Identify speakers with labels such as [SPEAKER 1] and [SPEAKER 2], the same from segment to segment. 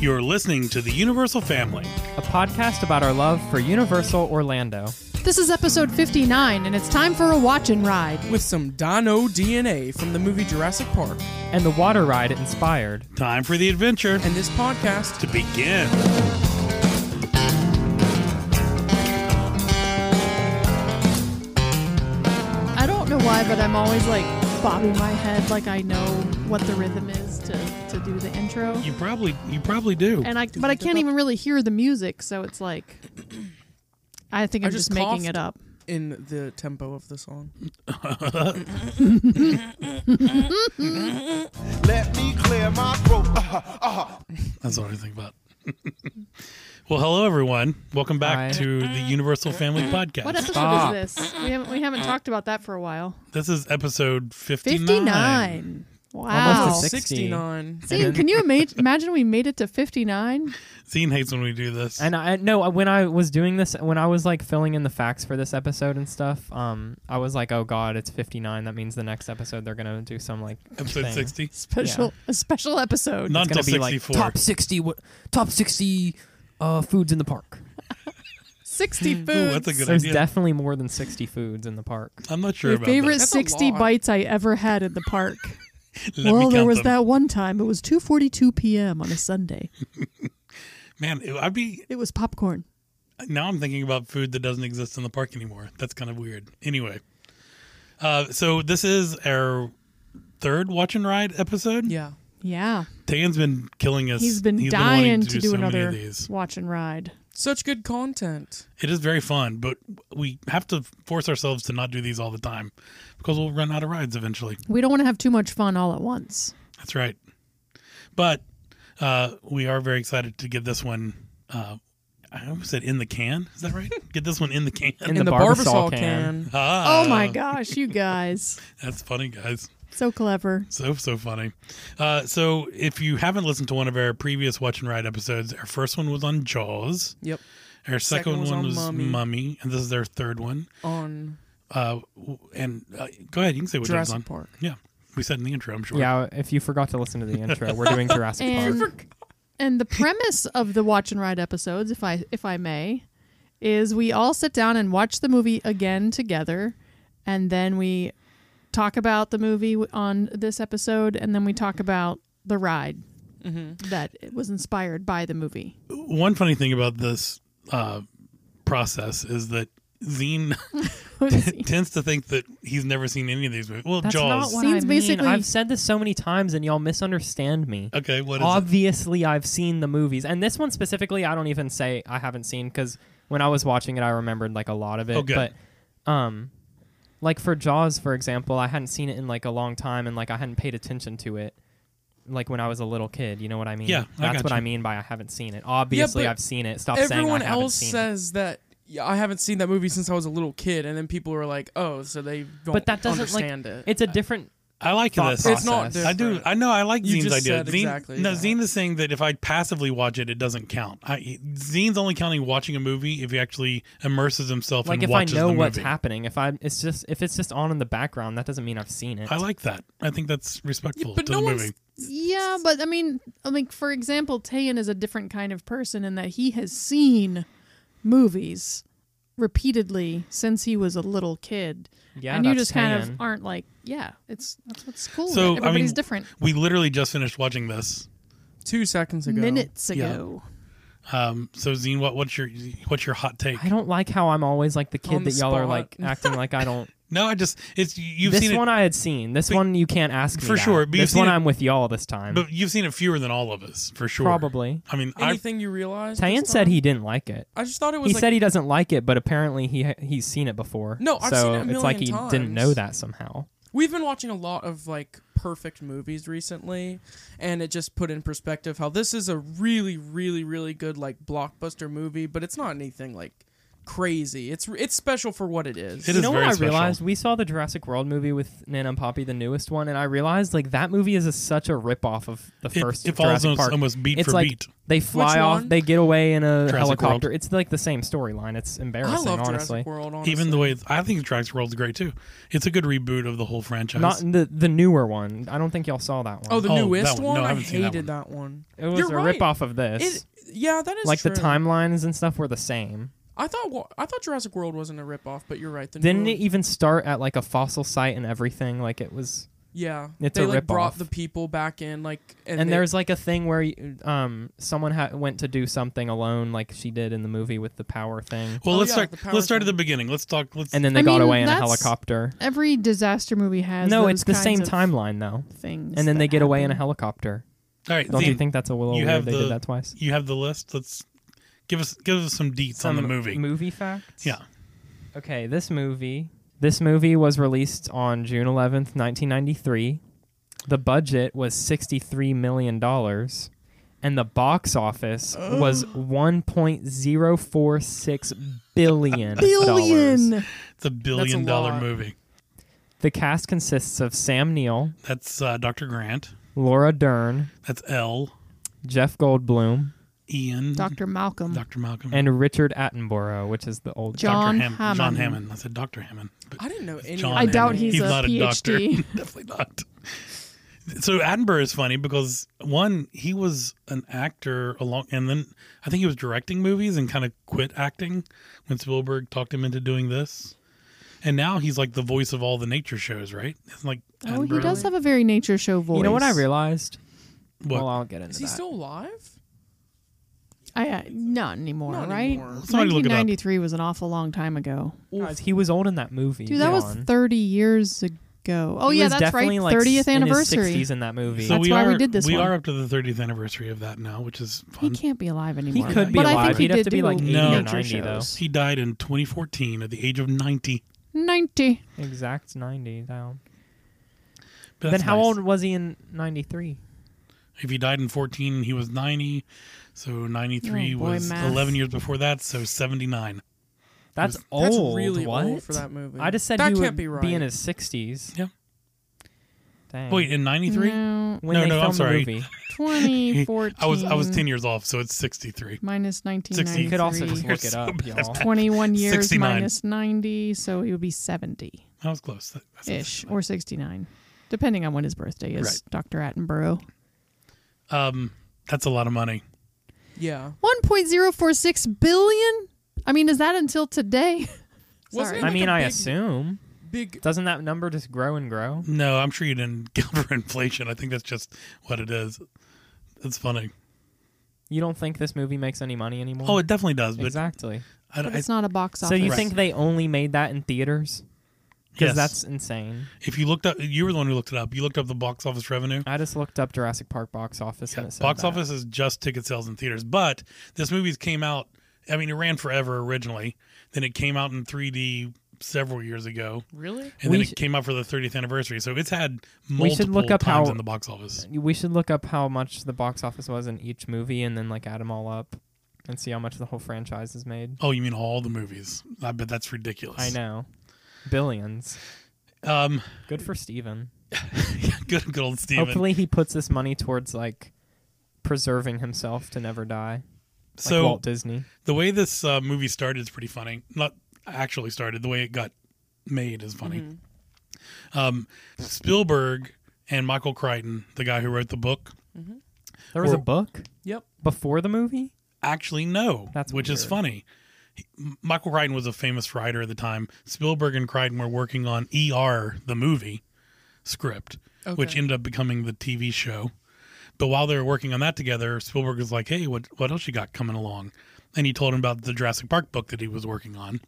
[SPEAKER 1] You're listening to the Universal Family.
[SPEAKER 2] a podcast about our love for Universal Orlando.
[SPEAKER 3] This is episode 59, and it's time for a watch and ride.
[SPEAKER 4] with some Dono DNA from the movie Jurassic Park.
[SPEAKER 2] and the water ride it inspired.
[SPEAKER 1] Time for the adventure
[SPEAKER 4] And this podcast,
[SPEAKER 1] to begin.
[SPEAKER 3] I don't know why, but I'm always like bobbing my head like I know what the rhythm is to, to do the intro.
[SPEAKER 1] You probably you probably do.
[SPEAKER 3] And I but I can't even really hear the music, so it's like I think
[SPEAKER 4] I
[SPEAKER 3] I'm just,
[SPEAKER 4] just
[SPEAKER 3] making it up.
[SPEAKER 4] coughed. in the tempo of the song,
[SPEAKER 5] Let me clear my throat. Uh-huh, uh-huh.
[SPEAKER 1] That's what I think about. well, hello everyone. Welcome back
[SPEAKER 2] Hi.
[SPEAKER 1] to the Universal Family Podcast.
[SPEAKER 3] What episode
[SPEAKER 2] Stop.
[SPEAKER 3] is this? We haven't we haven't talked about that for a while.
[SPEAKER 1] This is episode 59.
[SPEAKER 3] 59. Wow.
[SPEAKER 2] Almost a six-
[SPEAKER 4] 69.
[SPEAKER 3] See, can you ima- imagine we made it to 59?
[SPEAKER 1] Zine hates when we do this.
[SPEAKER 2] And I no, uh, when I was doing this, when I was like filling in the facts for this episode and stuff, um, I was like, oh god, it's fifty nine. That means the next episode they're gonna do some like
[SPEAKER 1] episode
[SPEAKER 2] thing.
[SPEAKER 1] 60.
[SPEAKER 3] Special a special episode.
[SPEAKER 1] Not
[SPEAKER 2] It's gonna
[SPEAKER 1] until
[SPEAKER 2] be like
[SPEAKER 1] 64.
[SPEAKER 2] top sixty. What top sixty uh, foods in the park?
[SPEAKER 3] 60 foods.
[SPEAKER 1] Ooh, that's a good
[SPEAKER 2] There's
[SPEAKER 1] idea.
[SPEAKER 2] definitely more than sixty foods in the park.
[SPEAKER 1] I'm not sure
[SPEAKER 3] Your
[SPEAKER 1] about
[SPEAKER 3] favorite
[SPEAKER 1] that.
[SPEAKER 4] That's a
[SPEAKER 3] 60
[SPEAKER 4] lot.
[SPEAKER 3] bites I ever had in the park.
[SPEAKER 1] Let me
[SPEAKER 3] well, there
[SPEAKER 1] count
[SPEAKER 3] was
[SPEAKER 1] them.
[SPEAKER 3] that one time. It was 2:42 p.m. on a Sunday.
[SPEAKER 1] Man, it- I'd be
[SPEAKER 3] It was popcorn.
[SPEAKER 1] now I'm thinking about food that doesn't exist in the park anymore. That's kind of weird. Anyway, uh, so this is our third watch and ride episode.
[SPEAKER 4] Yeah.
[SPEAKER 3] Yeah,
[SPEAKER 1] Dan's been killing us.
[SPEAKER 3] he's been
[SPEAKER 1] wanting
[SPEAKER 3] dying to do
[SPEAKER 1] so many
[SPEAKER 3] another
[SPEAKER 1] of these.
[SPEAKER 3] watch and ride.
[SPEAKER 4] Such good content.
[SPEAKER 1] It is very fun, but we have to force ourselves to not do these all the time because we'll run out of rides eventually.
[SPEAKER 3] We don't want to have too much fun all at once.
[SPEAKER 1] That's right. But uh, we are very excited to get this one. Uh, I almost said in the can. Is that right? get this one in the can.
[SPEAKER 2] In
[SPEAKER 4] In
[SPEAKER 2] the
[SPEAKER 4] the,
[SPEAKER 2] Barbasol
[SPEAKER 4] Barbasol
[SPEAKER 2] can.
[SPEAKER 4] can.
[SPEAKER 1] Ah,
[SPEAKER 3] Oh my gosh, you guys,
[SPEAKER 1] That's funny, guys.
[SPEAKER 3] so clever.
[SPEAKER 1] So so funny. Uh, so if you haven't listened to one of our previous Watch and Ride episodes, our first one was on Jaws.
[SPEAKER 4] Yep.
[SPEAKER 1] Our second,
[SPEAKER 4] was
[SPEAKER 1] one
[SPEAKER 4] on
[SPEAKER 1] was Mummy.
[SPEAKER 4] Mummy.
[SPEAKER 1] and this is our third one.
[SPEAKER 4] On
[SPEAKER 1] Uh, w- and uh, go ahead, you can say what Jaws
[SPEAKER 4] Jurassic
[SPEAKER 1] on.
[SPEAKER 4] Park.
[SPEAKER 1] Yeah, we said in the intro. I'm sure.
[SPEAKER 2] Yeah, if you forgot to listen to the intro, we're doing Jurassic Park.
[SPEAKER 3] And and the premise of the watch and ride episodes, if I if I may, is we all sit down and watch the movie again together, and then we talk about the movie w- on this episode, and then we talk about the ride that it was inspired by the movie.
[SPEAKER 1] One funny thing about this uh, process is that Zine tends to think that he's never seen any of these movies. Well,
[SPEAKER 2] That's
[SPEAKER 1] Jaws.
[SPEAKER 2] not what
[SPEAKER 3] Scenes
[SPEAKER 2] I mean.
[SPEAKER 3] basically-
[SPEAKER 2] I've said this so many times, and y'all misunderstand me.
[SPEAKER 1] okay, what is it?
[SPEAKER 2] obviously I've seen the movies, and this one specifically, I don't even say I haven't seen because when I was watching it, I remembered like a lot of it.
[SPEAKER 1] Oh, good.
[SPEAKER 2] But, um, like for Jaws, for example, I hadn't seen it in like a long time, and like I hadn't paid attention to it, like when I was a little kid. You know what I mean?
[SPEAKER 1] Yeah, I
[SPEAKER 2] that's
[SPEAKER 1] got
[SPEAKER 2] what
[SPEAKER 1] you.
[SPEAKER 2] I mean by I haven't seen it. Obviously,
[SPEAKER 4] but
[SPEAKER 2] I've seen it. Stop saying I
[SPEAKER 4] Everyone
[SPEAKER 2] haven't
[SPEAKER 4] else
[SPEAKER 2] seen it.
[SPEAKER 4] says that yeah, I haven't seen that movie since I was a little kid, and then people are like, "Oh, so they don't
[SPEAKER 2] But that doesn't like
[SPEAKER 4] understand it."
[SPEAKER 2] it's a different.
[SPEAKER 1] I like
[SPEAKER 2] thought
[SPEAKER 1] this.
[SPEAKER 2] process.
[SPEAKER 4] It's not
[SPEAKER 1] I do.
[SPEAKER 4] different.
[SPEAKER 1] I know. I like
[SPEAKER 4] You
[SPEAKER 1] Zine's
[SPEAKER 4] just
[SPEAKER 1] idea.
[SPEAKER 4] said
[SPEAKER 1] Zine,
[SPEAKER 4] exactly
[SPEAKER 1] no,
[SPEAKER 4] that.
[SPEAKER 1] Zine is saying that if I passively watch it, it doesn't count. I, Zine's only counting watching a movie if he actually immerses himself
[SPEAKER 2] Like
[SPEAKER 1] and
[SPEAKER 2] if I
[SPEAKER 1] watches
[SPEAKER 2] know
[SPEAKER 1] the
[SPEAKER 2] what's
[SPEAKER 1] movie.
[SPEAKER 2] happening, if I it's just if it's just on in the background, that doesn't mean I've seen it.
[SPEAKER 1] I like that. I think that's respectful
[SPEAKER 4] but
[SPEAKER 1] to
[SPEAKER 4] no
[SPEAKER 1] the
[SPEAKER 4] one's-
[SPEAKER 1] movie.
[SPEAKER 3] Yeah, but I mean, I mean, for example, Tayan is a different kind of person in that he has seen movies repeatedly since he was a little kid.
[SPEAKER 2] Yeah,
[SPEAKER 3] and you
[SPEAKER 2] that's
[SPEAKER 3] just kind
[SPEAKER 2] Tayan.
[SPEAKER 3] of aren't like, yeah, it's that's what's cool.
[SPEAKER 1] So, I mean,
[SPEAKER 3] Everybody's different.
[SPEAKER 1] We literally just finished watching this.
[SPEAKER 4] two seconds ago.
[SPEAKER 3] Minutes ago,
[SPEAKER 1] Um, so Zine, what, what's your what's your hot take?
[SPEAKER 2] I don't like how I'm always like the kid
[SPEAKER 4] On the
[SPEAKER 2] that y'all are
[SPEAKER 4] spot.
[SPEAKER 2] like acting like I don't.
[SPEAKER 1] no, I just it's you've
[SPEAKER 2] this
[SPEAKER 1] seen
[SPEAKER 2] one
[SPEAKER 1] it,
[SPEAKER 2] I had seen. This
[SPEAKER 1] But-
[SPEAKER 2] one you can't ask me
[SPEAKER 1] For
[SPEAKER 2] that.
[SPEAKER 1] sure, but you've
[SPEAKER 2] This one
[SPEAKER 1] seen it-
[SPEAKER 2] I'm with y'all this time.
[SPEAKER 1] but you've seen it fewer than all of us for sure.
[SPEAKER 2] Probably.
[SPEAKER 1] I mean, I
[SPEAKER 4] Anything you realize?
[SPEAKER 2] Tayan
[SPEAKER 4] this
[SPEAKER 2] said
[SPEAKER 4] time?
[SPEAKER 2] he didn't like it.
[SPEAKER 4] I just thought it was
[SPEAKER 2] He
[SPEAKER 4] like
[SPEAKER 2] said he doesn't like it, but apparently he ha- he's seen it before.
[SPEAKER 4] No, I've
[SPEAKER 2] so
[SPEAKER 4] seen it a
[SPEAKER 2] it's like he
[SPEAKER 4] million
[SPEAKER 2] didn't
[SPEAKER 4] times.
[SPEAKER 2] know that somehow.
[SPEAKER 4] We've been watching a lot of like perfect movies recently, and it just put in perspective how this is a really, really, really good like blockbuster movie, but it's not anything like crazy. It's it's special for what it is.
[SPEAKER 1] It
[SPEAKER 2] you
[SPEAKER 1] is
[SPEAKER 2] know what
[SPEAKER 1] very
[SPEAKER 2] I
[SPEAKER 1] special.
[SPEAKER 2] realized? We saw the Jurassic World movie with Nan and Poppy, the newest one, and I realized like that movie is a, such a ripoff of the
[SPEAKER 1] It-
[SPEAKER 2] first
[SPEAKER 1] it follows
[SPEAKER 2] Jurassic
[SPEAKER 1] almost-
[SPEAKER 2] Park.
[SPEAKER 1] almost beat
[SPEAKER 2] it's
[SPEAKER 1] for
[SPEAKER 2] like
[SPEAKER 1] beat.
[SPEAKER 2] They fly off,
[SPEAKER 4] one?
[SPEAKER 2] they get away in a
[SPEAKER 1] Jurassic
[SPEAKER 2] helicopter.
[SPEAKER 1] World.
[SPEAKER 2] It's like the same storyline. It's
[SPEAKER 4] I
[SPEAKER 2] embarrassing,
[SPEAKER 4] love
[SPEAKER 2] honestly.
[SPEAKER 4] Jurassic World. Honestly.
[SPEAKER 1] Even the way I think Jurassic World's great too. It's a good reboot of the whole franchise.
[SPEAKER 2] Not the the newer one. I don't think y'all saw that one.
[SPEAKER 4] oh the
[SPEAKER 1] Oh, that
[SPEAKER 4] newest
[SPEAKER 1] one.
[SPEAKER 4] one.
[SPEAKER 1] No, I
[SPEAKER 4] I,
[SPEAKER 1] haven't seen that
[SPEAKER 4] hated that one.
[SPEAKER 2] it was
[SPEAKER 4] You're
[SPEAKER 2] a
[SPEAKER 4] right.
[SPEAKER 2] ripoff of this.
[SPEAKER 4] It, yeah, that is
[SPEAKER 2] like the
[SPEAKER 4] true.
[SPEAKER 2] timelines and stuff were the same.
[SPEAKER 4] I thought wa- I thought Jurassic World wasn't a ripoff, but you're right. The
[SPEAKER 2] Didn't
[SPEAKER 4] new
[SPEAKER 2] it e-, even start at like a fossil site and everything? Like it was.
[SPEAKER 4] Yeah,
[SPEAKER 2] It's
[SPEAKER 4] they
[SPEAKER 2] a
[SPEAKER 4] like brought
[SPEAKER 2] ripoff.
[SPEAKER 4] the people back in, like, and,
[SPEAKER 2] and,
[SPEAKER 4] they-
[SPEAKER 2] there's like a thing where you, um someone ha- went to do something alone like she did in the movie with the power thing
[SPEAKER 1] well,
[SPEAKER 4] Oh,
[SPEAKER 1] let's
[SPEAKER 4] yeah,
[SPEAKER 1] start.
[SPEAKER 4] the power
[SPEAKER 1] let's start at the
[SPEAKER 4] thing.
[SPEAKER 1] beginning. Let's talk. Let's
[SPEAKER 2] and then they
[SPEAKER 3] I
[SPEAKER 2] got
[SPEAKER 3] mean,
[SPEAKER 2] away in a
[SPEAKER 3] that's-
[SPEAKER 2] helicopter
[SPEAKER 3] Every disaster movie has
[SPEAKER 2] no
[SPEAKER 3] those
[SPEAKER 2] it's the
[SPEAKER 3] kinds
[SPEAKER 2] same
[SPEAKER 3] of
[SPEAKER 2] timeline though
[SPEAKER 3] Things
[SPEAKER 2] and then
[SPEAKER 3] that
[SPEAKER 2] they get away in a
[SPEAKER 3] happen.
[SPEAKER 2] helicopter
[SPEAKER 1] all right.
[SPEAKER 2] don't you
[SPEAKER 1] Zine,
[SPEAKER 2] think that's a little
[SPEAKER 1] you
[SPEAKER 2] weird
[SPEAKER 1] have
[SPEAKER 2] they
[SPEAKER 1] the-
[SPEAKER 2] did that twice
[SPEAKER 1] you have the list? Let's give us give us some deets on the movie.
[SPEAKER 2] movie facts
[SPEAKER 1] yeah,
[SPEAKER 2] okay this movie this movie was released on june 11th 1993 the budget was 63 million dollars and the box office was 1.046 billion dollars.
[SPEAKER 3] billion.
[SPEAKER 1] it's a billion dollar
[SPEAKER 4] lot.
[SPEAKER 1] movie.
[SPEAKER 2] The cast consists of Sam Neill,
[SPEAKER 1] That's uh, Dr. Grant.
[SPEAKER 2] Laura Dern,
[SPEAKER 1] That's L.
[SPEAKER 2] Jeff Goldblum,
[SPEAKER 1] Ian.
[SPEAKER 3] Dr. Malcolm.
[SPEAKER 1] Dr. Malcolm.
[SPEAKER 2] and Richard Attenborough, which is the old
[SPEAKER 1] Dr.
[SPEAKER 3] John
[SPEAKER 1] Ham- John
[SPEAKER 3] Hammond.
[SPEAKER 1] Hammond. I said Dr. Hammond. But
[SPEAKER 4] I didn't know any.
[SPEAKER 1] John
[SPEAKER 4] of
[SPEAKER 3] I
[SPEAKER 4] that.
[SPEAKER 3] doubt
[SPEAKER 1] Hammond.
[SPEAKER 3] he's a
[SPEAKER 1] not a doctor.
[SPEAKER 3] PhD.
[SPEAKER 1] Definitely not. So Attenborough is funny because one, he was an actor along, and then I think he was directing movies and kind of quit acting when Spielberg talked him into doing this. And now hees like the voice of all the nature shows, right? It's like
[SPEAKER 3] Oh, he
[SPEAKER 1] Attenborough-
[SPEAKER 3] does have a very nature show voice.
[SPEAKER 2] You know what I realized?
[SPEAKER 1] What?
[SPEAKER 2] Well, I'll get into
[SPEAKER 4] Is
[SPEAKER 2] that.
[SPEAKER 4] he still alive?
[SPEAKER 3] I, uh, not anymore,
[SPEAKER 4] Not
[SPEAKER 3] right?
[SPEAKER 4] anymore.
[SPEAKER 1] Somebody look it up.
[SPEAKER 3] 1993 was an awful long time ago.
[SPEAKER 2] Guys, he was old in that movie.
[SPEAKER 3] Dude, that was
[SPEAKER 2] John.
[SPEAKER 3] 30 years ago. Oh,
[SPEAKER 2] He
[SPEAKER 3] yeah,
[SPEAKER 2] was
[SPEAKER 3] that's right.
[SPEAKER 2] definitely, like,
[SPEAKER 3] 30th
[SPEAKER 2] In
[SPEAKER 3] anniversary.
[SPEAKER 2] his 60s in that movie.
[SPEAKER 1] so
[SPEAKER 3] That's
[SPEAKER 1] we
[SPEAKER 3] why
[SPEAKER 1] are,
[SPEAKER 3] we did this
[SPEAKER 1] We
[SPEAKER 3] one.
[SPEAKER 1] are up to the 30th anniversary of that now, which is
[SPEAKER 3] he
[SPEAKER 1] fun. He,
[SPEAKER 3] can't be alive anymore.
[SPEAKER 2] could be
[SPEAKER 3] but I
[SPEAKER 2] alive.
[SPEAKER 3] think he
[SPEAKER 2] He'd have
[SPEAKER 3] did
[SPEAKER 2] to be,
[SPEAKER 3] do
[SPEAKER 2] like, 80
[SPEAKER 1] or
[SPEAKER 3] nature
[SPEAKER 2] 90, though.
[SPEAKER 3] shows.
[SPEAKER 1] died in 2014 at the age of 90.
[SPEAKER 3] 90.
[SPEAKER 2] exact 90 down.
[SPEAKER 1] But
[SPEAKER 2] then
[SPEAKER 1] that's
[SPEAKER 2] how
[SPEAKER 1] nice.
[SPEAKER 2] old was he in 93?
[SPEAKER 1] If he died in 14, he was 90. So 93
[SPEAKER 3] Oh, boy,
[SPEAKER 1] was
[SPEAKER 3] math.
[SPEAKER 1] 11 years before that. So 79.
[SPEAKER 2] That's old.
[SPEAKER 4] That's really
[SPEAKER 2] what?
[SPEAKER 4] old for that movie.
[SPEAKER 2] I just said
[SPEAKER 4] that
[SPEAKER 2] he
[SPEAKER 4] can't
[SPEAKER 2] would
[SPEAKER 4] be right.
[SPEAKER 2] in his 60s.
[SPEAKER 1] Yeah.
[SPEAKER 2] Dang.
[SPEAKER 1] Wait, in 93?
[SPEAKER 3] No,
[SPEAKER 2] when
[SPEAKER 1] no,
[SPEAKER 2] they
[SPEAKER 1] no, I'm
[SPEAKER 2] filmed
[SPEAKER 1] sorry.
[SPEAKER 2] the movie.
[SPEAKER 3] 2014.
[SPEAKER 1] I was I was 10 years off, so it's 63.
[SPEAKER 3] Minus
[SPEAKER 2] You could also just
[SPEAKER 3] 1993.
[SPEAKER 2] look it
[SPEAKER 1] so
[SPEAKER 2] up, y'all.
[SPEAKER 3] 21 years
[SPEAKER 1] 69.
[SPEAKER 3] minus 90, so he would be 70
[SPEAKER 1] That was close. That- that's-
[SPEAKER 3] ish or 69, depending on when his birthday is,
[SPEAKER 1] Right.
[SPEAKER 3] Dr. Attenborough.
[SPEAKER 1] Um, that's a lot of money.
[SPEAKER 4] yeah.
[SPEAKER 3] 1.046 billion? I mean, is that until today?
[SPEAKER 4] Wasn't
[SPEAKER 3] Sorry.
[SPEAKER 4] it
[SPEAKER 2] I
[SPEAKER 4] like
[SPEAKER 2] mean,
[SPEAKER 4] a
[SPEAKER 2] I
[SPEAKER 4] big-
[SPEAKER 2] assume.
[SPEAKER 4] Big.
[SPEAKER 2] Doesn't that number just grow and grow?
[SPEAKER 1] No, I'm sure you didn't count for inflation. I think that's just what it is. It's funny.
[SPEAKER 2] You don't think this movie makes any money anymore?
[SPEAKER 1] Oh, it definitely does, but
[SPEAKER 2] exactly.
[SPEAKER 1] I,
[SPEAKER 3] But
[SPEAKER 1] I,
[SPEAKER 3] it's not a box
[SPEAKER 2] So
[SPEAKER 3] office.
[SPEAKER 2] you
[SPEAKER 1] Right.
[SPEAKER 2] think they only made that in theaters?
[SPEAKER 1] yes.
[SPEAKER 2] Because that's insane.
[SPEAKER 1] if you looked up, you were the one who looked it up. You looked up the box office revenue.
[SPEAKER 2] I just looked up Jurassic Park box office
[SPEAKER 1] Yeah,
[SPEAKER 2] and it said
[SPEAKER 1] box
[SPEAKER 2] that.
[SPEAKER 1] office is just ticket sales in theaters. But this movie came out. I mean, it ran forever originally. Then it came out in 3D several years ago,
[SPEAKER 4] Really?
[SPEAKER 1] and
[SPEAKER 2] We
[SPEAKER 1] then
[SPEAKER 2] sh-
[SPEAKER 1] it came out for the 30th anniversary. So it's had
[SPEAKER 2] We should
[SPEAKER 1] multiple
[SPEAKER 2] look up
[SPEAKER 1] times
[SPEAKER 2] how-
[SPEAKER 1] in the box office.
[SPEAKER 2] We should look up how much the box office was in each movie and then like add them all up and see how much the whole franchise has made.
[SPEAKER 1] Oh, you mean all the movies? I bet that's ridiculous.
[SPEAKER 2] I know. Billions.
[SPEAKER 1] know. Um,
[SPEAKER 2] Good for Steven.
[SPEAKER 1] good, good old Steven.
[SPEAKER 2] Hopefully he puts this money towards like preserving himself to never die. Like
[SPEAKER 1] so
[SPEAKER 2] Walt Disney.
[SPEAKER 1] the way this uh, movie started is pretty funny. Not actually started. The way it got made is funny.
[SPEAKER 2] Mm-hmm.
[SPEAKER 1] Um, Spielberg and Michael Crichton, the guy who wrote the book,
[SPEAKER 2] There was a
[SPEAKER 1] Or-
[SPEAKER 2] book
[SPEAKER 4] Yep.
[SPEAKER 2] before the movie?
[SPEAKER 1] actually no,
[SPEAKER 2] That's
[SPEAKER 1] which is
[SPEAKER 2] weird.
[SPEAKER 1] funny. He- M- Michael Crichton was a famous writer at the time. Spielberg and Crichton were working on ER, the movie script, which
[SPEAKER 4] Okay.
[SPEAKER 1] ended up becoming the TV show. But while they were working on that together, Spielberg was like, "Hey, what what else you got coming along?" And he told him about the Jurassic Park book that he was working on.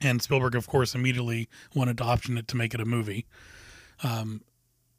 [SPEAKER 1] And Spielberg, of course, immediately wanted to option it to make it a movie. Um,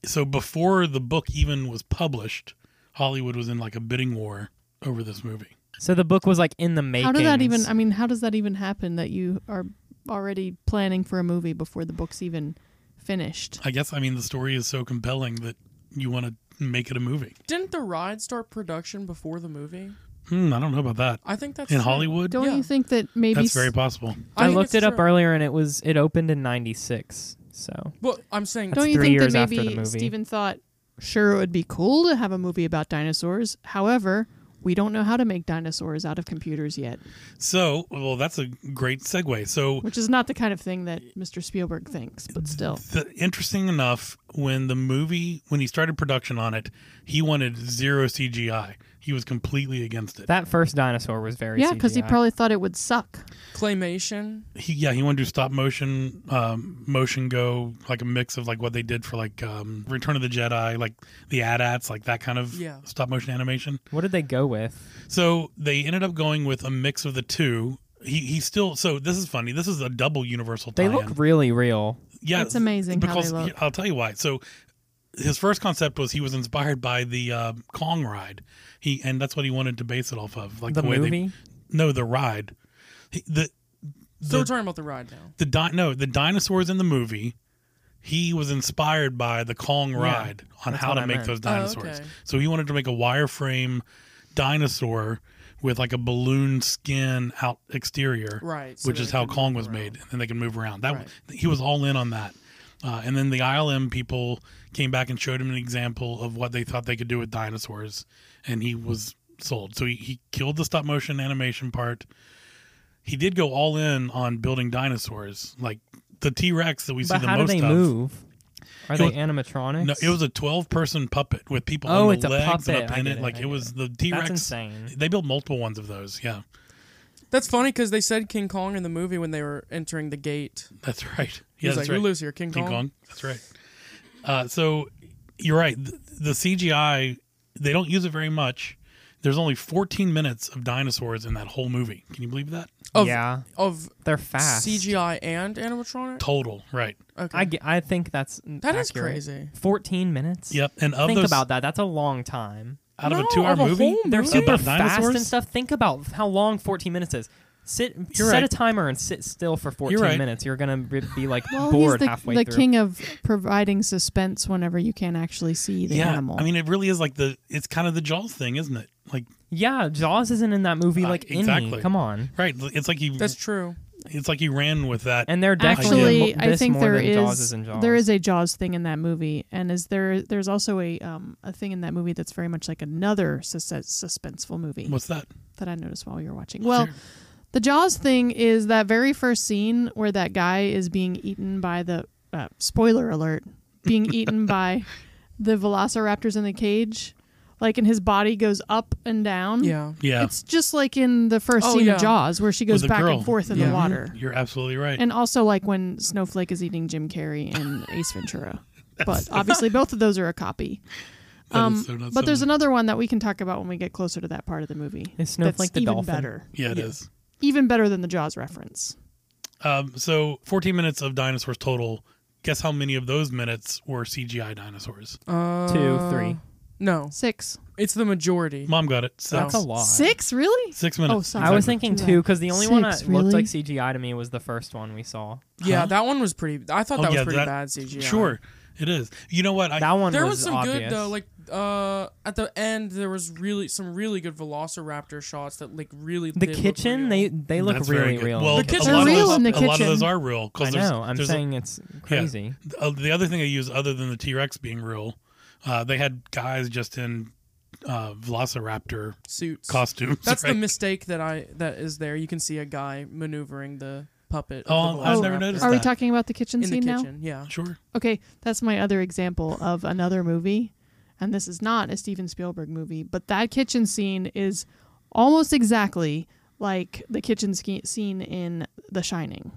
[SPEAKER 1] so before the book even was published, Hollywood was in like a bidding war over this movie.
[SPEAKER 2] So the book was like in the making.
[SPEAKER 3] how did that even? I mean, how does that even happen that you are already planning for a movie before the book's even finished?
[SPEAKER 1] I guess I mean the story is so compelling that you want to make it a movie.
[SPEAKER 4] Didn't the ride start production before the movie?
[SPEAKER 1] Hmm, I don't know about that.
[SPEAKER 4] I think that's
[SPEAKER 1] In
[SPEAKER 4] true.
[SPEAKER 1] Hollywood,
[SPEAKER 3] Don't
[SPEAKER 4] Yeah.
[SPEAKER 3] you think that maybe
[SPEAKER 1] that's very
[SPEAKER 3] s-
[SPEAKER 1] possible.
[SPEAKER 4] I
[SPEAKER 2] I
[SPEAKER 4] think
[SPEAKER 2] looked
[SPEAKER 4] it's
[SPEAKER 2] it up
[SPEAKER 4] true.
[SPEAKER 2] earlier and it was it opened in 96. So
[SPEAKER 4] Well, I'm saying
[SPEAKER 2] That's
[SPEAKER 3] don't you
[SPEAKER 2] three
[SPEAKER 3] think that
[SPEAKER 2] years after
[SPEAKER 3] maybe
[SPEAKER 2] the movie.
[SPEAKER 3] Steven thought sure it would be cool to have a movie about dinosaurs. However, we don't know how to make dinosaurs out of computers yet,
[SPEAKER 1] So, well, that's a great segue. So,
[SPEAKER 3] which is not the kind of thing that Mr. Spielberg thinks, but still.
[SPEAKER 1] the, interesting enough, when the movie, when he started production on it, he wanted zero CGI. He was completely against it.
[SPEAKER 2] that first dinosaur was very
[SPEAKER 3] Yeah, cuz he
[SPEAKER 2] CGI.
[SPEAKER 3] probably thought it would suck.
[SPEAKER 4] claymation.
[SPEAKER 1] he, yeah, he wanted to do stop motion, um, motion go, like a mix of like what they did for like um, Return of the Jedi, like the AT-ATs, like that kind of
[SPEAKER 4] Yeah.
[SPEAKER 1] stop motion animation.
[SPEAKER 2] What did they go with?
[SPEAKER 1] So they ended up going with a mix of the two. He, he still so this is funny. This is a double universal.
[SPEAKER 2] They
[SPEAKER 1] tie-in.
[SPEAKER 2] look really real.
[SPEAKER 1] yeah,
[SPEAKER 3] It's amazing how they
[SPEAKER 1] because
[SPEAKER 3] look.
[SPEAKER 1] I'll tell you why. So his first concept was he was inspired by the uh, Kong ride. He and that's what he wanted to base it off of, like
[SPEAKER 2] The
[SPEAKER 1] the, way
[SPEAKER 2] movie?
[SPEAKER 1] they no the ride. He, the
[SPEAKER 4] So
[SPEAKER 1] The-
[SPEAKER 4] we're talking about the ride now.
[SPEAKER 1] the di- no the dinosaurs in the movie. He was inspired by the Kong ride on
[SPEAKER 2] that's
[SPEAKER 1] how
[SPEAKER 2] what
[SPEAKER 1] to
[SPEAKER 2] I
[SPEAKER 1] make
[SPEAKER 2] meant.
[SPEAKER 1] those
[SPEAKER 4] Oh,
[SPEAKER 1] dinosaurs.
[SPEAKER 4] okay.
[SPEAKER 1] So he wanted to make a wireframe dinosaur with like a balloon skin out exterior
[SPEAKER 4] Right. so
[SPEAKER 1] which
[SPEAKER 4] that
[SPEAKER 1] is
[SPEAKER 4] it
[SPEAKER 1] how
[SPEAKER 4] can
[SPEAKER 1] Kong
[SPEAKER 4] move
[SPEAKER 1] was
[SPEAKER 4] around.
[SPEAKER 1] made, and then they can move around. That
[SPEAKER 4] Right.
[SPEAKER 1] he was all in on that. Uh, and then the ILM people came back and showed him an example of what they thought they could do with dinosaurs, and he was sold. So he, he killed the stop motion animation part. He did go all in on building dinosaurs, like the T Rex that we
[SPEAKER 2] But
[SPEAKER 1] see the
[SPEAKER 2] how do
[SPEAKER 1] most
[SPEAKER 2] they
[SPEAKER 1] of.
[SPEAKER 2] move? Are
[SPEAKER 1] It
[SPEAKER 2] they
[SPEAKER 1] was-
[SPEAKER 2] animatronics?
[SPEAKER 1] No, it was a twelve-person puppet with people
[SPEAKER 2] Oh,
[SPEAKER 1] on the
[SPEAKER 2] it's a
[SPEAKER 1] legs and
[SPEAKER 2] puppet.
[SPEAKER 1] a
[SPEAKER 2] I
[SPEAKER 1] pennant.
[SPEAKER 2] get it,
[SPEAKER 1] like
[SPEAKER 2] I
[SPEAKER 1] it
[SPEAKER 2] get
[SPEAKER 1] was the T
[SPEAKER 2] That's
[SPEAKER 1] Rex.
[SPEAKER 2] insane.
[SPEAKER 1] They built multiple ones of those. Yeah,
[SPEAKER 4] That's funny because they said King Kong in the movie when they were entering the gate.
[SPEAKER 1] that's right.
[SPEAKER 4] He
[SPEAKER 1] Yeah,
[SPEAKER 4] was
[SPEAKER 1] that's
[SPEAKER 4] like,
[SPEAKER 1] right.
[SPEAKER 4] "You lose here, King,
[SPEAKER 1] King Kong. That's right. Uh, so you're right. The, the CGI they don't use it very much. There's only 14 minutes of dinosaurs in that whole movie. Can you believe that?
[SPEAKER 3] Oh,
[SPEAKER 4] Of,
[SPEAKER 2] yeah,
[SPEAKER 4] Of
[SPEAKER 2] they're fast.
[SPEAKER 4] CGI and animatronic.
[SPEAKER 1] Total, right?
[SPEAKER 4] Okay.
[SPEAKER 2] I, ge- I think that's
[SPEAKER 4] That is
[SPEAKER 2] accurate.
[SPEAKER 4] crazy.
[SPEAKER 2] 14 minutes?
[SPEAKER 1] Yep. And of
[SPEAKER 2] Think
[SPEAKER 1] those,
[SPEAKER 2] about that. That's a long time.
[SPEAKER 1] out of
[SPEAKER 4] No,
[SPEAKER 1] a two-hour
[SPEAKER 4] of a
[SPEAKER 1] movie,
[SPEAKER 4] whole
[SPEAKER 2] They're
[SPEAKER 4] Really?
[SPEAKER 2] super
[SPEAKER 1] about
[SPEAKER 2] fast
[SPEAKER 1] dinosaurs.
[SPEAKER 2] and stuff. Think about how long 14 minutes is. Sit,
[SPEAKER 1] You're
[SPEAKER 2] set
[SPEAKER 1] right.
[SPEAKER 2] a timer and sit still for 14
[SPEAKER 1] right.
[SPEAKER 2] minutes. You're gonna be be, like
[SPEAKER 3] Well,
[SPEAKER 2] bored
[SPEAKER 3] he's the,
[SPEAKER 2] halfway
[SPEAKER 3] the
[SPEAKER 2] through.
[SPEAKER 3] king of providing suspense whenever you can't actually see the
[SPEAKER 1] yeah.
[SPEAKER 3] animal.
[SPEAKER 1] I mean, it really is like the. It's kind of the Jaws thing, isn't it? Like,
[SPEAKER 2] Yeah, Jaws isn't in that movie
[SPEAKER 1] Uh,
[SPEAKER 2] like in me.
[SPEAKER 1] exactly.
[SPEAKER 2] Come on.
[SPEAKER 1] right? It's like you.
[SPEAKER 4] That's true.
[SPEAKER 1] It's like you ran with that.
[SPEAKER 2] And they're definitely
[SPEAKER 3] actually
[SPEAKER 2] mo-
[SPEAKER 3] i
[SPEAKER 2] this
[SPEAKER 3] think
[SPEAKER 2] more
[SPEAKER 3] there
[SPEAKER 2] than
[SPEAKER 3] is
[SPEAKER 2] Jaws is in Jaws.
[SPEAKER 3] there is a jaws thing in that movie and is there there's also a um a thing in that movie that's very much like another sus- suspenseful movie
[SPEAKER 1] What's that?
[SPEAKER 3] that i noticed while you were watching well the jaws thing is that very first scene where that guy is being eaten by the uh, spoiler alert being eaten by the velociraptors in the cage like and his body goes up and down
[SPEAKER 4] Yeah.
[SPEAKER 1] Yeah,
[SPEAKER 3] it's just like in the first
[SPEAKER 4] Oh,
[SPEAKER 3] scene
[SPEAKER 4] yeah.
[SPEAKER 3] of jaws where she goes
[SPEAKER 1] the
[SPEAKER 3] back
[SPEAKER 1] girl.
[SPEAKER 3] and forth in
[SPEAKER 4] Yeah.
[SPEAKER 3] the water
[SPEAKER 1] you're absolutely right.
[SPEAKER 3] and also like when Snowflake is eating Jim Carrey in Ace Ventura. But obviously, both of those are a copy.
[SPEAKER 1] That is
[SPEAKER 3] Um,
[SPEAKER 1] so not
[SPEAKER 3] but there's
[SPEAKER 1] similar.
[SPEAKER 3] another one that we can talk about when we get closer to that part of the movie.
[SPEAKER 2] Is Snowflake
[SPEAKER 3] that's
[SPEAKER 2] the
[SPEAKER 3] even
[SPEAKER 2] dolphin?
[SPEAKER 3] better,
[SPEAKER 1] Yeah, it is.
[SPEAKER 4] Yeah.
[SPEAKER 3] even better than the Jaws reference.
[SPEAKER 1] Um, so 14 minutes of dinosaurs total. Guess how many of those minutes were CGI dinosaurs?
[SPEAKER 4] Uh,
[SPEAKER 2] two, three.
[SPEAKER 4] No,
[SPEAKER 3] Six,
[SPEAKER 4] it's the majority.
[SPEAKER 1] Mom got it. So
[SPEAKER 2] That's a lot.
[SPEAKER 3] Uh, six, really?
[SPEAKER 1] six minutes.
[SPEAKER 3] Oh, sorry.
[SPEAKER 2] I was
[SPEAKER 1] Exactly.
[SPEAKER 2] thinking
[SPEAKER 3] Two
[SPEAKER 2] two because the only one that
[SPEAKER 3] Six,
[SPEAKER 2] looked
[SPEAKER 3] really?
[SPEAKER 2] like CGI to me was the first one we saw.
[SPEAKER 4] Yeah,
[SPEAKER 1] Huh?
[SPEAKER 4] that one was pretty. I thought
[SPEAKER 1] Oh,
[SPEAKER 4] that
[SPEAKER 1] yeah,
[SPEAKER 4] was pretty
[SPEAKER 1] that-
[SPEAKER 4] bad CGI.
[SPEAKER 1] Sure, it is. You know what? I,
[SPEAKER 2] That one
[SPEAKER 4] There
[SPEAKER 2] was,
[SPEAKER 4] was some
[SPEAKER 2] obvious.
[SPEAKER 4] good though. Like uh, at the end, there was really some really good Velociraptor shots that like really
[SPEAKER 2] the
[SPEAKER 4] did look
[SPEAKER 2] kitchen,
[SPEAKER 4] real.
[SPEAKER 2] they they look
[SPEAKER 1] that's very
[SPEAKER 2] really
[SPEAKER 1] good.
[SPEAKER 2] real. in
[SPEAKER 1] Well,
[SPEAKER 2] the
[SPEAKER 4] The
[SPEAKER 1] a
[SPEAKER 2] kitchen.
[SPEAKER 4] kitchen.
[SPEAKER 1] lot
[SPEAKER 3] They're
[SPEAKER 1] of
[SPEAKER 3] real
[SPEAKER 1] those,
[SPEAKER 3] in
[SPEAKER 1] a
[SPEAKER 3] the
[SPEAKER 1] lot of
[SPEAKER 3] kitchen.
[SPEAKER 1] those are real. 'cause
[SPEAKER 2] I
[SPEAKER 1] there's-
[SPEAKER 2] know. I'm
[SPEAKER 1] there's a-
[SPEAKER 2] saying it's crazy.
[SPEAKER 1] uh, the other thing I use, other than the T Rex being real, uh, they had guys just in uh, Velociraptor
[SPEAKER 4] suits.
[SPEAKER 1] costumes.
[SPEAKER 4] That's
[SPEAKER 1] right?
[SPEAKER 4] the mistake that I that is there. You can see a guy maneuvering the puppet.
[SPEAKER 1] Oh,
[SPEAKER 4] of the
[SPEAKER 1] I've
[SPEAKER 4] Velociraptor
[SPEAKER 1] never noticed
[SPEAKER 3] Are we
[SPEAKER 1] that.
[SPEAKER 3] talking about the kitchen
[SPEAKER 4] in the
[SPEAKER 3] scene now?
[SPEAKER 4] kitchen. Yeah.
[SPEAKER 1] Sure.
[SPEAKER 3] Okay, that's my other example of another movie, and this is not a Steven Spielberg movie, but that kitchen scene is almost exactly like the kitchen ski- scene in The Shining.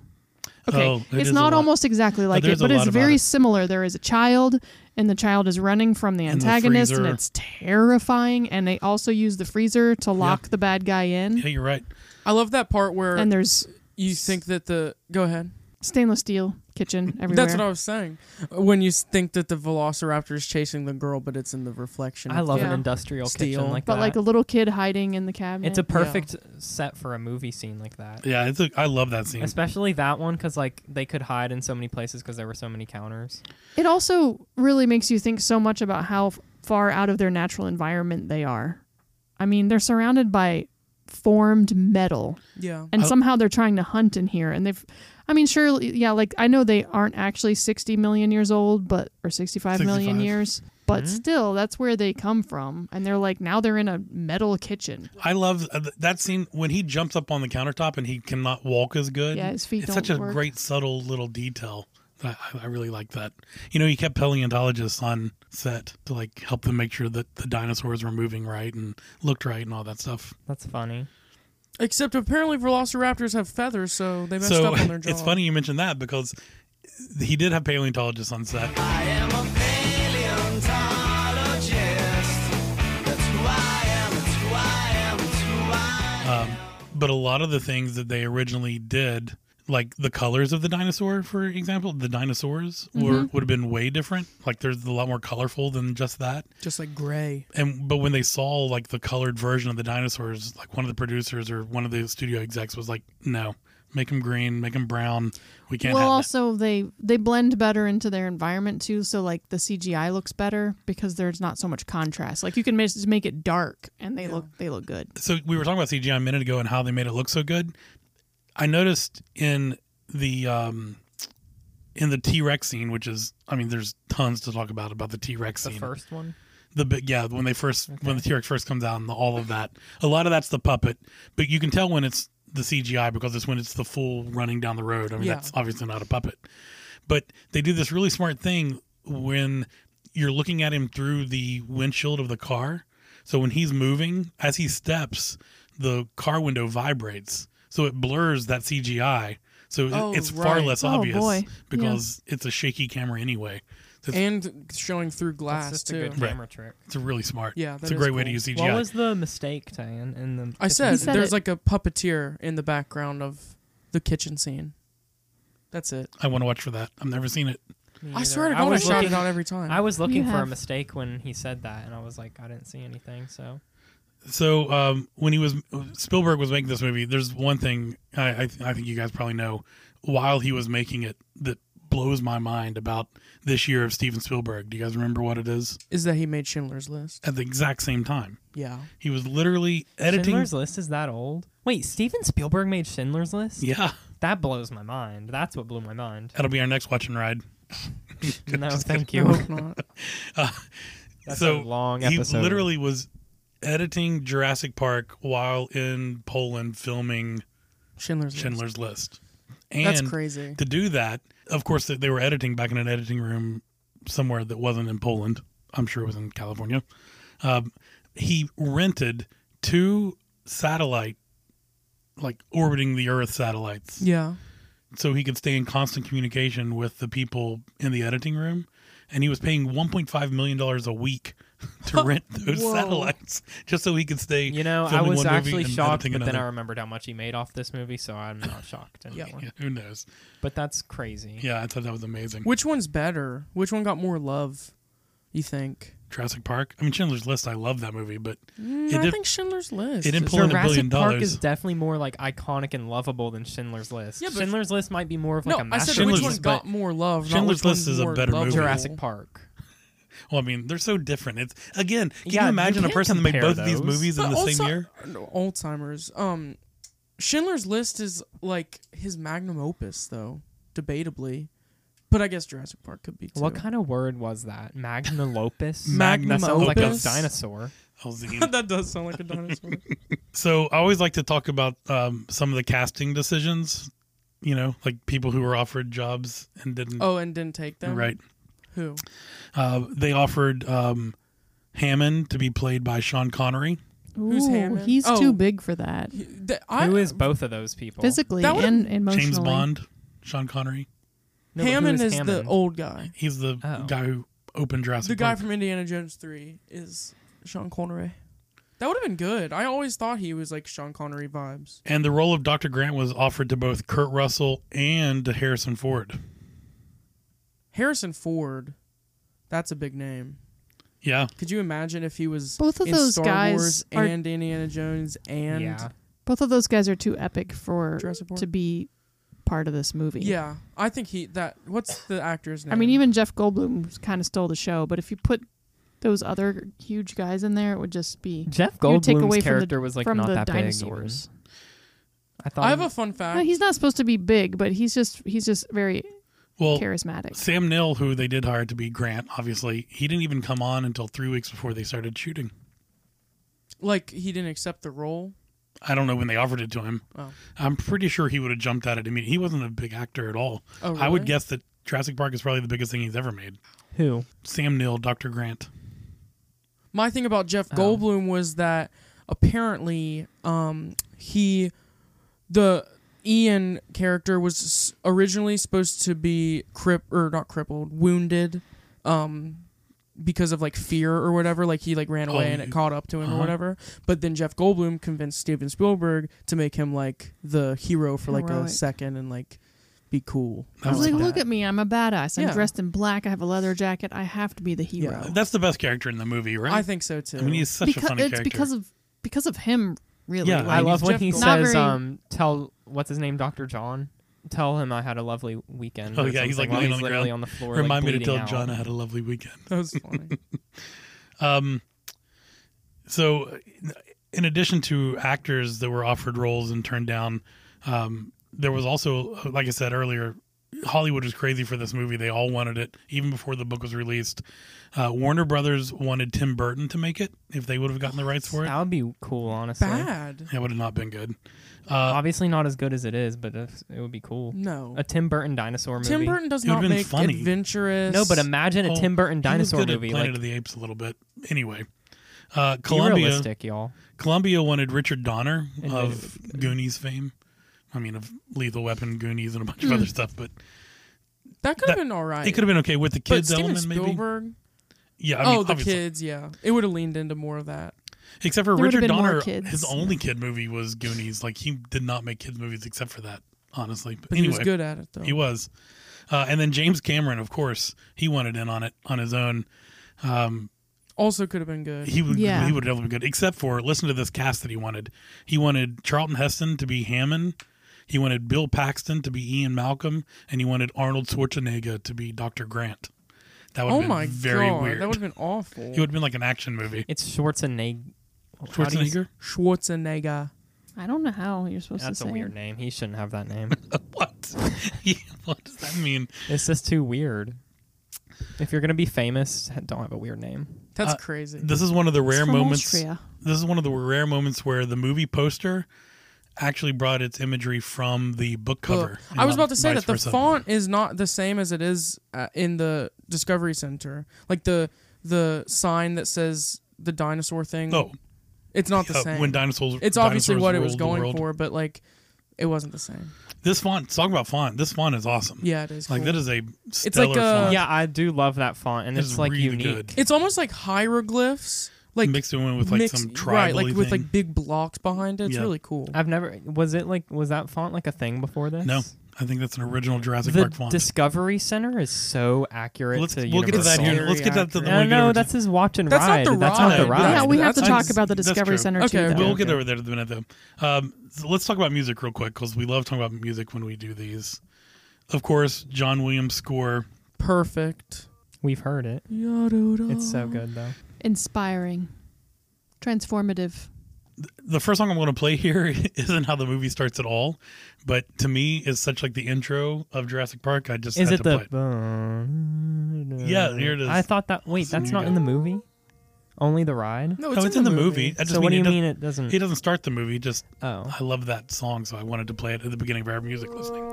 [SPEAKER 3] Okay,
[SPEAKER 1] Oh, it
[SPEAKER 3] it's
[SPEAKER 1] is a
[SPEAKER 3] not
[SPEAKER 1] lot. Oh,
[SPEAKER 3] almost exactly like
[SPEAKER 1] there's
[SPEAKER 3] it,
[SPEAKER 1] a
[SPEAKER 3] but
[SPEAKER 1] lot
[SPEAKER 3] it's
[SPEAKER 1] about
[SPEAKER 3] very
[SPEAKER 1] it.
[SPEAKER 3] similar. There is a child, and the child is running from the
[SPEAKER 1] And the
[SPEAKER 3] antagonist, and
[SPEAKER 1] freezer.
[SPEAKER 3] it's terrifying. And they also use the freezer to lock the bad guy in,
[SPEAKER 1] Yeah, you're right.
[SPEAKER 4] I love that part where
[SPEAKER 3] and there's
[SPEAKER 4] you think that the go ahead.
[SPEAKER 3] stainless steel kitchen everywhere.
[SPEAKER 4] That's what I was saying. When you s- think that the Velociraptor is chasing the girl, but it's in the reflection.
[SPEAKER 2] I love an
[SPEAKER 3] Yeah.
[SPEAKER 2] industrial
[SPEAKER 4] Steel.
[SPEAKER 2] kitchen like
[SPEAKER 3] but
[SPEAKER 2] that.
[SPEAKER 3] like a little kid hiding in the cabinet.
[SPEAKER 2] it's a perfect set for a movie scene like that.
[SPEAKER 1] Yeah, it's a, I love that scene.
[SPEAKER 2] Especially that one because like they could hide in so many places because there were so many counters.
[SPEAKER 3] It also really makes you think so much about how f- far out of their natural environment they are. I mean, they're surrounded by formed metal,
[SPEAKER 4] Yeah.
[SPEAKER 3] and
[SPEAKER 1] I-
[SPEAKER 3] somehow they're trying to hunt in here. And they've, I mean, sure, yeah, like I know they aren't actually 60 million years old, but or 65 million
[SPEAKER 1] 65.
[SPEAKER 3] years, but
[SPEAKER 2] Mhm.
[SPEAKER 3] still, that's where they come from. And they're like now they're in a metal kitchen.
[SPEAKER 1] I love uh, th- that scene when he jumps up on the countertop and he cannot walk as good.
[SPEAKER 3] Yeah, his feet
[SPEAKER 1] It's such
[SPEAKER 3] don't
[SPEAKER 1] a
[SPEAKER 3] work.
[SPEAKER 1] great subtle little detail. I, I- I really like that. You know, he kept paleontologists on set to like help them make sure that the dinosaurs were moving right and looked right and all that stuff.
[SPEAKER 2] That's funny.
[SPEAKER 4] Except apparently velociraptors have feathers, so they messed
[SPEAKER 1] so
[SPEAKER 4] up on their jaw.
[SPEAKER 1] it's funny you mentioned that because he did have paleontologists on set. Um, but a lot of the things that they originally did, like the colors of the dinosaur, for example, the dinosaurs
[SPEAKER 3] Mm-hmm.
[SPEAKER 1] were would have been way different. Like there's a lot more colorful than just that.
[SPEAKER 4] Just like gray.
[SPEAKER 1] And but when they saw like the colored version of the dinosaurs, like one of the producers or one of the studio execs was like, "No, make them green, make them brown. We can't."
[SPEAKER 3] well,
[SPEAKER 1] have that."
[SPEAKER 3] also they they blend better into their environment too, so like the CGI looks better because there's not so much contrast. Like you can mis- make it dark, and they look they look good.
[SPEAKER 1] so we were talking about CGI a minute ago and how they made it look so good. I noticed in the um, in the T Rex scene, which is, I mean, there's tons to talk about about the T Rex
[SPEAKER 2] The
[SPEAKER 1] scene.
[SPEAKER 2] first one.
[SPEAKER 1] The big, yeah, when they first when the T Rex first comes out and the, all of that. A lot of that's the puppet, but you can tell when it's the CGI because it's when it's the fool running down the road. I mean,
[SPEAKER 4] Yeah.
[SPEAKER 1] that's obviously not a puppet, but they do this really smart thing when you're looking at him through the windshield of the car. So when he's moving, as he steps, the car window vibrates, so it blurs that CGI. So it-
[SPEAKER 4] Oh,
[SPEAKER 1] it's far
[SPEAKER 4] right.
[SPEAKER 1] less
[SPEAKER 3] Oh,
[SPEAKER 1] obvious
[SPEAKER 3] boy.
[SPEAKER 1] because it's a shaky camera anyway. So it's,
[SPEAKER 4] And showing through glass
[SPEAKER 2] That's just
[SPEAKER 4] too.
[SPEAKER 2] a good
[SPEAKER 1] Right.
[SPEAKER 2] camera trick.
[SPEAKER 1] it's really smart.
[SPEAKER 4] Yeah,
[SPEAKER 1] it's
[SPEAKER 4] that
[SPEAKER 1] a
[SPEAKER 4] is
[SPEAKER 1] great way to
[SPEAKER 4] cool.
[SPEAKER 1] use CGI.
[SPEAKER 2] What was the mistake, Diane? In the
[SPEAKER 4] I said,
[SPEAKER 3] said
[SPEAKER 4] there's
[SPEAKER 3] it.
[SPEAKER 4] like a puppeteer in the background of the kitchen scene. That's it.
[SPEAKER 1] I want to watch for that. I've never seen it.
[SPEAKER 2] Me
[SPEAKER 4] I
[SPEAKER 2] either.
[SPEAKER 4] swear to
[SPEAKER 2] I
[SPEAKER 4] God, I,
[SPEAKER 2] was
[SPEAKER 4] shot it
[SPEAKER 2] looking-
[SPEAKER 4] out every time.
[SPEAKER 2] I was looking for a
[SPEAKER 3] have.
[SPEAKER 2] mistake when he said that, and I was like, I didn't see anything. So
[SPEAKER 1] So um, when he was Spielberg was making this movie, there's one thing I I, th- I think you guys probably know while he was making it that blows my mind about this year of Steven Spielberg. Do you guys remember what it is?
[SPEAKER 4] is that he made Schindler's List?
[SPEAKER 1] At the exact same time,
[SPEAKER 4] Yeah.
[SPEAKER 1] he was literally editing.
[SPEAKER 2] Schindler's List is that old? Wait, Steven Spielberg made Schindler's List?
[SPEAKER 1] yeah,
[SPEAKER 2] That blows my mind. That's what blew my mind.
[SPEAKER 1] that'll be our next watch and ride.
[SPEAKER 2] No, thank
[SPEAKER 4] I
[SPEAKER 2] you.
[SPEAKER 4] hope not.
[SPEAKER 2] That's
[SPEAKER 1] so
[SPEAKER 2] a long
[SPEAKER 1] he
[SPEAKER 2] episode.
[SPEAKER 1] literally was editing Jurassic Park while in Poland filming
[SPEAKER 4] Schindler's, List.
[SPEAKER 1] Schindler's List. And
[SPEAKER 4] That's crazy.
[SPEAKER 1] to do that, of course, they- they were editing back in an editing room somewhere that wasn't in Poland. I'm sure it was in California. Um, he rented two satellite, like orbiting the Earth satellites,
[SPEAKER 4] Yeah.
[SPEAKER 1] so he could stay in constant communication with the people in the editing room. And he was paying 1.5 million dollars a week to rent those
[SPEAKER 4] Whoa.
[SPEAKER 1] satellites just so he could stay.
[SPEAKER 2] You know, I
[SPEAKER 1] filming
[SPEAKER 2] was
[SPEAKER 1] one movie
[SPEAKER 2] actually
[SPEAKER 1] and
[SPEAKER 2] shocked,
[SPEAKER 1] editing
[SPEAKER 2] but then I
[SPEAKER 1] another.
[SPEAKER 2] remembered how much he made off this movie, so I'm not shocked anymore.
[SPEAKER 1] Yeah, who knows?
[SPEAKER 2] But that's crazy.
[SPEAKER 1] Yeah, I thought that was amazing.
[SPEAKER 4] Which one's better? Which one got more love? You think?
[SPEAKER 1] Jurassic Park. I mean, Schindler's List. I love that movie, but
[SPEAKER 4] Mm,
[SPEAKER 1] It
[SPEAKER 4] I
[SPEAKER 1] did-
[SPEAKER 4] think Schindler's List.
[SPEAKER 1] it didn't
[SPEAKER 4] is-
[SPEAKER 1] pull in a
[SPEAKER 2] Jurassic
[SPEAKER 1] billion
[SPEAKER 2] Park
[SPEAKER 1] dollars.
[SPEAKER 2] is definitely more like iconic and lovable than Schindler's List.
[SPEAKER 4] Yeah, but-
[SPEAKER 2] Schindler's List might be more of like
[SPEAKER 4] No,
[SPEAKER 2] a
[SPEAKER 4] I said
[SPEAKER 2] masterpiece,
[SPEAKER 4] which one
[SPEAKER 1] Schindler's-
[SPEAKER 2] but
[SPEAKER 4] got more love. not
[SPEAKER 1] Schindler's
[SPEAKER 4] which one's
[SPEAKER 1] List is a
[SPEAKER 4] more
[SPEAKER 1] better movie.
[SPEAKER 2] Jurassic Park.
[SPEAKER 1] Well, I mean, they're so different. It's again, can
[SPEAKER 2] Yeah,
[SPEAKER 1] you
[SPEAKER 2] you
[SPEAKER 1] imagine a
[SPEAKER 2] can't
[SPEAKER 1] person that made
[SPEAKER 2] compare
[SPEAKER 1] both of these
[SPEAKER 2] those.
[SPEAKER 1] movies in
[SPEAKER 4] But
[SPEAKER 1] the
[SPEAKER 4] also- uh,
[SPEAKER 1] same year?
[SPEAKER 4] No, Alzheimer's. Um, Schindler's List is like his magnum opus, though, debatably. But I guess Jurassic Park could be too.
[SPEAKER 2] What kind of word was that? Magnum opus.
[SPEAKER 1] Magnum
[SPEAKER 2] that sounds like a
[SPEAKER 4] opus?
[SPEAKER 2] dinosaur.
[SPEAKER 1] Oh, Zine.
[SPEAKER 4] that does sound like a dinosaur.
[SPEAKER 1] so I always like to talk about um, some of the casting decisions. You know, like people who were offered jobs and didn't.
[SPEAKER 4] oh, and didn't take them.
[SPEAKER 1] right.
[SPEAKER 4] Who?
[SPEAKER 1] Uh, they offered um, Hammond to be played by Sean Connery.
[SPEAKER 4] Who's
[SPEAKER 3] Ooh,
[SPEAKER 4] Hammond?
[SPEAKER 3] He's
[SPEAKER 4] Oh.
[SPEAKER 3] too big for that
[SPEAKER 4] He- th- I,
[SPEAKER 2] Who is both of those people?
[SPEAKER 3] physically
[SPEAKER 4] That would've-
[SPEAKER 3] and emotionally.
[SPEAKER 1] James Bond, Sean Connery.
[SPEAKER 2] No, but who
[SPEAKER 4] Hammond is, the
[SPEAKER 2] Hammond?
[SPEAKER 4] old guy.
[SPEAKER 1] He's the
[SPEAKER 2] Oh.
[SPEAKER 1] guy who opened Jurassic
[SPEAKER 4] The guy
[SPEAKER 1] Park.
[SPEAKER 4] from Indiana Jones Three is Sean Connery. That would have been good. I always thought he was like Sean Connery vibes.
[SPEAKER 1] and the role of Dr. Grant was offered to both Kurt Russell and Harrison Ford.
[SPEAKER 4] Harrison Ford. That's a big name.
[SPEAKER 1] Yeah.
[SPEAKER 4] Could you imagine if he was
[SPEAKER 3] Both of
[SPEAKER 4] in
[SPEAKER 3] those
[SPEAKER 4] Star
[SPEAKER 3] guys
[SPEAKER 4] Wars
[SPEAKER 3] are-
[SPEAKER 4] and Indiana Jones and
[SPEAKER 2] yeah.
[SPEAKER 3] Both of those guys are too epic for
[SPEAKER 4] Jurassic Park?
[SPEAKER 3] to be part of this movie.
[SPEAKER 4] Yeah, I think he that what's the actor's name?
[SPEAKER 3] I mean, even Jeff Goldblum kind of stole the show, but if you put those other huge guys in there, it would just be
[SPEAKER 2] Jeff
[SPEAKER 3] you would take
[SPEAKER 2] Goldblum's
[SPEAKER 3] away
[SPEAKER 2] character
[SPEAKER 3] from the,
[SPEAKER 2] was like
[SPEAKER 3] from
[SPEAKER 2] not
[SPEAKER 3] the
[SPEAKER 2] that
[SPEAKER 3] dinosaurs.
[SPEAKER 2] big. even. I thought.
[SPEAKER 4] I have a fun fact.
[SPEAKER 3] No, he's not supposed to be big, but he's just he's just very
[SPEAKER 1] Well,
[SPEAKER 3] charismatic.
[SPEAKER 1] Sam Neill, who they did hire to be Grant, obviously, he didn't even come on until three weeks before they started shooting.
[SPEAKER 4] like he didn't accept the role.
[SPEAKER 1] I don't know when they offered it to him.
[SPEAKER 4] Oh.
[SPEAKER 1] I'm pretty sure he would have jumped at it. I mean, he wasn't a big actor at all.
[SPEAKER 4] Oh,
[SPEAKER 1] I would
[SPEAKER 4] really?
[SPEAKER 1] guess that Jurassic Park is probably the biggest thing he's ever made.
[SPEAKER 2] who?
[SPEAKER 1] Sam Neill, Dr. Grant.
[SPEAKER 4] My thing about Jeff
[SPEAKER 2] Oh.
[SPEAKER 4] Goldblum was that apparently um, he, the Ian character was s- originally supposed to be crip or not crippled, wounded, um, because of like fear or whatever. Like he like ran away
[SPEAKER 1] Oh,
[SPEAKER 4] and it
[SPEAKER 1] you-
[SPEAKER 4] caught up to him or
[SPEAKER 1] uh-huh.
[SPEAKER 4] whatever. But then Jeff Goldblum convinced Steven Spielberg to make him like the hero for like a
[SPEAKER 3] Heroic.
[SPEAKER 4] second and like be cool.
[SPEAKER 1] I
[SPEAKER 3] I was
[SPEAKER 1] like
[SPEAKER 3] like, look at me, I'm a badass. I'm
[SPEAKER 4] Yeah.
[SPEAKER 3] dressed in black. I have a leather jacket. I have to be the hero.
[SPEAKER 4] Yeah.
[SPEAKER 1] That's the best character in the movie, right?
[SPEAKER 4] I think so too.
[SPEAKER 1] I mean, he's such a
[SPEAKER 3] Because
[SPEAKER 1] funny
[SPEAKER 3] it's
[SPEAKER 1] character.
[SPEAKER 3] because of because of him, really.
[SPEAKER 1] Yeah,
[SPEAKER 2] I
[SPEAKER 1] Like,
[SPEAKER 2] love when
[SPEAKER 4] Jeff
[SPEAKER 2] he
[SPEAKER 4] Goldblum-
[SPEAKER 3] Not
[SPEAKER 2] says,
[SPEAKER 3] very-
[SPEAKER 2] um, "Tell what's his name, Doctor John." Tell him I had a lovely weekend.
[SPEAKER 1] Oh,
[SPEAKER 2] or
[SPEAKER 1] yeah, he's, like,
[SPEAKER 2] something while
[SPEAKER 1] laying
[SPEAKER 2] he's
[SPEAKER 1] on the
[SPEAKER 2] literally
[SPEAKER 1] ground.
[SPEAKER 2] on the floor. like,
[SPEAKER 1] Remind me to
[SPEAKER 2] bleeding
[SPEAKER 1] tell
[SPEAKER 2] out.
[SPEAKER 1] John I had a lovely weekend.
[SPEAKER 4] that was funny.
[SPEAKER 1] Um, so, in addition to actors that were offered roles and turned down, um, there was also, like I said earlier, Hollywood was crazy for this movie. They all wanted it, even before the book was released. Uh, Warner Brothers wanted Tim Burton to make it if they would have gotten the rights for it.
[SPEAKER 2] That would be cool, honestly.
[SPEAKER 4] Bad.
[SPEAKER 1] That would have not been good. Uh,
[SPEAKER 2] Obviously, not as good as it is, but if- it would be cool.
[SPEAKER 4] No.
[SPEAKER 2] A Tim Burton dinosaur movie.
[SPEAKER 4] Tim Burton does
[SPEAKER 1] It would've
[SPEAKER 4] not
[SPEAKER 1] been
[SPEAKER 4] make
[SPEAKER 1] funny.
[SPEAKER 4] adventurous.
[SPEAKER 2] No, but imagine a
[SPEAKER 1] Oh,
[SPEAKER 2] Tim
[SPEAKER 1] he
[SPEAKER 2] Burton
[SPEAKER 1] was
[SPEAKER 2] dinosaur
[SPEAKER 1] good at
[SPEAKER 2] movie.
[SPEAKER 1] Planet
[SPEAKER 2] Like,
[SPEAKER 1] of the Apes a little bit. Anyway, uh,
[SPEAKER 2] be
[SPEAKER 1] Columbia
[SPEAKER 2] realistic, y'all.
[SPEAKER 1] Columbia wanted Richard Donner
[SPEAKER 2] And uh, made it
[SPEAKER 1] of Goonies fame. I mean, of Lethal Weapon, Goonies, and a
[SPEAKER 2] Hmm.
[SPEAKER 1] bunch of other stuff, but
[SPEAKER 4] that could
[SPEAKER 1] that-
[SPEAKER 4] have been all right.
[SPEAKER 1] it could have been okay with the
[SPEAKER 4] but
[SPEAKER 1] kids
[SPEAKER 4] Steven
[SPEAKER 1] element, maybe.
[SPEAKER 4] Spielberg.
[SPEAKER 1] Yeah, I mean,
[SPEAKER 4] oh, the
[SPEAKER 1] obviously.
[SPEAKER 4] kids. Yeah, it would have leaned into more of that.
[SPEAKER 1] Except for
[SPEAKER 3] There would've
[SPEAKER 1] Richard
[SPEAKER 3] been more
[SPEAKER 1] Donner,
[SPEAKER 3] kids.
[SPEAKER 1] his only kid movie was Goonies. Like he did not make kids movies except for that, honestly. But,
[SPEAKER 4] But
[SPEAKER 1] anyway,
[SPEAKER 4] he was good at it though.
[SPEAKER 1] He was. Uh, and then James Cameron, of course, he wanted in on it on his own. Um,
[SPEAKER 4] also could have been good.
[SPEAKER 1] He would
[SPEAKER 3] Yeah.
[SPEAKER 1] he would have been good. Except for listen to this cast that he wanted. He wanted Charlton Heston to be Hammond. He wanted Bill Paxton to be Ian Malcolm, and he wanted Arnold Schwarzenegger to be Dr. Grant. That would
[SPEAKER 4] oh
[SPEAKER 1] have
[SPEAKER 4] my
[SPEAKER 1] been very
[SPEAKER 4] god,
[SPEAKER 1] weird.
[SPEAKER 4] that would have been awful.
[SPEAKER 1] it would have been like an action movie.
[SPEAKER 2] It's Schwarzenegger. How do you s-
[SPEAKER 1] Schwarzenegger?
[SPEAKER 4] Schwarzenegger.
[SPEAKER 3] I don't know how you're supposed
[SPEAKER 2] That's
[SPEAKER 3] to
[SPEAKER 2] a
[SPEAKER 3] say.
[SPEAKER 2] weird name. He shouldn't have that name.
[SPEAKER 1] What? Yeah, what does that mean?
[SPEAKER 2] it's just too weird. If you're gonna be famous, don't have a weird name.
[SPEAKER 4] That's
[SPEAKER 1] Uh,
[SPEAKER 4] crazy.
[SPEAKER 1] This is one of the
[SPEAKER 3] It's
[SPEAKER 1] rare
[SPEAKER 3] from
[SPEAKER 1] moments.
[SPEAKER 3] Austria.
[SPEAKER 1] This is one of the rare moments where the movie poster actually brought its imagery from the book
[SPEAKER 4] But
[SPEAKER 1] cover. and
[SPEAKER 4] I was
[SPEAKER 1] not
[SPEAKER 4] about to say
[SPEAKER 1] vice
[SPEAKER 4] that the
[SPEAKER 1] versa.
[SPEAKER 4] font is not the same as it is uh, in the Discovery Center. Like the the sign that says the dinosaur thing.
[SPEAKER 1] Oh,
[SPEAKER 4] it's not the
[SPEAKER 1] uh,
[SPEAKER 4] same.
[SPEAKER 1] when dinosaurs.
[SPEAKER 4] it's obviously
[SPEAKER 1] dinosaurs
[SPEAKER 4] what it
[SPEAKER 1] ruled
[SPEAKER 4] was
[SPEAKER 1] the
[SPEAKER 4] going
[SPEAKER 1] world.
[SPEAKER 4] for, but like it wasn't the same.
[SPEAKER 1] This font, talk about font. This font is awesome.
[SPEAKER 4] Yeah, it is.
[SPEAKER 1] Like
[SPEAKER 4] cool.
[SPEAKER 1] that is a
[SPEAKER 4] like
[SPEAKER 1] stellar
[SPEAKER 4] a-
[SPEAKER 1] font.
[SPEAKER 2] yeah, I do love that font, and
[SPEAKER 1] It's
[SPEAKER 2] Uh, it's, like
[SPEAKER 1] really
[SPEAKER 2] unique.
[SPEAKER 1] good.
[SPEAKER 4] It's almost like hieroglyphs, like
[SPEAKER 1] mixed in with like
[SPEAKER 4] mixed-
[SPEAKER 1] some tribal
[SPEAKER 4] right, like
[SPEAKER 1] thing.
[SPEAKER 4] with like big blocks behind it. It's
[SPEAKER 1] Yeah.
[SPEAKER 4] really cool.
[SPEAKER 2] I've never. Was it like? Was that font like a thing before this?
[SPEAKER 1] no, I think that's an original Jurassic
[SPEAKER 2] The
[SPEAKER 1] Park font.
[SPEAKER 2] Discovery Center is so accurate
[SPEAKER 1] Let's
[SPEAKER 2] to
[SPEAKER 1] we'll get to that
[SPEAKER 2] Universal.
[SPEAKER 1] here. Let's get that to the when we
[SPEAKER 2] No,
[SPEAKER 1] get
[SPEAKER 2] no,
[SPEAKER 1] over to-
[SPEAKER 2] that's his watch and
[SPEAKER 4] That's not
[SPEAKER 2] ride.
[SPEAKER 4] the
[SPEAKER 2] that's not the
[SPEAKER 1] ride.
[SPEAKER 2] ride.
[SPEAKER 3] Yeah, we have to
[SPEAKER 1] That's-
[SPEAKER 3] talk about the
[SPEAKER 1] that's
[SPEAKER 3] Discovery
[SPEAKER 1] true.
[SPEAKER 3] Center
[SPEAKER 4] Okay,
[SPEAKER 3] too. though.
[SPEAKER 1] We'll get over there in a minute though. Um, so let's talk about music real quick because we love talking about music when we do these. Of course, John Williams score.
[SPEAKER 4] Perfect.
[SPEAKER 2] We've heard it. It's
[SPEAKER 4] It's
[SPEAKER 2] so good though.
[SPEAKER 3] Inspiring, transformative.
[SPEAKER 1] The first song I'm going to play here isn't how the movie starts at all, but to me is such like the intro of Jurassic Park. I just
[SPEAKER 2] Is
[SPEAKER 1] had
[SPEAKER 2] it
[SPEAKER 1] to
[SPEAKER 2] the?
[SPEAKER 1] play it. Yeah, here it is.
[SPEAKER 2] I thought that. Wait,
[SPEAKER 1] So
[SPEAKER 2] that's
[SPEAKER 1] you
[SPEAKER 2] not
[SPEAKER 1] go.
[SPEAKER 2] in the movie. Only the ride.
[SPEAKER 4] No,
[SPEAKER 1] Oh,
[SPEAKER 4] it's, in, the movie.
[SPEAKER 1] I just
[SPEAKER 2] so what do
[SPEAKER 1] mean
[SPEAKER 2] you
[SPEAKER 1] it does-
[SPEAKER 2] mean it doesn't?
[SPEAKER 1] He doesn't start the movie. Just
[SPEAKER 2] oh,
[SPEAKER 1] I love that song, so I wanted to play it at the beginning of our music listening.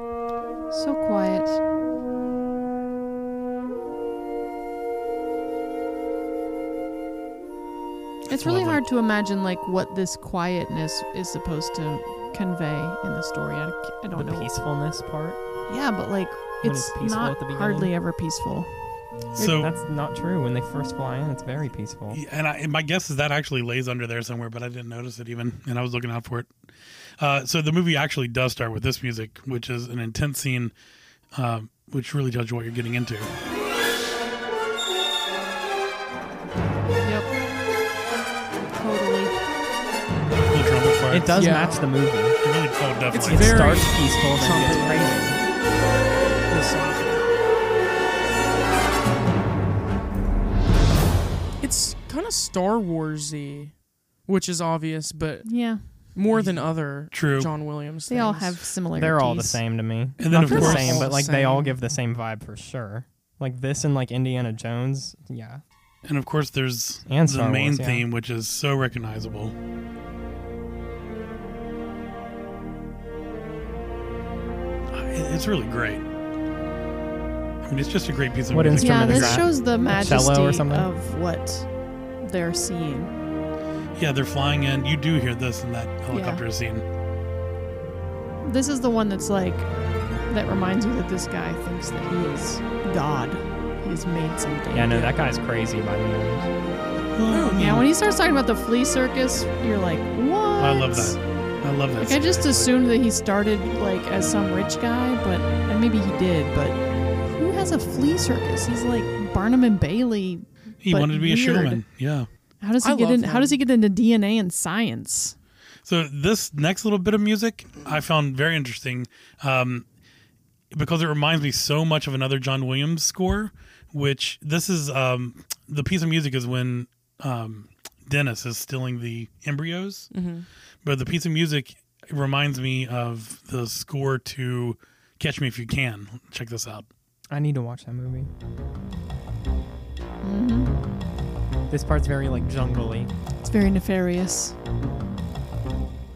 [SPEAKER 3] So quiet. It's really
[SPEAKER 1] lovely.
[SPEAKER 3] hard to imagine like what this quietness is supposed to convey in the story. I, I
[SPEAKER 2] the
[SPEAKER 3] don't know.
[SPEAKER 2] peacefulness part.
[SPEAKER 3] Yeah, but like
[SPEAKER 2] When
[SPEAKER 3] it's,
[SPEAKER 2] it's peaceful
[SPEAKER 3] not
[SPEAKER 2] at the beginning.
[SPEAKER 3] hardly ever peaceful.
[SPEAKER 1] So
[SPEAKER 2] that's not true. When they first fly in, it's very peaceful.
[SPEAKER 1] Yeah, and, I, and my guess is that actually lays under there somewhere, but I didn't notice it even, and I was looking out for it. Uh, so the movie actually does start with this music, which is an intense scene, uh, which really tells you what you're getting into.
[SPEAKER 3] Yep. Totally.
[SPEAKER 1] Cool trumpet part.
[SPEAKER 2] It does
[SPEAKER 4] Yeah.
[SPEAKER 2] match the movie.
[SPEAKER 1] It really, oh, definitely.
[SPEAKER 2] It
[SPEAKER 4] Very
[SPEAKER 2] starts peaceful, then it
[SPEAKER 4] trumpet.
[SPEAKER 2] gets crazy.
[SPEAKER 4] This song. It's Star Warsy, which is obvious, but
[SPEAKER 3] Yeah,
[SPEAKER 4] more than other
[SPEAKER 1] True.
[SPEAKER 4] John Williams.
[SPEAKER 3] they all
[SPEAKER 4] things.
[SPEAKER 3] have similarities.
[SPEAKER 2] They're all the same to me.
[SPEAKER 1] And then,
[SPEAKER 2] Not
[SPEAKER 1] of
[SPEAKER 2] the
[SPEAKER 1] course-
[SPEAKER 2] same, but like they
[SPEAKER 4] Same.
[SPEAKER 2] all give the same vibe for sure. Like this and like Indiana Jones, yeah.
[SPEAKER 1] And of course, there's
[SPEAKER 2] And
[SPEAKER 1] the
[SPEAKER 2] Star
[SPEAKER 1] main
[SPEAKER 2] Wars, yeah.
[SPEAKER 1] theme, which is so recognizable. I- It's really great. I mean, it's just a great piece of
[SPEAKER 2] What
[SPEAKER 1] music.
[SPEAKER 3] Yeah,
[SPEAKER 2] instrument is
[SPEAKER 3] this
[SPEAKER 2] that?
[SPEAKER 3] shows the majesty
[SPEAKER 2] cello or something?
[SPEAKER 3] of what they're seeing.
[SPEAKER 1] Yeah, they're flying in. You do hear this in that helicopter scene.
[SPEAKER 3] This is the one that's like that reminds you that this guy thinks that he is God. He's made something.
[SPEAKER 2] Yeah, no, that guy's crazy by the end.
[SPEAKER 3] Yeah, when he starts talking about the flea circus, you're like, what?
[SPEAKER 1] I love that. I love that.
[SPEAKER 3] Like, I just
[SPEAKER 1] scene.
[SPEAKER 3] assumed that he started like as some rich guy, but and maybe he did. But who has a flea circus? He's like Barnum and Bailey.
[SPEAKER 1] he
[SPEAKER 3] but
[SPEAKER 1] wanted to be a
[SPEAKER 3] weird.
[SPEAKER 1] showman. Yeah.
[SPEAKER 3] How does he
[SPEAKER 4] I
[SPEAKER 3] get
[SPEAKER 4] love
[SPEAKER 3] in? How
[SPEAKER 4] him.
[SPEAKER 3] does he get into DNA and science?
[SPEAKER 1] So this next little bit of music I found very interesting um, because it reminds me so much of another John Williams score, which this is um, the piece of music is when um, Dennis is stealing the embryos,
[SPEAKER 3] Mm-hmm.
[SPEAKER 1] but the piece of music reminds me of the score to Catch Me If You Can. Check this out.
[SPEAKER 2] I need to watch that movie. This part's very like jungly.
[SPEAKER 3] It's very nefarious.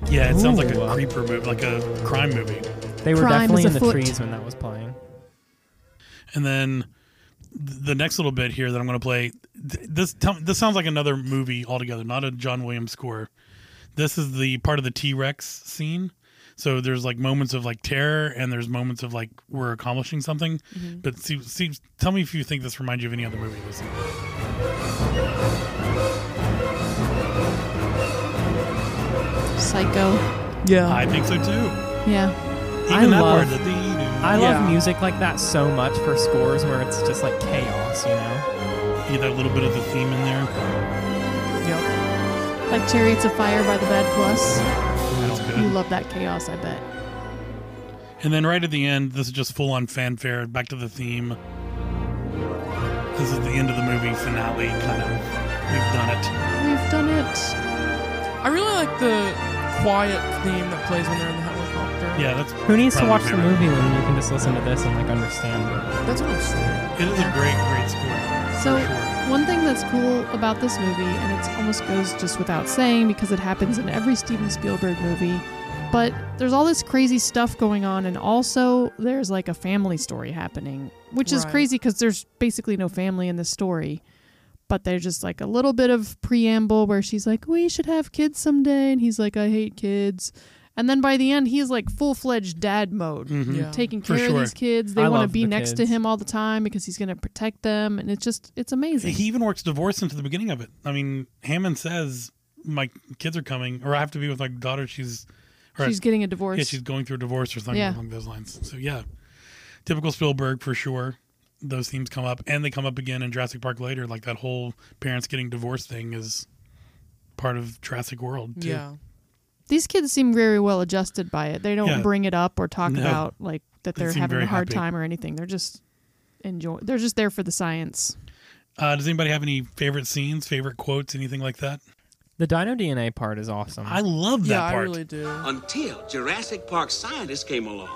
[SPEAKER 1] Yeah, it sounds like
[SPEAKER 2] Ooh.
[SPEAKER 1] a creeper movie, like a crime movie.
[SPEAKER 2] They were
[SPEAKER 3] Crime
[SPEAKER 2] definitely
[SPEAKER 3] is
[SPEAKER 2] in the
[SPEAKER 3] afoot.
[SPEAKER 2] trees when that was playing.
[SPEAKER 1] And then th- the next little bit here that I'm going to play, th- this tell, this sounds like another movie altogether, not a John Williams score. This is the part of the T Rex scene. So there's like moments of like terror, and there's moments of like we're accomplishing something. But see, see, tell me if you think this reminds you of any other movie. This
[SPEAKER 3] Psycho.
[SPEAKER 4] Yeah.
[SPEAKER 1] I think so too.
[SPEAKER 3] Yeah.
[SPEAKER 1] Even
[SPEAKER 2] I
[SPEAKER 1] that
[SPEAKER 2] love-
[SPEAKER 1] part, the dee-
[SPEAKER 2] I
[SPEAKER 4] Yeah.
[SPEAKER 2] love music like that so much for scores where it's just like chaos, you know?
[SPEAKER 1] you get that little bit of the theme in there.
[SPEAKER 4] Yep.
[SPEAKER 3] Like Chariots of Fire by the Bad Plus.
[SPEAKER 1] That's
[SPEAKER 3] You
[SPEAKER 1] good.
[SPEAKER 3] love that chaos, I bet.
[SPEAKER 1] And then right at the end, this is just full on fanfare, back to the theme. This is the end of the movie finale, kind of. We've done it.
[SPEAKER 3] We've done it.
[SPEAKER 4] I really like the quiet theme that plays when they're in the helicopter.
[SPEAKER 1] Yeah, that's
[SPEAKER 2] Who needs to
[SPEAKER 1] probably
[SPEAKER 2] watch
[SPEAKER 1] my
[SPEAKER 2] the
[SPEAKER 1] favorite.
[SPEAKER 2] movie when you can just listen to this and like understand it?
[SPEAKER 4] That's what I'm saying.
[SPEAKER 1] It is a great, great score.
[SPEAKER 3] So,
[SPEAKER 1] for sure.
[SPEAKER 3] one thing that's cool about this movie, and it almost goes just without saying because it happens in every Steven Spielberg movie, but there's all this crazy stuff going on, and also there's like a family story happening, which is
[SPEAKER 4] Right.
[SPEAKER 3] crazy because there's basically no family in the story. But there's just like a little bit of preamble where she's like, We should have kids someday. And he's like, I hate kids. And then by the end, he's like full fledged dad mode
[SPEAKER 1] Mhm.
[SPEAKER 4] Yeah.
[SPEAKER 3] taking
[SPEAKER 1] For
[SPEAKER 3] care of
[SPEAKER 1] sure.
[SPEAKER 3] these kids. They
[SPEAKER 2] I
[SPEAKER 3] want to
[SPEAKER 2] love
[SPEAKER 3] be
[SPEAKER 2] the
[SPEAKER 3] next to
[SPEAKER 2] kids.
[SPEAKER 3] him all the time because he's going to protect them, and it's just it's amazing.
[SPEAKER 1] He even works divorce into the beginning of it. I mean, Hammond says my kids are coming, or I have to be with my daughter. She's, or
[SPEAKER 3] She's getting a divorce.
[SPEAKER 1] yeah, she's going through a divorce or something
[SPEAKER 3] Yeah.
[SPEAKER 1] along those lines. So yeah, typical Spielberg for sure. Those themes come up, and they come up again in Jurassic Park later. Like that whole parents getting divorced thing is part of Jurassic World too.
[SPEAKER 4] Yeah.
[SPEAKER 3] These kids seem very well adjusted by it. They don't
[SPEAKER 1] Yeah.
[SPEAKER 3] bring it up or talk
[SPEAKER 1] No.
[SPEAKER 3] about like that
[SPEAKER 1] They
[SPEAKER 3] they're
[SPEAKER 1] seem
[SPEAKER 3] having a
[SPEAKER 1] very
[SPEAKER 3] hard
[SPEAKER 1] happy.
[SPEAKER 3] time or anything. They're just enjoy. They're just there for the science.
[SPEAKER 1] Uh, does anybody have any favorite scenes, favorite quotes, anything like that?
[SPEAKER 2] The dino DNA part is awesome.
[SPEAKER 1] I love that
[SPEAKER 4] Mm. Yeah, I
[SPEAKER 1] part.
[SPEAKER 4] really do.
[SPEAKER 6] until Jurassic Park scientists came along.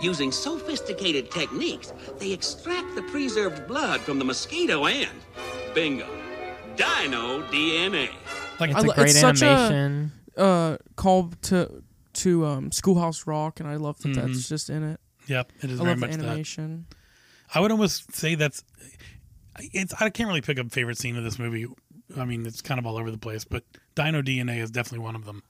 [SPEAKER 6] Using sophisticated techniques, they extract the preserved blood from the mosquito and, bingo, dino DNA.
[SPEAKER 1] like
[SPEAKER 2] it's
[SPEAKER 4] I
[SPEAKER 2] a
[SPEAKER 4] lo-
[SPEAKER 2] great
[SPEAKER 4] it's such a-
[SPEAKER 2] animation.
[SPEAKER 4] Uh, call to to um, Schoolhouse Rock, and I love that that's just in it.
[SPEAKER 1] Yep, it is
[SPEAKER 4] I
[SPEAKER 1] Mm-hmm. very
[SPEAKER 4] love the
[SPEAKER 1] much that.
[SPEAKER 4] animation.
[SPEAKER 1] I would almost say that's. It's I can't really pick a favorite scene of this movie. I mean, it's kind of all over the place, but Dino DNA is definitely one of them.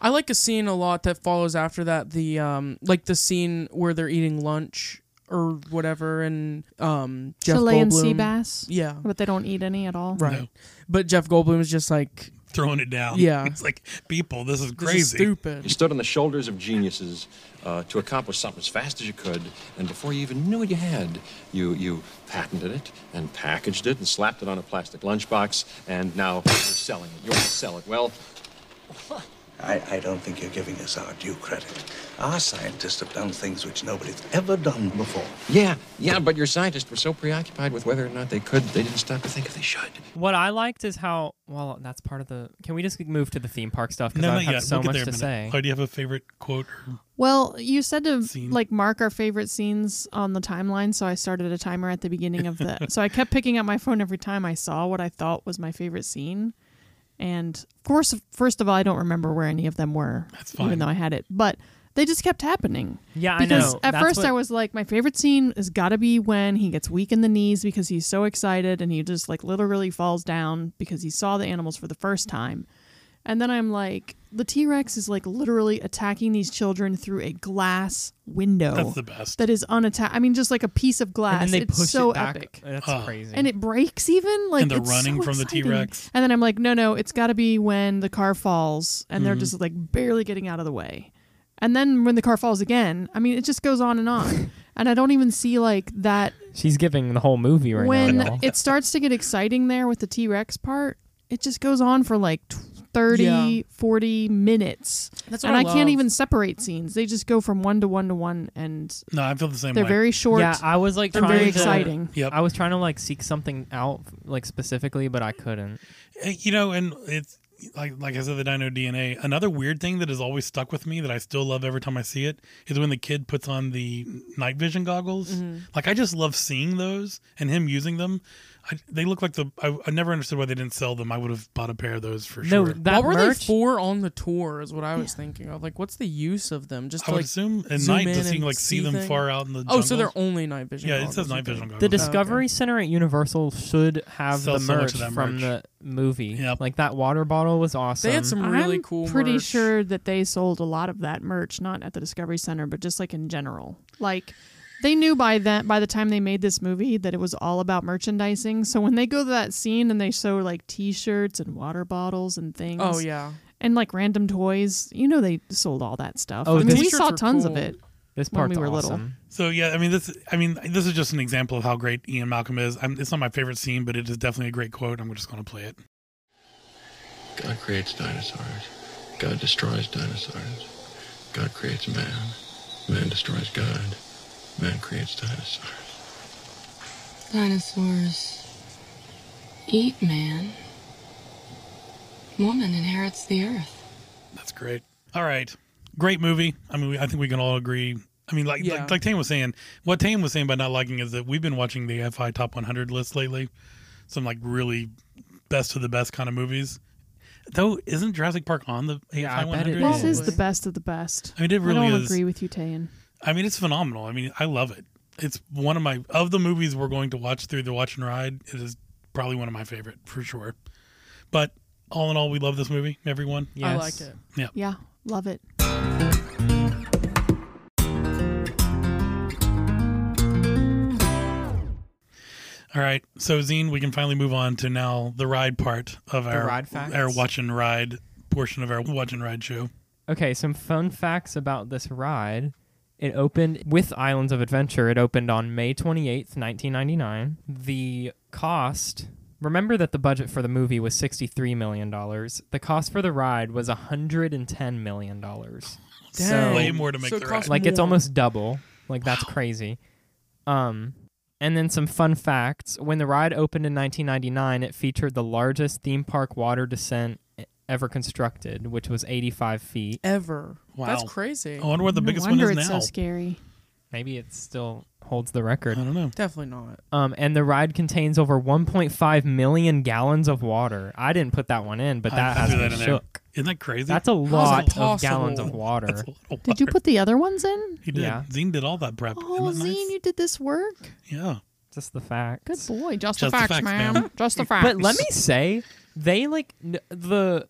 [SPEAKER 4] I like a scene a lot that follows after that. The um, like the scene where they're eating lunch or whatever, and um, Jeff
[SPEAKER 3] Chilean
[SPEAKER 4] Goldblum.
[SPEAKER 3] sea bass,
[SPEAKER 4] Yeah,
[SPEAKER 3] but they don't eat any at all.
[SPEAKER 4] right.
[SPEAKER 1] No.
[SPEAKER 4] But Jeff Goldblum is just like
[SPEAKER 1] Throwing it down.
[SPEAKER 4] Yeah.
[SPEAKER 1] it's like people, this is
[SPEAKER 4] this
[SPEAKER 1] crazy.
[SPEAKER 4] is
[SPEAKER 7] You
[SPEAKER 4] stupid.
[SPEAKER 7] stood on the shoulders of geniuses uh, to accomplish something as fast as you could, and before you even knew what you had, you, you patented it and packaged it and slapped it on a plastic lunchbox, and now you're selling it. You want to sell it. Well,
[SPEAKER 8] I, I don't think you're giving us our due credit. Our scientists have done things which nobody's ever done before.
[SPEAKER 7] Yeah, yeah, but your scientists were so preoccupied with whether or not they could, they didn't stop to think if they should.
[SPEAKER 2] What I liked is how well that's part of the. Can we just move to the theme park stuff? Because
[SPEAKER 1] No,
[SPEAKER 2] I
[SPEAKER 1] not
[SPEAKER 2] have
[SPEAKER 1] yet.
[SPEAKER 2] so
[SPEAKER 1] we'll get
[SPEAKER 2] much
[SPEAKER 1] there in
[SPEAKER 2] to
[SPEAKER 1] a
[SPEAKER 2] say.
[SPEAKER 1] minute. Oh, do you have a favorite quote? or-
[SPEAKER 3] Well, you said to
[SPEAKER 1] Scene.
[SPEAKER 3] like mark our favorite scenes on the timeline, so I started a timer at the beginning of the. so I kept picking up my phone every time I saw what I thought was my favorite scene, and of course, first of all, I don't remember where any of them were,
[SPEAKER 1] That's fine.
[SPEAKER 3] even though I had it, but they just kept happening.
[SPEAKER 2] Yeah, I
[SPEAKER 3] because
[SPEAKER 2] know.
[SPEAKER 3] at
[SPEAKER 2] That's
[SPEAKER 3] first
[SPEAKER 2] what-
[SPEAKER 3] I was like, my favorite scene has got to be when he gets weak in the knees because he's so excited and he just like literally falls down because he saw the animals for the first time. And then I'm like, the T Rex is like literally attacking these children through a glass window.
[SPEAKER 1] That's the best.
[SPEAKER 3] That is unattacked. I mean, just like a piece of glass.
[SPEAKER 2] And then they
[SPEAKER 3] it's
[SPEAKER 2] push
[SPEAKER 3] so
[SPEAKER 2] it back.
[SPEAKER 3] epic.
[SPEAKER 2] That's
[SPEAKER 1] Ah.
[SPEAKER 2] crazy.
[SPEAKER 3] And it breaks even like
[SPEAKER 1] And they're
[SPEAKER 3] it's
[SPEAKER 1] running
[SPEAKER 3] so
[SPEAKER 1] from the
[SPEAKER 3] exciting.
[SPEAKER 1] T-Rex.
[SPEAKER 3] And then I'm like, no, no, it's got to be when the car falls, and
[SPEAKER 1] Mm-hmm.
[SPEAKER 3] they're just like barely getting out of the way. And then when the car falls again, I mean, it just goes on and on. and I don't even see like that
[SPEAKER 2] She's giving the whole movie right now.
[SPEAKER 3] when
[SPEAKER 2] y'all.
[SPEAKER 3] it starts to get exciting there with the T-Rex part. It just goes on for like. T- 30
[SPEAKER 4] Yeah.
[SPEAKER 3] 40 minutes
[SPEAKER 4] That's what
[SPEAKER 3] and
[SPEAKER 4] I
[SPEAKER 3] I,
[SPEAKER 4] love.
[SPEAKER 3] can't even separate scenes they just go from one to one to one and
[SPEAKER 1] no, I feel the same
[SPEAKER 3] they're
[SPEAKER 1] way.
[SPEAKER 3] very short
[SPEAKER 2] yeah, I was like
[SPEAKER 3] they're
[SPEAKER 2] trying
[SPEAKER 3] very
[SPEAKER 2] to-
[SPEAKER 3] exciting
[SPEAKER 1] Yep.
[SPEAKER 2] I was trying to like seek something out like specifically, but I couldn't.
[SPEAKER 1] Uh, you know, and it's like like I said, the Dino DNA. Another weird thing that has always stuck with me that I still love every time I see it is when the kid puts on the night vision goggles.
[SPEAKER 4] Mm-hmm.
[SPEAKER 1] Like I just love seeing those and him using them. I, they look like the. I, I never understood why they didn't sell them. I would have bought a pair of those for
[SPEAKER 2] No,
[SPEAKER 1] sure.
[SPEAKER 2] that
[SPEAKER 4] what were
[SPEAKER 2] merch.
[SPEAKER 4] they for on the tour? Is what I was thinking of. Like, what's the use of them? Just
[SPEAKER 1] I
[SPEAKER 4] to,
[SPEAKER 1] would
[SPEAKER 4] like
[SPEAKER 1] assume at
[SPEAKER 4] zoom
[SPEAKER 1] night
[SPEAKER 4] in
[SPEAKER 1] just so you
[SPEAKER 4] and
[SPEAKER 1] can like see
[SPEAKER 4] see
[SPEAKER 1] them
[SPEAKER 4] thing?
[SPEAKER 1] far out in the.
[SPEAKER 4] oh, so they're
[SPEAKER 1] jungles.
[SPEAKER 4] only night vision.
[SPEAKER 1] Yeah, it says
[SPEAKER 4] goggles,
[SPEAKER 1] night
[SPEAKER 4] okay.
[SPEAKER 1] vision
[SPEAKER 2] the
[SPEAKER 1] goggles.
[SPEAKER 2] Discovery Center at Universal should have
[SPEAKER 1] Sell
[SPEAKER 2] the
[SPEAKER 1] so
[SPEAKER 2] merch
[SPEAKER 1] much of that
[SPEAKER 2] from
[SPEAKER 1] merch.
[SPEAKER 2] the movie.
[SPEAKER 1] Yep.
[SPEAKER 2] Like that water bottle was awesome.
[SPEAKER 4] They had some really
[SPEAKER 3] I'm
[SPEAKER 4] cool.
[SPEAKER 3] Pretty
[SPEAKER 4] merch.
[SPEAKER 3] sure that they sold a lot of that merch, not at the Discovery Center, but just like in general. Like they knew by that by the time they made this movie that it was all about merchandising. So when they go to that scene and they show like T-shirts and water bottles and things,
[SPEAKER 4] Oh yeah.
[SPEAKER 3] and like random toys, you know they sold all that stuff.
[SPEAKER 2] Oh,
[SPEAKER 3] I mean,
[SPEAKER 2] the
[SPEAKER 3] we
[SPEAKER 4] t-shirts
[SPEAKER 3] saw
[SPEAKER 4] were
[SPEAKER 3] tons of
[SPEAKER 4] cool.
[SPEAKER 3] it.
[SPEAKER 2] this
[SPEAKER 3] when
[SPEAKER 2] part's
[SPEAKER 3] we were little.
[SPEAKER 2] awesome.
[SPEAKER 1] So yeah, I mean this. I mean this is just an example of how great Ian Malcolm is. I'm, it's not my favorite scene, but it is definitely a great quote. I'm just going to play it.
[SPEAKER 7] God creates dinosaurs. God destroys dinosaurs. God creates man. Man destroys God. Man creates dinosaurs.
[SPEAKER 9] Dinosaurs eat man. Woman inherits the earth.
[SPEAKER 1] That's great. All right, great movie. I mean, we, I think we can all agree. I mean, like
[SPEAKER 4] Yeah.
[SPEAKER 1] like, like Tane was saying, what Tane was saying by not liking is that we've been watching the FI Top 100 list lately. Some like really best of the best kind of movies. Though, isn't Jurassic Park on the AFI
[SPEAKER 2] Yeah, I bet it
[SPEAKER 1] 100?
[SPEAKER 3] This is the
[SPEAKER 4] Probably.
[SPEAKER 3] best of the best.
[SPEAKER 1] I mean, it really
[SPEAKER 3] I don't
[SPEAKER 1] is.
[SPEAKER 3] agree with you, Tayan.
[SPEAKER 1] I mean, it's phenomenal. I mean, I love it. It's one of my of the movies we're going to watch through the Watch and Ride. It is probably one of my favorite for sure. But all in all, we love this movie. Everyone,
[SPEAKER 2] Yes.
[SPEAKER 4] I liked it.
[SPEAKER 3] Yeah, love it.
[SPEAKER 1] All right, so Zine, we can finally move on to now the ride part of our
[SPEAKER 2] ride facts?
[SPEAKER 1] our watch and ride portion of our watch and ride show.
[SPEAKER 2] Okay, some fun facts about this ride. It opened with Islands of Adventure. It opened on May 28th, 1999. The cost, remember that the budget for the movie was $63 million. The cost for the ride was $110 million.
[SPEAKER 4] Dang.
[SPEAKER 1] Way more to make
[SPEAKER 4] So it
[SPEAKER 1] the
[SPEAKER 4] costs
[SPEAKER 1] ride.
[SPEAKER 2] Like it's
[SPEAKER 4] more.
[SPEAKER 2] almost double. Like that's crazy. Um and then some fun facts. When the ride opened in 1999, it featured the largest theme park water descent e-, ever constructed, which was 85 feet.
[SPEAKER 4] Ever.
[SPEAKER 1] Wow. Oh.
[SPEAKER 4] That's crazy.
[SPEAKER 1] I wonder what the
[SPEAKER 3] no
[SPEAKER 1] biggest one
[SPEAKER 3] wonder
[SPEAKER 1] is
[SPEAKER 3] it's
[SPEAKER 1] now.
[SPEAKER 3] so scary.
[SPEAKER 2] Maybe it still holds the
[SPEAKER 1] I
[SPEAKER 2] record.
[SPEAKER 1] don't know.
[SPEAKER 4] Definitely not.
[SPEAKER 2] Um, and the ride contains over 1.5 million gallons of water. I did not put that one in, but
[SPEAKER 1] I
[SPEAKER 2] that
[SPEAKER 1] threw
[SPEAKER 2] has me
[SPEAKER 1] that in there.
[SPEAKER 2] shook.
[SPEAKER 1] Isn't that crazy?
[SPEAKER 2] That's a lot of
[SPEAKER 4] possible?
[SPEAKER 2] gallons of water.
[SPEAKER 1] That's a lot of
[SPEAKER 3] Did you
[SPEAKER 1] water.
[SPEAKER 3] put the other ones in?
[SPEAKER 1] He did.
[SPEAKER 2] Yeah.
[SPEAKER 1] Zine did all that prep.
[SPEAKER 3] Oh,
[SPEAKER 1] Isn't that nice?
[SPEAKER 3] Zine, you did this work.
[SPEAKER 1] Yeah.
[SPEAKER 2] Just the facts.
[SPEAKER 3] Good boy.
[SPEAKER 1] Just
[SPEAKER 3] Just,
[SPEAKER 1] the
[SPEAKER 3] the facts,
[SPEAKER 1] facts,
[SPEAKER 3] ma'am.
[SPEAKER 1] ma'am.
[SPEAKER 3] Just the facts.
[SPEAKER 2] But let me say, they like n- the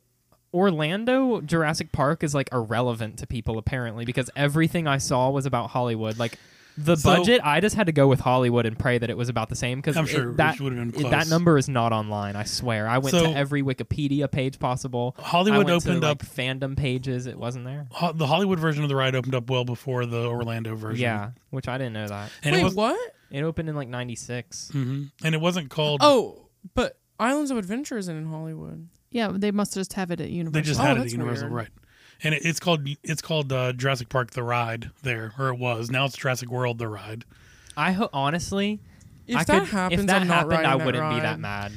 [SPEAKER 2] Orlando Jurassic Park is like irrelevant to people apparently because everything I saw was about Hollywood. Like the
[SPEAKER 1] So-
[SPEAKER 2] budget, I just had to go with Hollywood and pray that it was about the same because
[SPEAKER 1] I'm sure it
[SPEAKER 2] that
[SPEAKER 1] would've been
[SPEAKER 2] it- that
[SPEAKER 1] close.
[SPEAKER 2] number is not online. I swear, I went
[SPEAKER 1] So-
[SPEAKER 2] to every Wikipedia page possible.
[SPEAKER 1] Hollywood
[SPEAKER 2] I went to,
[SPEAKER 1] opened
[SPEAKER 2] like,
[SPEAKER 1] up-
[SPEAKER 2] fandom pages. It wasn't there.
[SPEAKER 1] Ho- The Hollywood version of the ride opened up well before the Orlando version.
[SPEAKER 2] Yeah, which I didn't know that
[SPEAKER 1] And
[SPEAKER 4] Wait,
[SPEAKER 1] it was,
[SPEAKER 4] what?
[SPEAKER 2] it opened in like '96.
[SPEAKER 1] Mhm. And it wasn't called.
[SPEAKER 4] Oh, but Islands of Adventure isn't in Hollywood.
[SPEAKER 3] Yeah, they must just have it at Universal.
[SPEAKER 1] They just
[SPEAKER 4] Oh,
[SPEAKER 1] had it at
[SPEAKER 4] that's
[SPEAKER 1] Universal,
[SPEAKER 4] weird.
[SPEAKER 1] right? and it, it's called it's called uh, Jurassic Park: The Ride there, or it was. Now it's Jurassic World: The Ride.
[SPEAKER 2] I ho- honestly,
[SPEAKER 4] If
[SPEAKER 2] I
[SPEAKER 4] that
[SPEAKER 2] could,
[SPEAKER 4] happens,
[SPEAKER 2] if that
[SPEAKER 4] I'm not
[SPEAKER 2] happened,
[SPEAKER 4] riding
[SPEAKER 2] I
[SPEAKER 4] that
[SPEAKER 2] wouldn't be that
[SPEAKER 4] ride.
[SPEAKER 2] mad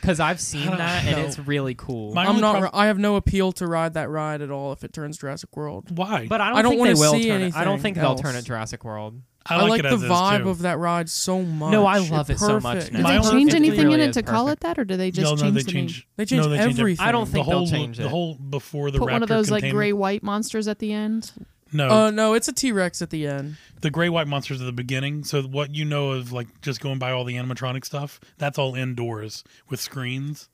[SPEAKER 2] because I've seen
[SPEAKER 1] don't
[SPEAKER 2] that
[SPEAKER 1] know.
[SPEAKER 2] and it's really cool.
[SPEAKER 1] My
[SPEAKER 4] I'm
[SPEAKER 1] only
[SPEAKER 4] not.
[SPEAKER 1] prob-
[SPEAKER 4] I have no appeal to ride that ride at all if it turns Jurassic World.
[SPEAKER 1] Why?
[SPEAKER 2] but I don't,
[SPEAKER 4] I don't
[SPEAKER 2] think
[SPEAKER 4] wanna
[SPEAKER 2] they will
[SPEAKER 4] see
[SPEAKER 2] turn it. I don't
[SPEAKER 4] anything
[SPEAKER 2] think
[SPEAKER 4] else.
[SPEAKER 2] they'll turn it Jurassic World.
[SPEAKER 1] I
[SPEAKER 4] I
[SPEAKER 1] like,
[SPEAKER 4] like,
[SPEAKER 1] it
[SPEAKER 4] the
[SPEAKER 1] as is,
[SPEAKER 4] vibe
[SPEAKER 1] too.
[SPEAKER 4] of that ride so much.
[SPEAKER 2] No, I
[SPEAKER 4] It's
[SPEAKER 2] love it so much
[SPEAKER 4] perfect.
[SPEAKER 2] now.
[SPEAKER 3] Did
[SPEAKER 1] My
[SPEAKER 3] they
[SPEAKER 1] only
[SPEAKER 3] change
[SPEAKER 1] thing-
[SPEAKER 3] anything
[SPEAKER 2] It
[SPEAKER 3] in
[SPEAKER 2] really
[SPEAKER 3] it
[SPEAKER 2] is
[SPEAKER 3] to call it
[SPEAKER 2] perfect.
[SPEAKER 3] that, or do they just
[SPEAKER 1] no, no,
[SPEAKER 3] change
[SPEAKER 1] they
[SPEAKER 3] the
[SPEAKER 1] change.
[SPEAKER 4] They change
[SPEAKER 1] no, they Change
[SPEAKER 4] everything.
[SPEAKER 1] every-
[SPEAKER 2] I don't
[SPEAKER 1] the
[SPEAKER 2] think
[SPEAKER 1] whole,
[SPEAKER 2] they'll change
[SPEAKER 1] the
[SPEAKER 2] it.
[SPEAKER 1] whole before the
[SPEAKER 3] name? Put
[SPEAKER 1] raptor
[SPEAKER 3] one of those like
[SPEAKER 1] containment-
[SPEAKER 3] gray white monsters at the end.
[SPEAKER 1] No,
[SPEAKER 4] Uh, no, it's a T Rex at the end.
[SPEAKER 1] the gray white monsters at the beginning. So what you know of like just going by all the animatronic stuff, that's all indoors with screens,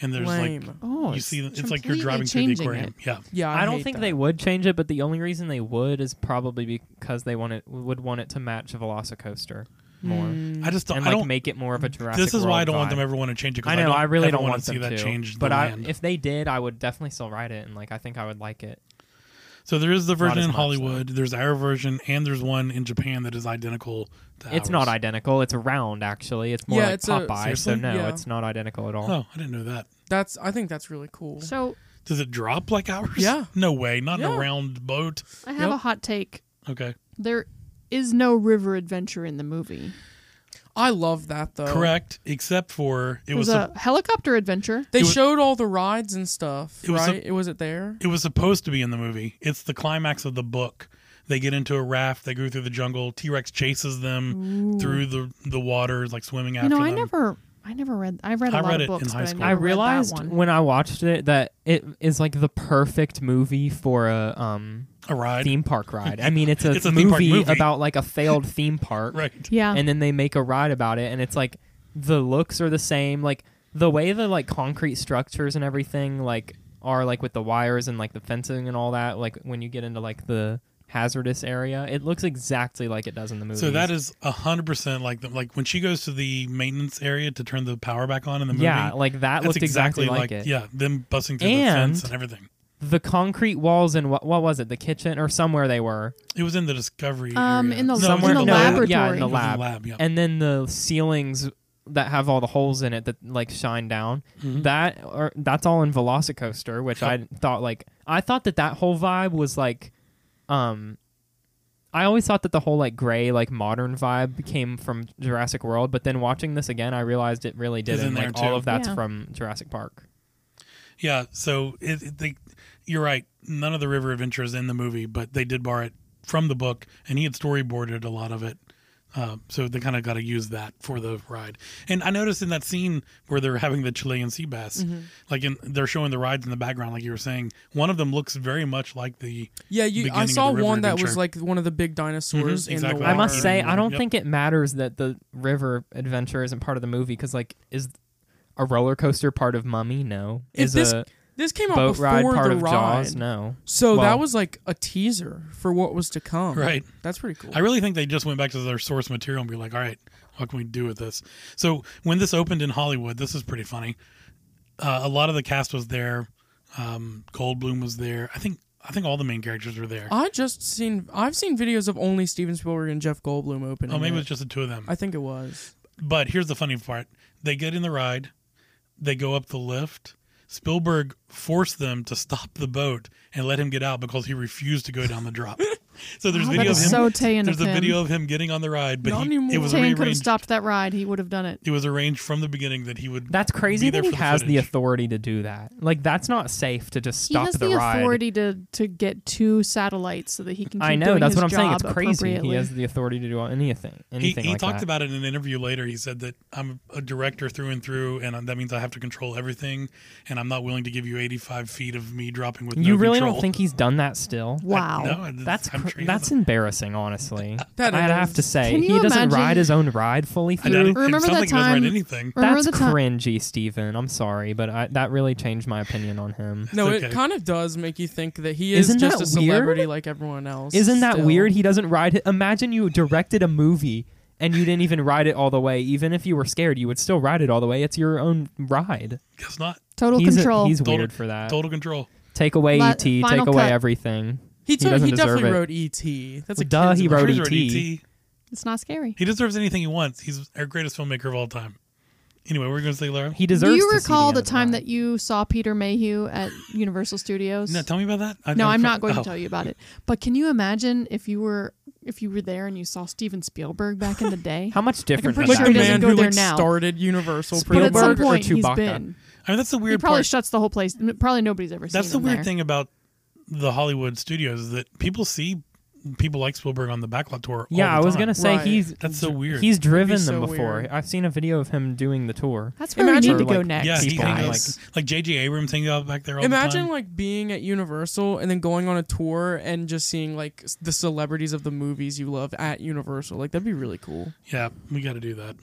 [SPEAKER 1] and there's like
[SPEAKER 4] Lame.
[SPEAKER 3] Oh,
[SPEAKER 1] you
[SPEAKER 3] it's
[SPEAKER 1] see, it's like you're
[SPEAKER 3] completely
[SPEAKER 1] driving through the
[SPEAKER 3] changing
[SPEAKER 1] aquarium. Yeah,
[SPEAKER 4] Yeah, I,
[SPEAKER 2] I, don't
[SPEAKER 4] hate
[SPEAKER 2] think
[SPEAKER 4] that.
[SPEAKER 2] they would change it, but the only reason they would is probably because they want it would want it to match Velocicoaster more
[SPEAKER 4] Hmm.
[SPEAKER 1] I just don't.
[SPEAKER 2] and
[SPEAKER 1] I
[SPEAKER 2] like
[SPEAKER 1] don't.
[SPEAKER 2] make it more of a Jurassic.
[SPEAKER 1] this is why I don't want
[SPEAKER 2] World
[SPEAKER 1] them
[SPEAKER 2] vibe.
[SPEAKER 1] ever want to change it. 'cause
[SPEAKER 2] I know. I, really
[SPEAKER 1] ever
[SPEAKER 2] don't want
[SPEAKER 1] to see
[SPEAKER 2] them
[SPEAKER 1] that
[SPEAKER 2] to,
[SPEAKER 1] change.
[SPEAKER 2] But
[SPEAKER 1] the
[SPEAKER 2] I,
[SPEAKER 1] land.
[SPEAKER 2] if they did, I would definitely still ride it, and like I think I would like it.
[SPEAKER 1] so there is the version
[SPEAKER 2] as
[SPEAKER 1] in
[SPEAKER 2] much,
[SPEAKER 1] Hollywood. There's our version, and there's one in Japan that is identical. to
[SPEAKER 2] It's
[SPEAKER 1] ours.
[SPEAKER 2] not identical. It's round, actually. It's more
[SPEAKER 4] Yeah,
[SPEAKER 2] like
[SPEAKER 4] it's a-
[SPEAKER 2] Popeye. so
[SPEAKER 4] seriously?
[SPEAKER 2] no,
[SPEAKER 4] Yeah.
[SPEAKER 2] it's not identical at all.
[SPEAKER 1] Oh, I didn't know that.
[SPEAKER 4] That's. I think that's really cool.
[SPEAKER 3] So
[SPEAKER 1] Does it drop like ours?
[SPEAKER 4] Yeah.
[SPEAKER 1] No way. Not in a
[SPEAKER 4] Yeah.
[SPEAKER 1] round boat.
[SPEAKER 3] I have
[SPEAKER 4] Yep.
[SPEAKER 3] a hot take.
[SPEAKER 1] Okay.
[SPEAKER 3] There is no river adventure in the movie.
[SPEAKER 4] I love that though.
[SPEAKER 1] Correct. Except for it
[SPEAKER 3] There's
[SPEAKER 1] was
[SPEAKER 3] a helicopter adventure.
[SPEAKER 4] They
[SPEAKER 1] It was-
[SPEAKER 4] showed all the rides and stuff,
[SPEAKER 1] It was
[SPEAKER 4] right?
[SPEAKER 1] a-
[SPEAKER 4] it was it there.
[SPEAKER 1] It was supposed to be in the movie. It's the climax of the book. They get into a raft. They go through the jungle. T Rex chases them through the the water, like swimming
[SPEAKER 3] You
[SPEAKER 1] after
[SPEAKER 3] know,
[SPEAKER 1] them.
[SPEAKER 3] I never, I never read. I read a
[SPEAKER 1] I
[SPEAKER 3] lot
[SPEAKER 1] read
[SPEAKER 3] of
[SPEAKER 1] it in
[SPEAKER 3] books,
[SPEAKER 1] high
[SPEAKER 3] but I,
[SPEAKER 1] school.
[SPEAKER 3] never
[SPEAKER 2] I
[SPEAKER 3] read that
[SPEAKER 2] realized
[SPEAKER 3] one.
[SPEAKER 2] when I watched it that it is like the perfect movie for a um,
[SPEAKER 1] a ride.
[SPEAKER 2] theme park ride. I mean, it's a,
[SPEAKER 1] It's a theme park
[SPEAKER 2] movie,
[SPEAKER 1] movie.
[SPEAKER 2] about like a failed theme park,
[SPEAKER 1] Right.
[SPEAKER 3] Yeah,
[SPEAKER 2] And then they make a ride about it, and it's like the looks are the same, like the way the like concrete structures and everything like are like with the wires and like the fencing and all that. Like when you get into like the hazardous area, it looks exactly like it does in the movie.
[SPEAKER 1] So that is hundred percent like the, like when she goes to the maintenance area to turn the power back on in the movie.
[SPEAKER 2] yeah, like that
[SPEAKER 1] that's
[SPEAKER 2] looked exactly, like, it.
[SPEAKER 1] yeah them busting through the fence
[SPEAKER 2] And-
[SPEAKER 1] and everything.
[SPEAKER 2] The concrete walls and what what was it? The kitchen or somewhere they were.
[SPEAKER 1] It was in the discovery.
[SPEAKER 3] Um,
[SPEAKER 1] area.
[SPEAKER 3] in
[SPEAKER 1] No,
[SPEAKER 3] the-
[SPEAKER 1] it was
[SPEAKER 2] somewhere
[SPEAKER 3] in the
[SPEAKER 2] no,
[SPEAKER 3] laboratory.
[SPEAKER 2] Yeah, in
[SPEAKER 3] It
[SPEAKER 2] the
[SPEAKER 1] was in the
[SPEAKER 2] lab.
[SPEAKER 1] lab, yeah.
[SPEAKER 2] And then the ceilings that have all the holes in it that like shine down. That or that's all in Velocicoaster, which
[SPEAKER 1] Mm-hmm. Yep.
[SPEAKER 2] I thought like I thought that that whole vibe was like, um, I always thought that the whole like gray like modern vibe came from Jurassic World, but then watching this again, I realized it really
[SPEAKER 1] in
[SPEAKER 2] didn't.
[SPEAKER 1] there,
[SPEAKER 2] Like
[SPEAKER 1] too.
[SPEAKER 2] all of that's
[SPEAKER 3] Yeah.
[SPEAKER 2] from Jurassic Park.
[SPEAKER 1] Yeah, so it, it- they, you're right. None of the river adventure is in the movie, but they did borrow it from the book, and he had storyboarded a lot of it. Uh, so they kind of got to use that for the ride. And I noticed in that scene where they're having the Chilean sea bass, like in, they're showing the rides in the background, like you were saying. One of them looks very much like the
[SPEAKER 4] Yeah, you.
[SPEAKER 1] beginning
[SPEAKER 4] I
[SPEAKER 1] of
[SPEAKER 4] saw
[SPEAKER 1] the river
[SPEAKER 4] one that was
[SPEAKER 1] adventure.
[SPEAKER 4] like one of the big dinosaurs
[SPEAKER 1] Mhm,
[SPEAKER 4] in
[SPEAKER 1] exactly.
[SPEAKER 4] the
[SPEAKER 2] I
[SPEAKER 4] water.
[SPEAKER 1] Like
[SPEAKER 2] must
[SPEAKER 1] Iron
[SPEAKER 2] say, I
[SPEAKER 1] Man,
[SPEAKER 2] don't
[SPEAKER 1] yep.
[SPEAKER 2] think it matters that the river adventure isn't part of the movie because, like, is a roller coaster part of Mummy? No.
[SPEAKER 4] If
[SPEAKER 2] Is
[SPEAKER 4] this
[SPEAKER 2] a
[SPEAKER 4] this came out
[SPEAKER 2] boat
[SPEAKER 4] before
[SPEAKER 2] ride part
[SPEAKER 4] the
[SPEAKER 2] of
[SPEAKER 4] ride.
[SPEAKER 2] Jaws? No.
[SPEAKER 4] So that
[SPEAKER 2] Well-
[SPEAKER 4] was like a teaser for what was to come.
[SPEAKER 1] Right.
[SPEAKER 4] That's pretty cool.
[SPEAKER 1] I really think they just went back to their source material and be like, all right, what can we do with this? So when this opened in Hollywood, this is pretty funny. Uh, a lot of the cast was there. Um, Goldblum was there. I think I think all the main characters were there.
[SPEAKER 4] I just seen. I've seen videos of only Steven Spielberg and Jeff Goldblum opening.
[SPEAKER 1] Oh, maybe it was
[SPEAKER 4] it.
[SPEAKER 1] just the two of them.
[SPEAKER 4] I think it was.
[SPEAKER 1] But here's the funny part: they get in the ride, they go up the lift. Spielberg forced them to stop the boat and let him get out because he refused to go down the drop. so there's
[SPEAKER 3] Oh,
[SPEAKER 1] video of
[SPEAKER 3] that's
[SPEAKER 1] him.
[SPEAKER 3] so Tayan
[SPEAKER 1] there's
[SPEAKER 3] of
[SPEAKER 1] a
[SPEAKER 3] him.
[SPEAKER 1] video of him getting on the ride, but
[SPEAKER 4] Not
[SPEAKER 1] he, it
[SPEAKER 4] anymore.
[SPEAKER 1] was
[SPEAKER 3] Tan could have
[SPEAKER 1] arranged.
[SPEAKER 3] stopped that ride. He would have done it.
[SPEAKER 1] It was arranged from the beginning that he would.
[SPEAKER 2] That's crazy
[SPEAKER 1] Be
[SPEAKER 2] that
[SPEAKER 1] there
[SPEAKER 2] he
[SPEAKER 1] for the
[SPEAKER 2] has the
[SPEAKER 1] footage.
[SPEAKER 2] authority to do that. Like, that's not safe to just
[SPEAKER 3] He
[SPEAKER 2] stop
[SPEAKER 3] has
[SPEAKER 2] the,
[SPEAKER 3] the,
[SPEAKER 2] ride.
[SPEAKER 3] authority to to get two satellites so that he can. Keep
[SPEAKER 2] I know.
[SPEAKER 3] doing
[SPEAKER 2] That's
[SPEAKER 3] his
[SPEAKER 2] what I'm saying. It's
[SPEAKER 3] job
[SPEAKER 2] crazy. He
[SPEAKER 3] appropriately.
[SPEAKER 2] has the authority to do anything.
[SPEAKER 1] He,
[SPEAKER 2] Anything
[SPEAKER 1] he
[SPEAKER 2] like
[SPEAKER 1] talked
[SPEAKER 2] that.
[SPEAKER 1] about it in an interview later. He said that I'm a director through and through, and that means I have to control everything, and I'm not willing to give you 85 feet of me dropping with
[SPEAKER 2] you
[SPEAKER 1] no
[SPEAKER 2] really
[SPEAKER 1] control.
[SPEAKER 2] don't think he's done that still?
[SPEAKER 3] Wow.
[SPEAKER 1] No, I-
[SPEAKER 2] That's
[SPEAKER 1] I'm
[SPEAKER 2] cr-
[SPEAKER 1] sure he
[SPEAKER 2] that's
[SPEAKER 1] doesn't.
[SPEAKER 2] embarrassing, honestly.
[SPEAKER 4] That
[SPEAKER 2] I'd
[SPEAKER 4] is.
[SPEAKER 2] have to say
[SPEAKER 3] Can
[SPEAKER 2] he
[SPEAKER 3] you
[SPEAKER 2] doesn't
[SPEAKER 3] imagine-
[SPEAKER 2] ride his own ride fully
[SPEAKER 1] I doubt
[SPEAKER 2] through.
[SPEAKER 1] it.
[SPEAKER 3] Remember
[SPEAKER 1] it sounds
[SPEAKER 3] that
[SPEAKER 1] like he doesn't
[SPEAKER 3] time-
[SPEAKER 1] write anything.
[SPEAKER 3] Remember
[SPEAKER 2] That's
[SPEAKER 3] the time-
[SPEAKER 2] cringy, Steven. I'm sorry, but I, that really changed my opinion on him.
[SPEAKER 4] No,
[SPEAKER 1] It's
[SPEAKER 4] it
[SPEAKER 1] okay.
[SPEAKER 4] kind of does make you think that he is
[SPEAKER 2] Isn't
[SPEAKER 4] just
[SPEAKER 2] that
[SPEAKER 4] a celebrity
[SPEAKER 2] weird?
[SPEAKER 4] like everyone else.
[SPEAKER 2] Isn't that
[SPEAKER 4] still.
[SPEAKER 2] weird? He doesn't ride it. Imagine you directed a movie and you didn't even ride it all the way. Even if you were scared, you would still ride it all the way. It's your own ride.
[SPEAKER 1] Guess not.
[SPEAKER 3] total
[SPEAKER 2] he's a-
[SPEAKER 3] control.
[SPEAKER 2] he's
[SPEAKER 1] Total-
[SPEAKER 2] weird for that.
[SPEAKER 1] Total control.
[SPEAKER 2] Take away
[SPEAKER 3] Let-
[SPEAKER 2] ET, take
[SPEAKER 3] final
[SPEAKER 2] away
[SPEAKER 3] cut.
[SPEAKER 2] everything.
[SPEAKER 4] He, took,
[SPEAKER 2] doesn't
[SPEAKER 4] he
[SPEAKER 2] deserve
[SPEAKER 4] definitely
[SPEAKER 2] it.
[SPEAKER 4] wrote E.T. That's a
[SPEAKER 2] Duh,
[SPEAKER 4] kid's
[SPEAKER 2] he
[SPEAKER 4] movie.
[SPEAKER 2] wrote E
[SPEAKER 1] He's
[SPEAKER 2] ET.
[SPEAKER 1] already ET.
[SPEAKER 3] it's not scary.
[SPEAKER 1] He deserves anything he wants. He's our greatest filmmaker of all time. Anyway, we're going to say Lara.
[SPEAKER 2] He
[SPEAKER 3] Do
[SPEAKER 2] deserves.
[SPEAKER 3] you
[SPEAKER 2] to see
[SPEAKER 3] recall
[SPEAKER 2] the,
[SPEAKER 3] the time that you saw Peter Mayhew at Universal Studios?
[SPEAKER 1] No, tell me about that. I
[SPEAKER 3] No,
[SPEAKER 1] don't-
[SPEAKER 3] I'm not going
[SPEAKER 1] oh.
[SPEAKER 3] to tell you about it. But can you imagine if you were if you were there and you saw Steven Spielberg back in the day?
[SPEAKER 2] How much different?
[SPEAKER 3] pretty
[SPEAKER 2] would
[SPEAKER 4] Like
[SPEAKER 3] sure
[SPEAKER 2] that
[SPEAKER 4] the
[SPEAKER 3] he
[SPEAKER 2] be?
[SPEAKER 3] doesn't
[SPEAKER 4] man
[SPEAKER 3] go
[SPEAKER 4] who
[SPEAKER 3] there
[SPEAKER 4] like
[SPEAKER 3] now.
[SPEAKER 4] started Universal
[SPEAKER 3] but
[SPEAKER 4] pretty
[SPEAKER 3] at some
[SPEAKER 2] Spielberg or
[SPEAKER 3] point he's
[SPEAKER 2] Chewbacca?
[SPEAKER 3] been.
[SPEAKER 1] I mean, that's the
[SPEAKER 3] He
[SPEAKER 1] weird
[SPEAKER 3] probably
[SPEAKER 1] part.
[SPEAKER 3] shuts the whole place. Probably nobody's ever seen
[SPEAKER 1] that's the
[SPEAKER 3] him
[SPEAKER 1] weird
[SPEAKER 3] there.
[SPEAKER 1] thing about the Hollywood studios is that people see people like Spielberg on the backlot tour. all
[SPEAKER 2] Yeah, I
[SPEAKER 1] the
[SPEAKER 2] was
[SPEAKER 1] time.
[SPEAKER 2] gonna say
[SPEAKER 4] Right.
[SPEAKER 2] he's
[SPEAKER 1] That's so weird.
[SPEAKER 2] he's driven
[SPEAKER 4] so
[SPEAKER 2] them before.
[SPEAKER 4] weird.
[SPEAKER 2] I've seen a video of him doing the tour.
[SPEAKER 3] That's where we
[SPEAKER 4] Imagine
[SPEAKER 3] need to
[SPEAKER 2] for,
[SPEAKER 3] go
[SPEAKER 2] like,
[SPEAKER 3] next.
[SPEAKER 1] yeah, he
[SPEAKER 2] people,
[SPEAKER 1] hangs-
[SPEAKER 2] guys.
[SPEAKER 1] like J.J. Abrams hanging out back there all the
[SPEAKER 4] Imagine
[SPEAKER 1] time.
[SPEAKER 4] like being at Universal and then going on a tour and just seeing like s- the celebrities of the movies you love at Universal. Like that'd be really cool.
[SPEAKER 1] yeah, we got to do that.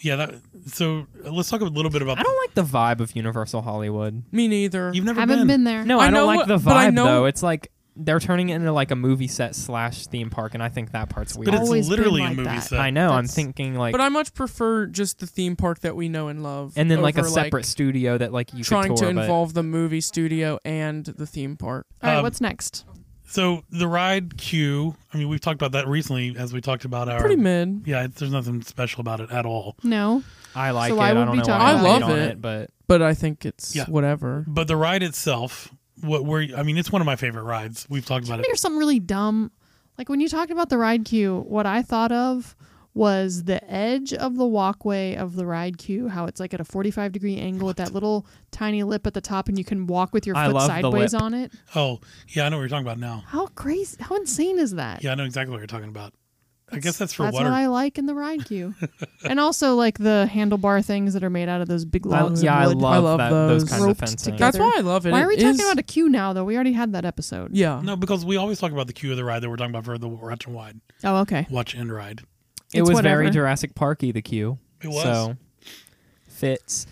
[SPEAKER 1] Yeah, that, so uh, let's talk a little bit about.
[SPEAKER 2] I don't like the vibe of Universal Hollywood.
[SPEAKER 4] Me neither.
[SPEAKER 1] You've never
[SPEAKER 3] Haven't been there.
[SPEAKER 2] No,
[SPEAKER 4] I
[SPEAKER 2] I, don't
[SPEAKER 4] know
[SPEAKER 2] like
[SPEAKER 4] what-
[SPEAKER 2] the
[SPEAKER 4] but I
[SPEAKER 2] vibe
[SPEAKER 4] know-
[SPEAKER 2] though. It's like they're turning it into like a movie set slash theme park, and I think that part's weird.
[SPEAKER 1] but it's
[SPEAKER 3] Always been
[SPEAKER 1] literally a
[SPEAKER 3] like
[SPEAKER 1] movie
[SPEAKER 3] that.
[SPEAKER 1] set.
[SPEAKER 2] I know. I'm
[SPEAKER 3] That's-
[SPEAKER 2] thinking like,
[SPEAKER 4] but I much prefer just the theme park that we know and love.
[SPEAKER 2] and then like a
[SPEAKER 4] over,
[SPEAKER 2] separate studio that like you
[SPEAKER 4] trying
[SPEAKER 2] could tour,
[SPEAKER 4] to
[SPEAKER 2] but-
[SPEAKER 4] involve the movie studio and the theme park.
[SPEAKER 3] All right,
[SPEAKER 1] Um,
[SPEAKER 3] what's next?
[SPEAKER 1] So the ride queue. I mean, we've talked about that recently as we talked about our.
[SPEAKER 4] Pretty
[SPEAKER 2] Um,
[SPEAKER 4] mid.
[SPEAKER 1] yeah, it- there's nothing special about it at all.
[SPEAKER 3] No.
[SPEAKER 2] I like
[SPEAKER 3] So
[SPEAKER 2] it.
[SPEAKER 3] why
[SPEAKER 2] I
[SPEAKER 3] would
[SPEAKER 2] don't
[SPEAKER 3] we
[SPEAKER 2] know.
[SPEAKER 3] talk
[SPEAKER 2] why
[SPEAKER 4] about
[SPEAKER 2] I hate on
[SPEAKER 4] it? I love
[SPEAKER 2] it, but
[SPEAKER 4] But I think it's
[SPEAKER 1] Yeah.
[SPEAKER 4] whatever.
[SPEAKER 1] But the ride itself, what were I mean, it's one of my favorite rides. We've talked about it.
[SPEAKER 3] Here's some really dumb. Like when you talked about the ride queue, what I thought of was the edge of the walkway of the ride queue, how it's like at a 45 degree angle with that little tiny lip at the top, and you can walk with your
[SPEAKER 2] I
[SPEAKER 3] foot
[SPEAKER 2] love the
[SPEAKER 3] sideways
[SPEAKER 2] lip.
[SPEAKER 3] on it.
[SPEAKER 1] Oh, yeah, I know what you're talking about now.
[SPEAKER 3] How crazy! How insane is that?
[SPEAKER 1] Yeah, I know exactly what you're talking about. I guess that's for
[SPEAKER 3] That's
[SPEAKER 1] water.
[SPEAKER 3] what I like in the ride queue, and also like the handlebar things that are made out of those big
[SPEAKER 2] I,
[SPEAKER 3] logs.
[SPEAKER 2] Oh, yeah,
[SPEAKER 3] of
[SPEAKER 2] I
[SPEAKER 3] wood.
[SPEAKER 2] love,
[SPEAKER 4] love
[SPEAKER 2] that,
[SPEAKER 4] those.
[SPEAKER 2] those kinds of
[SPEAKER 3] Roped
[SPEAKER 2] fencing.
[SPEAKER 3] together.
[SPEAKER 4] That's why I love it.
[SPEAKER 3] Why are we
[SPEAKER 4] It
[SPEAKER 3] talking
[SPEAKER 4] is-
[SPEAKER 3] about a queue now? Though we already had that episode.
[SPEAKER 4] Yeah.
[SPEAKER 1] no, because we always talk about the queue of the ride that we're talking about for the watch and wide,
[SPEAKER 3] Oh, okay.
[SPEAKER 1] watch and ride.
[SPEAKER 2] It
[SPEAKER 3] It's
[SPEAKER 2] was
[SPEAKER 3] whatever.
[SPEAKER 2] very Jurassic Parky. The queue.
[SPEAKER 1] It was.
[SPEAKER 2] so fits.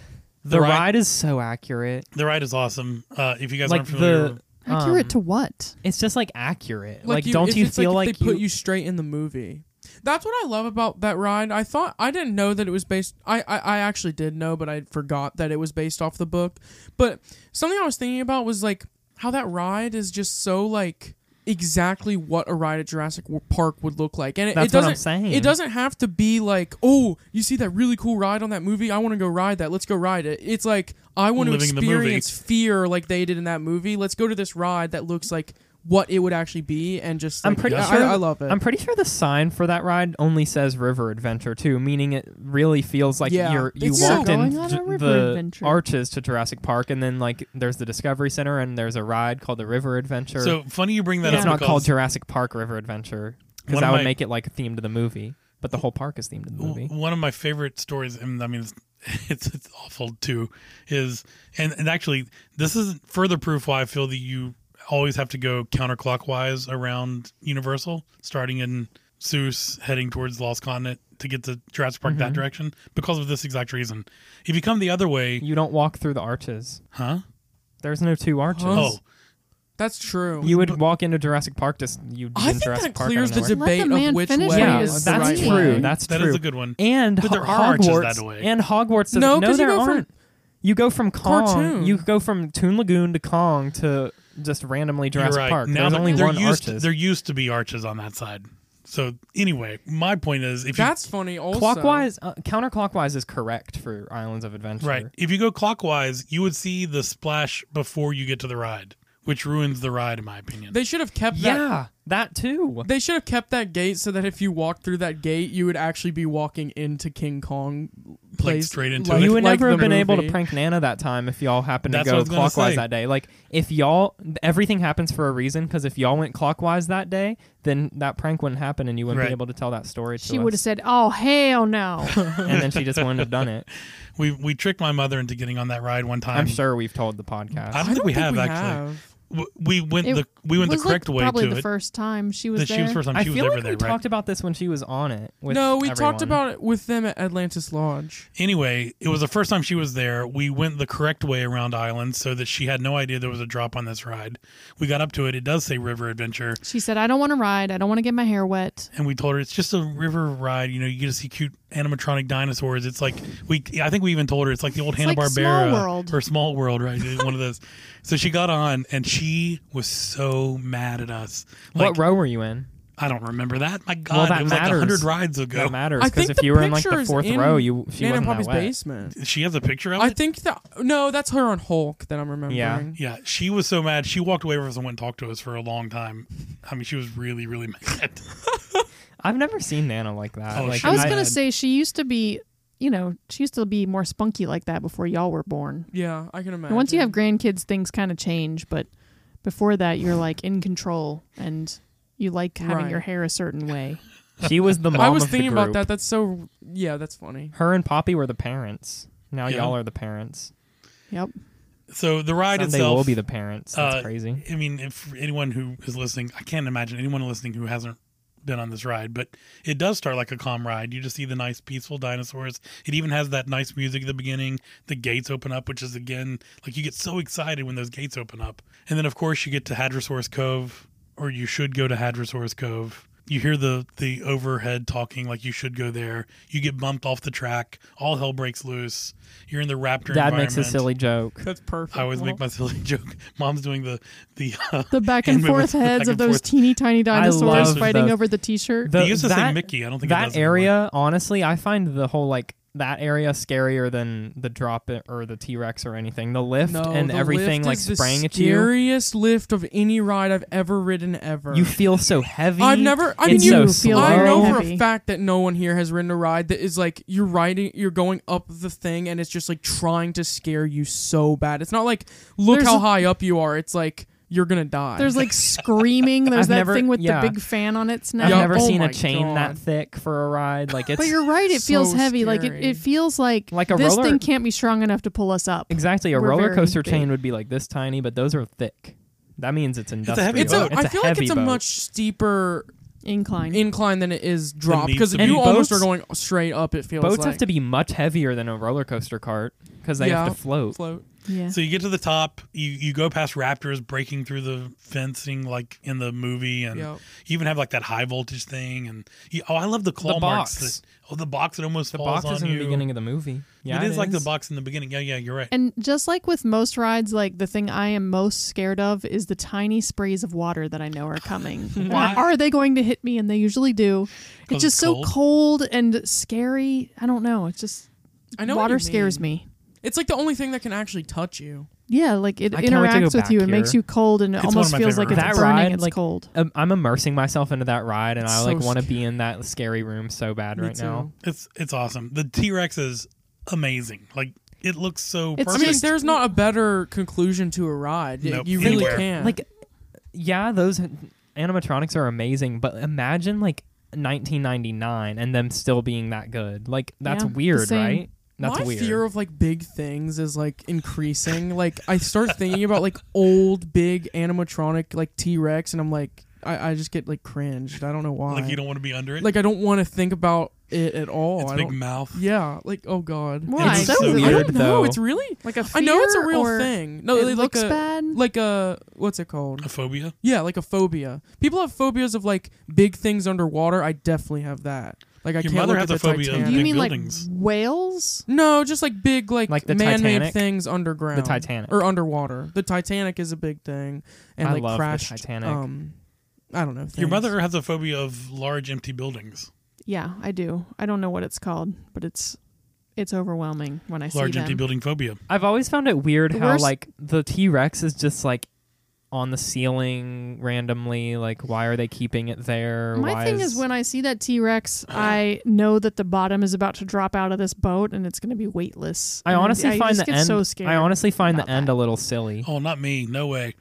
[SPEAKER 2] The,
[SPEAKER 1] The
[SPEAKER 2] ride,
[SPEAKER 1] ride-
[SPEAKER 2] is so accurate.
[SPEAKER 1] The ride is awesome. Uh, if you guys
[SPEAKER 2] Like
[SPEAKER 1] aren't familiar,
[SPEAKER 2] the,
[SPEAKER 3] Accurate
[SPEAKER 2] um,
[SPEAKER 3] to what?
[SPEAKER 2] it's just like accurate. Like,
[SPEAKER 4] you-
[SPEAKER 2] don't
[SPEAKER 4] if
[SPEAKER 2] you
[SPEAKER 4] it's
[SPEAKER 2] feel
[SPEAKER 4] like,
[SPEAKER 2] like,
[SPEAKER 4] if they
[SPEAKER 2] you,
[SPEAKER 4] put you straight in the movie? That's what I love about that ride. I thought I didn't know that it was based. I, I I actually did know, but I forgot that it was based off the book. But something I was thinking about was like how that ride is just so like exactly what a ride at Jurassic Wo- Park would look like, and it,
[SPEAKER 2] That's
[SPEAKER 4] it
[SPEAKER 2] what
[SPEAKER 4] doesn't.
[SPEAKER 2] I'm saying.
[SPEAKER 4] It doesn't have to be like, oh, you see that really cool ride on that movie? I want to go ride that. Let's go ride it. It's like I want to
[SPEAKER 1] Living the movie.
[SPEAKER 4] experience fear like they did in that movie. Let's go to this ride that looks like what it would actually be and just
[SPEAKER 2] I'm
[SPEAKER 4] like-
[SPEAKER 2] pretty
[SPEAKER 4] I-
[SPEAKER 2] sure
[SPEAKER 4] I, love it.
[SPEAKER 2] I'm pretty sure the sign for that ride only says River Adventure too, meaning it really feels like
[SPEAKER 4] Yeah.
[SPEAKER 2] you're you
[SPEAKER 4] It's so-
[SPEAKER 2] walked
[SPEAKER 3] Going
[SPEAKER 2] in
[SPEAKER 3] on
[SPEAKER 2] d-
[SPEAKER 3] a river
[SPEAKER 2] the
[SPEAKER 3] adventure.
[SPEAKER 2] arches to Jurassic Park, and then like there's the Discovery Center, and there's a ride called the River Adventure.
[SPEAKER 1] so funny you bring that
[SPEAKER 2] it's
[SPEAKER 1] up.
[SPEAKER 2] not
[SPEAKER 1] because-
[SPEAKER 2] called Jurassic Park River Adventure because
[SPEAKER 1] One of
[SPEAKER 2] that would
[SPEAKER 1] my-
[SPEAKER 2] make it like themed to the movie, but the whole park is themed to the movie.
[SPEAKER 1] One of my favorite stories, and I mean, it's, it's, it's awful too, is, and, and actually, this is further proof why I feel that you always have to go counterclockwise around Universal, starting in Seuss, heading towards Lost Continent to get to Jurassic Park
[SPEAKER 2] Mm-hmm.
[SPEAKER 1] that direction, because of this exact reason. If you come the other way,
[SPEAKER 2] You don't walk through the arches.
[SPEAKER 1] huh?
[SPEAKER 2] There's no two arches.
[SPEAKER 1] Oh,
[SPEAKER 4] That's true.
[SPEAKER 2] You would walk into Jurassic Park. Just you.
[SPEAKER 4] I
[SPEAKER 2] in
[SPEAKER 4] think
[SPEAKER 2] Jurassic
[SPEAKER 4] that
[SPEAKER 2] Park, I
[SPEAKER 4] clears
[SPEAKER 2] don't
[SPEAKER 4] the
[SPEAKER 2] know
[SPEAKER 3] Let the
[SPEAKER 4] debate of
[SPEAKER 3] man
[SPEAKER 4] which
[SPEAKER 3] finish what
[SPEAKER 4] way
[SPEAKER 3] he
[SPEAKER 2] Yeah,
[SPEAKER 3] is
[SPEAKER 4] is the
[SPEAKER 2] that's
[SPEAKER 4] right
[SPEAKER 2] true.
[SPEAKER 4] way.
[SPEAKER 2] That's
[SPEAKER 1] that
[SPEAKER 2] true.
[SPEAKER 1] is a good one.
[SPEAKER 2] And
[SPEAKER 1] But there
[SPEAKER 2] Ho-
[SPEAKER 1] are arches
[SPEAKER 2] Hogwarts
[SPEAKER 1] that way.
[SPEAKER 2] and Hogwarts. doesn't-
[SPEAKER 4] No,
[SPEAKER 2] no,
[SPEAKER 4] 'cause you
[SPEAKER 2] there
[SPEAKER 4] go from
[SPEAKER 2] aren't. you go from Kong.
[SPEAKER 4] Cartoon.
[SPEAKER 2] You go from Toon Lagoon to Kong to just randomly
[SPEAKER 1] You're
[SPEAKER 2] Jurassic
[SPEAKER 1] right.
[SPEAKER 2] Park.
[SPEAKER 1] Now
[SPEAKER 2] There's
[SPEAKER 1] that-
[SPEAKER 2] only
[SPEAKER 1] there
[SPEAKER 2] one
[SPEAKER 1] used,
[SPEAKER 2] arches.
[SPEAKER 1] There used to be arches on that side. So anyway, my point is, if you
[SPEAKER 4] That's funny. Also,
[SPEAKER 2] Clockwise, uh, counterclockwise is correct for Islands of Adventure.
[SPEAKER 1] Right. If you go clockwise, you would see the splash before you get to the ride, which ruins the ride, in my opinion.
[SPEAKER 4] They should have kept that.
[SPEAKER 2] Yeah, that too.
[SPEAKER 4] They should have kept that gate so that if you walked through that gate, you would actually be walking into King Kong place.
[SPEAKER 1] straight into
[SPEAKER 4] like,
[SPEAKER 1] it.
[SPEAKER 2] you would
[SPEAKER 4] like
[SPEAKER 2] never
[SPEAKER 4] the
[SPEAKER 2] have been able to
[SPEAKER 4] movie.
[SPEAKER 2] prank Nana that time if y'all happened
[SPEAKER 1] That's what I
[SPEAKER 2] to go
[SPEAKER 1] was gonna
[SPEAKER 2] clockwise
[SPEAKER 1] say.
[SPEAKER 2] that day. Like if y'all, everything happens for a reason. Because if y'all went clockwise that day, then that prank wouldn't happen, and you wouldn't
[SPEAKER 1] Right.
[SPEAKER 2] be able to tell that story. To
[SPEAKER 3] She
[SPEAKER 2] us.
[SPEAKER 3] would have said, "Oh hell no."
[SPEAKER 2] and then she just wouldn't have done it.
[SPEAKER 1] we we tricked my mother into getting on that ride one time.
[SPEAKER 2] I'm, sure we've told the podcast.
[SPEAKER 1] I don't, think we have actually.
[SPEAKER 4] have.
[SPEAKER 1] W We went
[SPEAKER 3] It
[SPEAKER 1] the we went the
[SPEAKER 3] was,
[SPEAKER 1] correct
[SPEAKER 3] like,
[SPEAKER 1] way
[SPEAKER 3] probably
[SPEAKER 1] to
[SPEAKER 3] the
[SPEAKER 1] it.
[SPEAKER 3] first time she was
[SPEAKER 1] That
[SPEAKER 3] there.
[SPEAKER 1] she was first time
[SPEAKER 2] I
[SPEAKER 1] she was
[SPEAKER 2] feel
[SPEAKER 1] ever
[SPEAKER 2] like
[SPEAKER 1] there,
[SPEAKER 2] we
[SPEAKER 1] right?
[SPEAKER 2] talked about this when she was on it. With
[SPEAKER 4] No, we
[SPEAKER 2] everyone.
[SPEAKER 4] talked about it with them at Atlantis Lodge.
[SPEAKER 1] anyway, it was the first time she was there. We went the correct way around island so that she had no idea there was a drop on this ride. We got up to it. It does say River Adventure,
[SPEAKER 3] She said, "I don't want to ride. I don't want to get my hair wet."
[SPEAKER 1] and we told her it's just a river ride. You know, you get to see cute animatronic dinosaurs. It's like we, I think we even told her it's like the old
[SPEAKER 3] It's
[SPEAKER 1] Hanna
[SPEAKER 3] like
[SPEAKER 1] Barbera
[SPEAKER 3] Small World.
[SPEAKER 1] or Small World, right? One of those. So she got on, and she was so mad at us. Like,
[SPEAKER 2] what row were you in?
[SPEAKER 1] I don't remember that. My God,
[SPEAKER 2] that
[SPEAKER 1] it was
[SPEAKER 2] matters.
[SPEAKER 1] like hundred rides ago.
[SPEAKER 2] That matters
[SPEAKER 4] I
[SPEAKER 2] because
[SPEAKER 4] think
[SPEAKER 2] if
[SPEAKER 4] the
[SPEAKER 2] you were in like
[SPEAKER 4] picture
[SPEAKER 2] the
[SPEAKER 4] is
[SPEAKER 2] fourth
[SPEAKER 4] in
[SPEAKER 2] row, you she
[SPEAKER 4] Nan
[SPEAKER 2] wasn't
[SPEAKER 4] and
[SPEAKER 2] that
[SPEAKER 4] Poppy's
[SPEAKER 2] wet.
[SPEAKER 4] basement.
[SPEAKER 1] She has a picture of
[SPEAKER 4] I
[SPEAKER 1] it.
[SPEAKER 4] think that no, that's her on Hulk that I'm remembering.
[SPEAKER 1] Yeah, she was so mad. She walked away from us and went and talked to us for a long time. I mean, she was really, really mad.
[SPEAKER 2] I've never seen Nana like that.
[SPEAKER 1] Oh,
[SPEAKER 2] like,
[SPEAKER 1] she
[SPEAKER 3] I was
[SPEAKER 1] I-
[SPEAKER 3] gonna say she used to be, you know, she used to be more spunky like that before y'all were born.
[SPEAKER 4] Yeah, I can imagine.
[SPEAKER 3] And once you have grandkids, things kind of change. But before that, you're like in control and you like having
[SPEAKER 4] Right.
[SPEAKER 3] your hair a certain way.
[SPEAKER 2] she was the mom.
[SPEAKER 4] I was
[SPEAKER 2] of the
[SPEAKER 4] thinking about
[SPEAKER 2] group.
[SPEAKER 4] that. That's so. Yeah, that's funny.
[SPEAKER 2] Her and Poppy were the parents. Now
[SPEAKER 1] Yeah.
[SPEAKER 2] y'all are the parents.
[SPEAKER 3] Yep.
[SPEAKER 1] So the ride
[SPEAKER 2] Someday
[SPEAKER 1] itself.
[SPEAKER 2] we'll be the parents. That's
[SPEAKER 1] uh,
[SPEAKER 2] crazy.
[SPEAKER 1] I mean, if anyone who is listening, I can't imagine anyone listening who hasn't been on this ride, but it does start like a calm ride. You just see the nice, peaceful dinosaurs. It even has that nice music at the beginning. The gates open up, which is again, like you get so excited when those gates open up. And then, of course, you get to Hadrosaurus Cove, or you should go to Hadrosaurus Cove. You hear the the overhead talking like you should go there. You get bumped off the track. All hell breaks loose. You're in the raptor
[SPEAKER 2] Dad
[SPEAKER 1] environment.
[SPEAKER 2] makes a silly joke.
[SPEAKER 4] That's perfect.
[SPEAKER 1] I always make my silly joke. Mom's doing the the uh,
[SPEAKER 3] The back and
[SPEAKER 1] hand movements,
[SPEAKER 3] forth
[SPEAKER 1] the back
[SPEAKER 3] heads of
[SPEAKER 1] and
[SPEAKER 3] those
[SPEAKER 1] forth.
[SPEAKER 3] teeny tiny dinosaurs
[SPEAKER 2] love
[SPEAKER 3] fighting
[SPEAKER 2] those.
[SPEAKER 3] over the T-shirt.
[SPEAKER 2] The-
[SPEAKER 1] They used to say
[SPEAKER 2] that-
[SPEAKER 1] Mickey. I don't think it does
[SPEAKER 2] that
[SPEAKER 1] anymore.
[SPEAKER 2] area. Honestly, I find the whole like that area scarier than the drop it or the T Rex or anything. The lift
[SPEAKER 4] No,
[SPEAKER 2] and
[SPEAKER 4] the
[SPEAKER 2] everything
[SPEAKER 4] lift
[SPEAKER 2] like
[SPEAKER 4] is the
[SPEAKER 2] spraying at you.
[SPEAKER 4] scariest lift of any ride I've ever ridden ever.
[SPEAKER 2] You feel so heavy.
[SPEAKER 4] I've never. I mean,
[SPEAKER 2] it's
[SPEAKER 4] you.
[SPEAKER 2] so
[SPEAKER 3] feel
[SPEAKER 2] slow.
[SPEAKER 4] I
[SPEAKER 3] very
[SPEAKER 4] know for
[SPEAKER 3] heavy.
[SPEAKER 4] a fact that no one here has ridden a ride that is like you're riding, you're going up the thing, and it's just like trying to scare you so bad. It's not like look
[SPEAKER 3] There's
[SPEAKER 4] how
[SPEAKER 3] a-
[SPEAKER 4] high up you are. It's like you're gonna die.
[SPEAKER 3] There's like screaming. There's
[SPEAKER 2] I've
[SPEAKER 3] that
[SPEAKER 2] never-
[SPEAKER 3] thing with
[SPEAKER 2] yeah.
[SPEAKER 3] the big fan on its neck.
[SPEAKER 2] I've
[SPEAKER 4] Yeah,
[SPEAKER 2] never
[SPEAKER 4] oh
[SPEAKER 2] seen
[SPEAKER 4] my
[SPEAKER 2] a chain
[SPEAKER 4] God.
[SPEAKER 2] that thick for a ride. Like it's
[SPEAKER 3] But you're right. It feels
[SPEAKER 4] so
[SPEAKER 3] heavy. Like it,
[SPEAKER 4] scary.
[SPEAKER 3] it feels like,
[SPEAKER 2] Like a
[SPEAKER 3] this
[SPEAKER 2] roller-
[SPEAKER 3] thing can't be strong enough to pull us up.
[SPEAKER 2] exactly a
[SPEAKER 3] We're
[SPEAKER 2] roller
[SPEAKER 3] very
[SPEAKER 2] coaster
[SPEAKER 3] big.
[SPEAKER 2] chain would be like this tiny, but those are thick. That means it's industrial.
[SPEAKER 1] heavy
[SPEAKER 4] it's a.
[SPEAKER 1] boat.
[SPEAKER 4] I feel like
[SPEAKER 2] heavy
[SPEAKER 4] it's a
[SPEAKER 2] boat.
[SPEAKER 4] much steeper
[SPEAKER 3] Incline.
[SPEAKER 4] incline than it is drop
[SPEAKER 1] needs
[SPEAKER 4] because
[SPEAKER 1] to
[SPEAKER 4] you
[SPEAKER 1] be.
[SPEAKER 4] almost
[SPEAKER 2] Boats-
[SPEAKER 4] are going straight up. It feels
[SPEAKER 2] boats
[SPEAKER 4] like.
[SPEAKER 2] have to be much heavier than a roller coaster cart because they have
[SPEAKER 4] Yeah,
[SPEAKER 2] to float.
[SPEAKER 4] float.
[SPEAKER 3] yeah.
[SPEAKER 1] So you get to the top. You you go past raptors breaking through the fencing like in the movie, and
[SPEAKER 4] Yep.
[SPEAKER 1] you even have like that high voltage thing. And you, oh, I love the claw
[SPEAKER 2] The
[SPEAKER 1] marks.
[SPEAKER 2] box.
[SPEAKER 1] That, oh, the box that almost
[SPEAKER 2] The
[SPEAKER 1] falls
[SPEAKER 2] box is
[SPEAKER 1] on
[SPEAKER 2] in
[SPEAKER 1] you.
[SPEAKER 2] the beginning of the movie. Yeah,
[SPEAKER 1] it is like the box in the beginning. Yeah, yeah, you're right.
[SPEAKER 3] And just like with most rides, like the thing I am most scared of is the tiny sprays of water that I know are coming.
[SPEAKER 1] Why?
[SPEAKER 3] are they going to hit me? And they usually do. It's
[SPEAKER 1] 'Cause
[SPEAKER 3] just
[SPEAKER 1] it's
[SPEAKER 3] so
[SPEAKER 1] cold?
[SPEAKER 3] cold and scary. I don't know. It's just
[SPEAKER 4] I know what
[SPEAKER 3] water
[SPEAKER 4] you
[SPEAKER 3] scares
[SPEAKER 4] mean.
[SPEAKER 3] me.
[SPEAKER 4] It's like the only thing that can actually touch you.
[SPEAKER 3] Yeah, like it
[SPEAKER 2] I can't wait to go
[SPEAKER 3] interacts with
[SPEAKER 2] back
[SPEAKER 3] you. It makes
[SPEAKER 2] here.
[SPEAKER 3] you cold, and it
[SPEAKER 1] It's one of
[SPEAKER 3] almost
[SPEAKER 1] my
[SPEAKER 3] feels like
[SPEAKER 1] favorite
[SPEAKER 3] it's
[SPEAKER 1] rides.
[SPEAKER 2] that
[SPEAKER 3] burning.
[SPEAKER 2] ride,
[SPEAKER 3] it's
[SPEAKER 2] like
[SPEAKER 3] cold.
[SPEAKER 2] um, I'm immersing myself into that ride, and I
[SPEAKER 4] It's
[SPEAKER 2] like
[SPEAKER 4] so
[SPEAKER 2] want to be in that scary room so bad right now.
[SPEAKER 1] It's it's awesome. The T Rex is amazing. Like it looks so
[SPEAKER 3] It's
[SPEAKER 4] I
[SPEAKER 1] perfect.
[SPEAKER 4] mean,
[SPEAKER 3] just-
[SPEAKER 4] there's not a better conclusion to a ride. Y-
[SPEAKER 1] Nope.
[SPEAKER 4] You really
[SPEAKER 1] Anywhere.
[SPEAKER 4] can.
[SPEAKER 2] Like, yeah, those animatronics are amazing, but imagine like 1999 and them still being that good. Like that's
[SPEAKER 3] Yeah, the
[SPEAKER 2] weird,
[SPEAKER 3] same.
[SPEAKER 2] right? That's
[SPEAKER 4] my
[SPEAKER 2] weird.
[SPEAKER 4] fear of like big things is like increasing. like I start thinking about like old big animatronic like T Rex, and I'm like, I, I just get like cringed. I don't know why.
[SPEAKER 1] like you don't want to be under it.
[SPEAKER 4] Like, I don't want to think about it at all.
[SPEAKER 2] oh,
[SPEAKER 1] its
[SPEAKER 4] I
[SPEAKER 1] big
[SPEAKER 4] don't-
[SPEAKER 1] mouth.
[SPEAKER 4] yeah, like oh god.
[SPEAKER 3] Why?
[SPEAKER 1] It's
[SPEAKER 4] It's
[SPEAKER 1] so
[SPEAKER 4] I
[SPEAKER 2] weird,
[SPEAKER 4] don't know.
[SPEAKER 2] though.
[SPEAKER 4] It's really.
[SPEAKER 3] Like a fear
[SPEAKER 4] I know it's a real
[SPEAKER 3] or
[SPEAKER 4] thing. No,
[SPEAKER 3] it
[SPEAKER 4] like
[SPEAKER 3] looks
[SPEAKER 4] a,
[SPEAKER 3] bad?
[SPEAKER 4] Like a what's it called?
[SPEAKER 1] A phobia.
[SPEAKER 4] Yeah, like a phobia. People have phobias of like big things underwater. I definitely have that. Like I
[SPEAKER 1] Your
[SPEAKER 4] can't
[SPEAKER 1] mother
[SPEAKER 4] look
[SPEAKER 1] has
[SPEAKER 4] at
[SPEAKER 1] a
[SPEAKER 4] the
[SPEAKER 1] phobia of
[SPEAKER 4] Titanic.
[SPEAKER 3] You
[SPEAKER 1] Big
[SPEAKER 3] mean
[SPEAKER 1] buildings.
[SPEAKER 3] like whales?
[SPEAKER 4] No, just like big like,
[SPEAKER 2] Like the
[SPEAKER 4] man-made
[SPEAKER 2] Titanic?
[SPEAKER 4] things underground.
[SPEAKER 2] The Titanic.
[SPEAKER 4] or underwater. The Titanic is a big thing, and
[SPEAKER 2] I
[SPEAKER 4] like
[SPEAKER 2] love the
[SPEAKER 4] crashed.
[SPEAKER 2] Titanic.
[SPEAKER 4] Um, I don't know.
[SPEAKER 1] Your
[SPEAKER 4] things.
[SPEAKER 1] mother has a phobia of large empty buildings.
[SPEAKER 3] Yeah, I do. I don't know what it's called, but it's it's overwhelming when I
[SPEAKER 1] Large
[SPEAKER 3] see
[SPEAKER 1] empty
[SPEAKER 3] them.
[SPEAKER 1] building phobia.
[SPEAKER 2] I've always found it weird
[SPEAKER 3] The
[SPEAKER 2] how
[SPEAKER 3] worst-
[SPEAKER 2] like the T Rex is just like on the ceiling randomly. Like, why are they keeping it there?
[SPEAKER 3] My
[SPEAKER 2] why
[SPEAKER 3] thing is when I see that T Rex, I know that the bottom is about to drop out of this boat and it's going to be weightless.
[SPEAKER 2] I
[SPEAKER 3] And
[SPEAKER 2] honestly
[SPEAKER 3] I
[SPEAKER 2] find
[SPEAKER 3] just
[SPEAKER 2] the
[SPEAKER 3] get
[SPEAKER 2] end.
[SPEAKER 3] so scared.
[SPEAKER 2] I honestly find the
[SPEAKER 3] about
[SPEAKER 2] end
[SPEAKER 3] that.
[SPEAKER 2] a little silly.
[SPEAKER 1] Oh, not me. No way.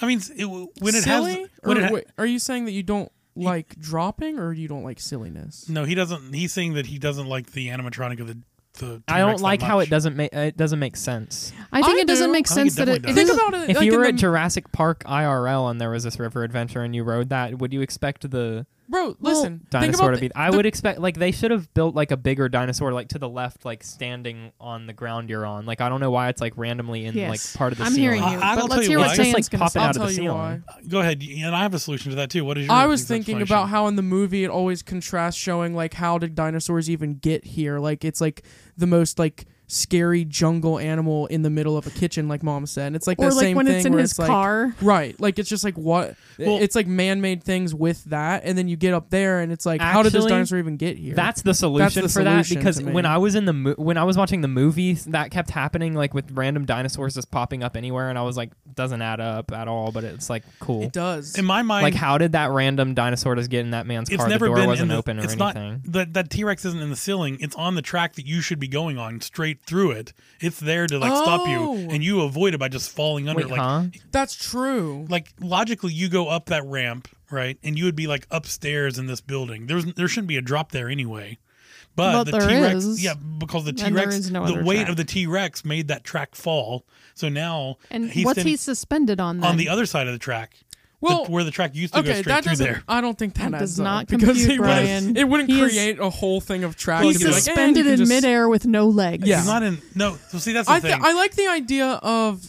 [SPEAKER 1] I mean, it, when it
[SPEAKER 4] silly?
[SPEAKER 1] has when
[SPEAKER 4] Or
[SPEAKER 1] it ha-
[SPEAKER 4] wait, are you saying that you don't like dropping, or you don't like silliness?
[SPEAKER 1] no, he doesn't. He's saying that he doesn't like the animatronic of the the.
[SPEAKER 2] I
[SPEAKER 1] T-Rex
[SPEAKER 2] don't
[SPEAKER 1] that
[SPEAKER 2] like how
[SPEAKER 1] much.
[SPEAKER 2] it doesn't make it doesn't make sense.
[SPEAKER 3] I think
[SPEAKER 4] I
[SPEAKER 3] it doesn't
[SPEAKER 4] do.
[SPEAKER 3] make
[SPEAKER 1] I think it
[SPEAKER 3] sense that it.
[SPEAKER 1] definitely
[SPEAKER 4] Think
[SPEAKER 3] doesn't-
[SPEAKER 4] about it.
[SPEAKER 2] If
[SPEAKER 4] like,
[SPEAKER 2] you
[SPEAKER 4] in
[SPEAKER 2] were
[SPEAKER 4] the-
[SPEAKER 2] at Jurassic Park IRL and there was this river adventure and you rode that, would you expect the
[SPEAKER 4] bro,
[SPEAKER 3] Well,
[SPEAKER 4] listen. think
[SPEAKER 2] dinosaur
[SPEAKER 4] about
[SPEAKER 2] to
[SPEAKER 4] the-
[SPEAKER 2] be? I
[SPEAKER 4] the-
[SPEAKER 2] would expect like they should have built like a bigger dinosaur like to the left, like standing on the ground you're on. Like I don't know why it's like randomly in
[SPEAKER 3] Yes.
[SPEAKER 2] like part of the
[SPEAKER 3] I'm
[SPEAKER 2] ceiling.
[SPEAKER 3] hearing you,
[SPEAKER 1] I- I will
[SPEAKER 3] but
[SPEAKER 1] tell
[SPEAKER 3] let's
[SPEAKER 1] you
[SPEAKER 3] hear
[SPEAKER 1] why. It's
[SPEAKER 3] what
[SPEAKER 1] just,
[SPEAKER 2] like,
[SPEAKER 3] Shane's going to
[SPEAKER 2] popping
[SPEAKER 4] I'll
[SPEAKER 2] out of the
[SPEAKER 4] tell you
[SPEAKER 2] ceiling.
[SPEAKER 4] why.
[SPEAKER 1] Go ahead, and I have a solution to that too. What is your?
[SPEAKER 4] I was
[SPEAKER 1] exact
[SPEAKER 4] thinking
[SPEAKER 1] explanation?
[SPEAKER 4] about how in the movie it always contrasts showing like how did dinosaurs even get here? Like it's like the most like scary jungle animal in the middle of a kitchen, like Mom said. And it's like
[SPEAKER 3] or
[SPEAKER 4] the
[SPEAKER 3] like
[SPEAKER 4] same
[SPEAKER 3] when
[SPEAKER 4] thing
[SPEAKER 3] it's in
[SPEAKER 4] where
[SPEAKER 3] his
[SPEAKER 4] it's like-
[SPEAKER 3] car.
[SPEAKER 4] right? Like it's just like what?
[SPEAKER 1] Well-
[SPEAKER 4] it's like man-made things with that, and then you get up there, and it's like, how did this
[SPEAKER 2] Actually,
[SPEAKER 4] dinosaur even get here?
[SPEAKER 2] That's the solution for
[SPEAKER 4] solution
[SPEAKER 2] that because
[SPEAKER 4] to me.
[SPEAKER 2] when I was in the mo- when I was watching the movies, that kept happening like with random dinosaurs just popping up anywhere, and I was like, doesn't add up at all. But it's like cool.
[SPEAKER 4] it does.
[SPEAKER 1] In my mind,
[SPEAKER 2] like how did that random dinosaur just get in that man's
[SPEAKER 1] it's
[SPEAKER 2] car?
[SPEAKER 1] never
[SPEAKER 2] the door
[SPEAKER 1] been
[SPEAKER 2] wasn't
[SPEAKER 1] in the,
[SPEAKER 2] open or
[SPEAKER 1] it's
[SPEAKER 2] anything.
[SPEAKER 1] not that that T-Rex isn't in the ceiling. It's on the track that you should be going on straight through it. It's there to like stop you
[SPEAKER 4] Oh.
[SPEAKER 1] and you avoid it by just falling under
[SPEAKER 2] Wait,
[SPEAKER 1] like
[SPEAKER 2] huh?
[SPEAKER 4] That's true.
[SPEAKER 1] like logically you go up that ramp, right? And you would be like upstairs in this building. There's there shouldn't be a drop there anyway. But,
[SPEAKER 3] But
[SPEAKER 1] the
[SPEAKER 3] there
[SPEAKER 1] T-Rex
[SPEAKER 3] is.
[SPEAKER 1] yeah, because the
[SPEAKER 3] there
[SPEAKER 1] T-Rex
[SPEAKER 3] is no
[SPEAKER 1] the
[SPEAKER 3] other
[SPEAKER 1] weight
[SPEAKER 3] track.
[SPEAKER 1] of the T-Rex made that track fall. So now
[SPEAKER 3] And
[SPEAKER 1] he's
[SPEAKER 3] what's
[SPEAKER 1] standing
[SPEAKER 3] he suspended on? Then?
[SPEAKER 1] on the other side of the track. the-
[SPEAKER 4] Well,
[SPEAKER 1] where the track used to go
[SPEAKER 4] okay,
[SPEAKER 1] straight
[SPEAKER 4] that
[SPEAKER 1] through
[SPEAKER 4] doesn't.
[SPEAKER 1] there.
[SPEAKER 4] I don't think that,
[SPEAKER 3] That
[SPEAKER 4] adds
[SPEAKER 3] does
[SPEAKER 4] up,
[SPEAKER 3] not
[SPEAKER 4] because
[SPEAKER 3] compute,
[SPEAKER 4] it wouldn't-
[SPEAKER 3] Brian.
[SPEAKER 4] It wouldn't
[SPEAKER 3] He is-
[SPEAKER 4] create a whole thing of track.
[SPEAKER 3] He's
[SPEAKER 4] to be like, "Eh, you
[SPEAKER 3] suspended
[SPEAKER 4] can
[SPEAKER 3] in
[SPEAKER 4] just-
[SPEAKER 3] midair with no legs.
[SPEAKER 4] Yeah.
[SPEAKER 1] He's not in no. So see that's the
[SPEAKER 4] I,
[SPEAKER 1] thing.
[SPEAKER 4] th- I like the idea of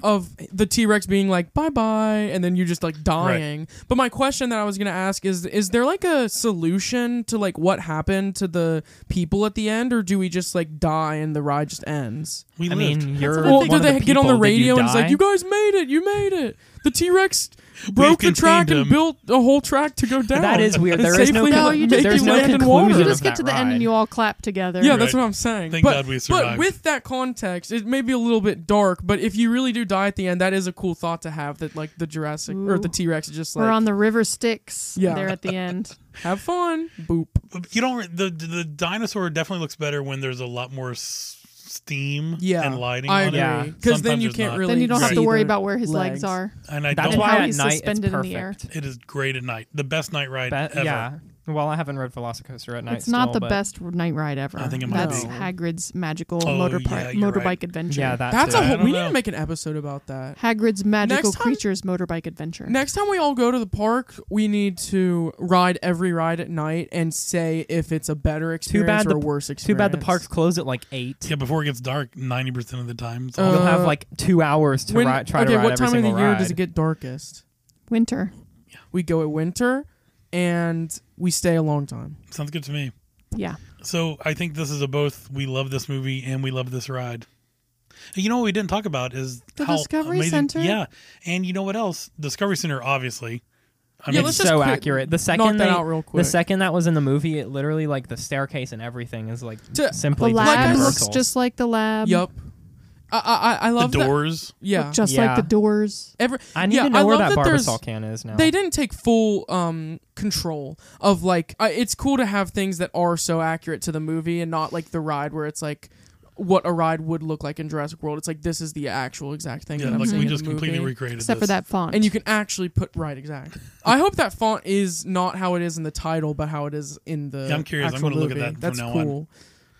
[SPEAKER 4] of the T Rex being like bye bye, and then you just like dying. But my question that I was gonna ask is: Is there like a solution to like what happened to the people at the end, or do we just like die and the ride just ends?
[SPEAKER 1] we
[SPEAKER 2] I
[SPEAKER 1] lived.
[SPEAKER 2] mean, you're
[SPEAKER 4] Well,
[SPEAKER 2] one
[SPEAKER 4] did
[SPEAKER 2] of
[SPEAKER 4] they
[SPEAKER 2] the
[SPEAKER 4] get on the
[SPEAKER 2] people. Did
[SPEAKER 4] radio and it's like,
[SPEAKER 2] die?
[SPEAKER 4] "You guys made it! You made it! The T Rex broke the
[SPEAKER 1] contained
[SPEAKER 4] track and
[SPEAKER 1] him."
[SPEAKER 4] built a whole track to go down."
[SPEAKER 2] That is weird.
[SPEAKER 4] And
[SPEAKER 2] There is no
[SPEAKER 4] safely
[SPEAKER 2] cl-
[SPEAKER 4] let-
[SPEAKER 3] you
[SPEAKER 4] make
[SPEAKER 3] just-
[SPEAKER 4] you
[SPEAKER 3] there's no
[SPEAKER 4] land in
[SPEAKER 2] conclusion
[SPEAKER 4] water.
[SPEAKER 3] You
[SPEAKER 2] of
[SPEAKER 3] just
[SPEAKER 2] that
[SPEAKER 3] get to the end
[SPEAKER 2] ride.
[SPEAKER 3] and you all clap together.
[SPEAKER 4] Yeah,
[SPEAKER 1] Right.
[SPEAKER 4] that's what I'm saying.
[SPEAKER 1] Thank
[SPEAKER 4] but,
[SPEAKER 1] God we
[SPEAKER 4] But
[SPEAKER 1] survived.
[SPEAKER 4] with that context, it may be a little bit dark. But if you really do die at the end, that is a cool thought to have. That like the Jurassic or
[SPEAKER 3] Ooh.
[SPEAKER 4] the T Rex is just like
[SPEAKER 3] We're on the river Styx
[SPEAKER 4] Yeah.
[SPEAKER 3] there at the end.
[SPEAKER 4] have fun, boop.
[SPEAKER 1] you don't. re- The the dinosaur definitely looks better when there's a lot more s- steam
[SPEAKER 4] Yeah,
[SPEAKER 1] and lighting.
[SPEAKER 4] I
[SPEAKER 1] on
[SPEAKER 4] agree.
[SPEAKER 1] it.
[SPEAKER 2] Yeah.
[SPEAKER 4] Because then
[SPEAKER 1] Sometimes
[SPEAKER 4] you
[SPEAKER 1] there's
[SPEAKER 4] can't
[SPEAKER 1] not.
[SPEAKER 4] really.
[SPEAKER 3] then you don't have
[SPEAKER 4] see
[SPEAKER 3] to worry
[SPEAKER 4] their
[SPEAKER 3] about where his legs, are.
[SPEAKER 1] And I
[SPEAKER 2] That's
[SPEAKER 1] don't.
[SPEAKER 2] why
[SPEAKER 3] how
[SPEAKER 2] at
[SPEAKER 3] he's
[SPEAKER 2] night it's
[SPEAKER 3] suspended in the air.
[SPEAKER 2] perfect.
[SPEAKER 1] It is great at night. The best night ride
[SPEAKER 2] That-
[SPEAKER 1] ever.
[SPEAKER 2] yeah. Well, I haven't read Velocicoaster at night.
[SPEAKER 3] It's not
[SPEAKER 2] still,
[SPEAKER 3] the
[SPEAKER 2] but-
[SPEAKER 3] best night ride ever.
[SPEAKER 1] I think it might
[SPEAKER 3] That's
[SPEAKER 4] be.
[SPEAKER 3] Hagrid's magical
[SPEAKER 1] Oh,
[SPEAKER 3] motor
[SPEAKER 1] yeah, you're
[SPEAKER 3] motorbike
[SPEAKER 1] right.
[SPEAKER 3] adventure.
[SPEAKER 2] Yeah, that
[SPEAKER 4] That's
[SPEAKER 2] too.
[SPEAKER 4] a
[SPEAKER 1] I
[SPEAKER 4] whole.
[SPEAKER 1] don't
[SPEAKER 4] We need
[SPEAKER 1] know.
[SPEAKER 4] to make an episode about that.
[SPEAKER 3] Hagrid's magical
[SPEAKER 4] time-
[SPEAKER 3] creatures motorbike adventure.
[SPEAKER 4] Next time we all go to the park, we need to ride every ride at night and say if it's a better
[SPEAKER 2] too
[SPEAKER 4] experience
[SPEAKER 2] bad
[SPEAKER 4] or
[SPEAKER 2] the
[SPEAKER 4] a worse experience.
[SPEAKER 2] Too bad the parks close at like eight.
[SPEAKER 1] Yeah, before it gets dark, ninety percent of the time. It's all
[SPEAKER 2] You'll
[SPEAKER 4] Uh,
[SPEAKER 2] have like two hours to
[SPEAKER 4] When-
[SPEAKER 2] ride, try
[SPEAKER 4] okay,
[SPEAKER 2] to ride
[SPEAKER 4] what
[SPEAKER 2] every
[SPEAKER 4] time of the
[SPEAKER 2] single
[SPEAKER 4] year
[SPEAKER 2] ride.
[SPEAKER 4] does it get darkest?
[SPEAKER 3] Winter.
[SPEAKER 4] we go at winter and we stay a long
[SPEAKER 2] Um,
[SPEAKER 4] time.
[SPEAKER 3] Uh.
[SPEAKER 1] sounds good to me.
[SPEAKER 3] Yeah.
[SPEAKER 1] So I think this is a both. We love this movie and we love this ride. And You know what we didn't talk about is
[SPEAKER 3] The
[SPEAKER 1] how
[SPEAKER 3] Discovery
[SPEAKER 1] amazing-
[SPEAKER 3] Center?
[SPEAKER 1] Yeah, and you know what else? Discovery Center, obviously. I
[SPEAKER 4] Yeah,
[SPEAKER 1] mean,
[SPEAKER 4] let's
[SPEAKER 2] it's
[SPEAKER 4] just
[SPEAKER 2] so
[SPEAKER 4] quick-
[SPEAKER 2] accurate. The
[SPEAKER 4] knock
[SPEAKER 2] second
[SPEAKER 4] that
[SPEAKER 2] they-
[SPEAKER 4] out real quick.
[SPEAKER 2] the second that was in the movie, it literally like the staircase and everything is like
[SPEAKER 4] To-
[SPEAKER 2] simply
[SPEAKER 3] the
[SPEAKER 2] just
[SPEAKER 3] lab looks
[SPEAKER 2] universal.
[SPEAKER 3] just like the lab.
[SPEAKER 4] Yup. I I I- I
[SPEAKER 1] the
[SPEAKER 4] love That.
[SPEAKER 1] doors.
[SPEAKER 4] Yeah.
[SPEAKER 3] Just
[SPEAKER 2] Yeah.
[SPEAKER 3] like the doors.
[SPEAKER 4] Every,
[SPEAKER 2] I need
[SPEAKER 4] yeah,
[SPEAKER 2] to know where
[SPEAKER 4] love
[SPEAKER 2] that
[SPEAKER 4] there's-
[SPEAKER 2] barbasol can is now.
[SPEAKER 4] They didn't take full um control of like I it's cool to have things that are so accurate to the movie and not like the ride where it's like what a ride would look like in Jurassic World. It's like this is the actual exact thing.
[SPEAKER 1] Yeah,
[SPEAKER 4] that I'm
[SPEAKER 1] like
[SPEAKER 4] seeing
[SPEAKER 1] we
[SPEAKER 4] in the
[SPEAKER 1] just completely
[SPEAKER 4] movie.
[SPEAKER 1] recreated.
[SPEAKER 3] Except for
[SPEAKER 1] this.
[SPEAKER 3] that font.
[SPEAKER 4] and you can actually put right exact. I hope that font is not how it is in the title, but how it is in the.
[SPEAKER 1] Yeah, I'm curious. I'm
[SPEAKER 4] actual
[SPEAKER 1] gonna look at
[SPEAKER 4] movie.
[SPEAKER 1] that from
[SPEAKER 4] That's
[SPEAKER 1] now on.
[SPEAKER 4] cool.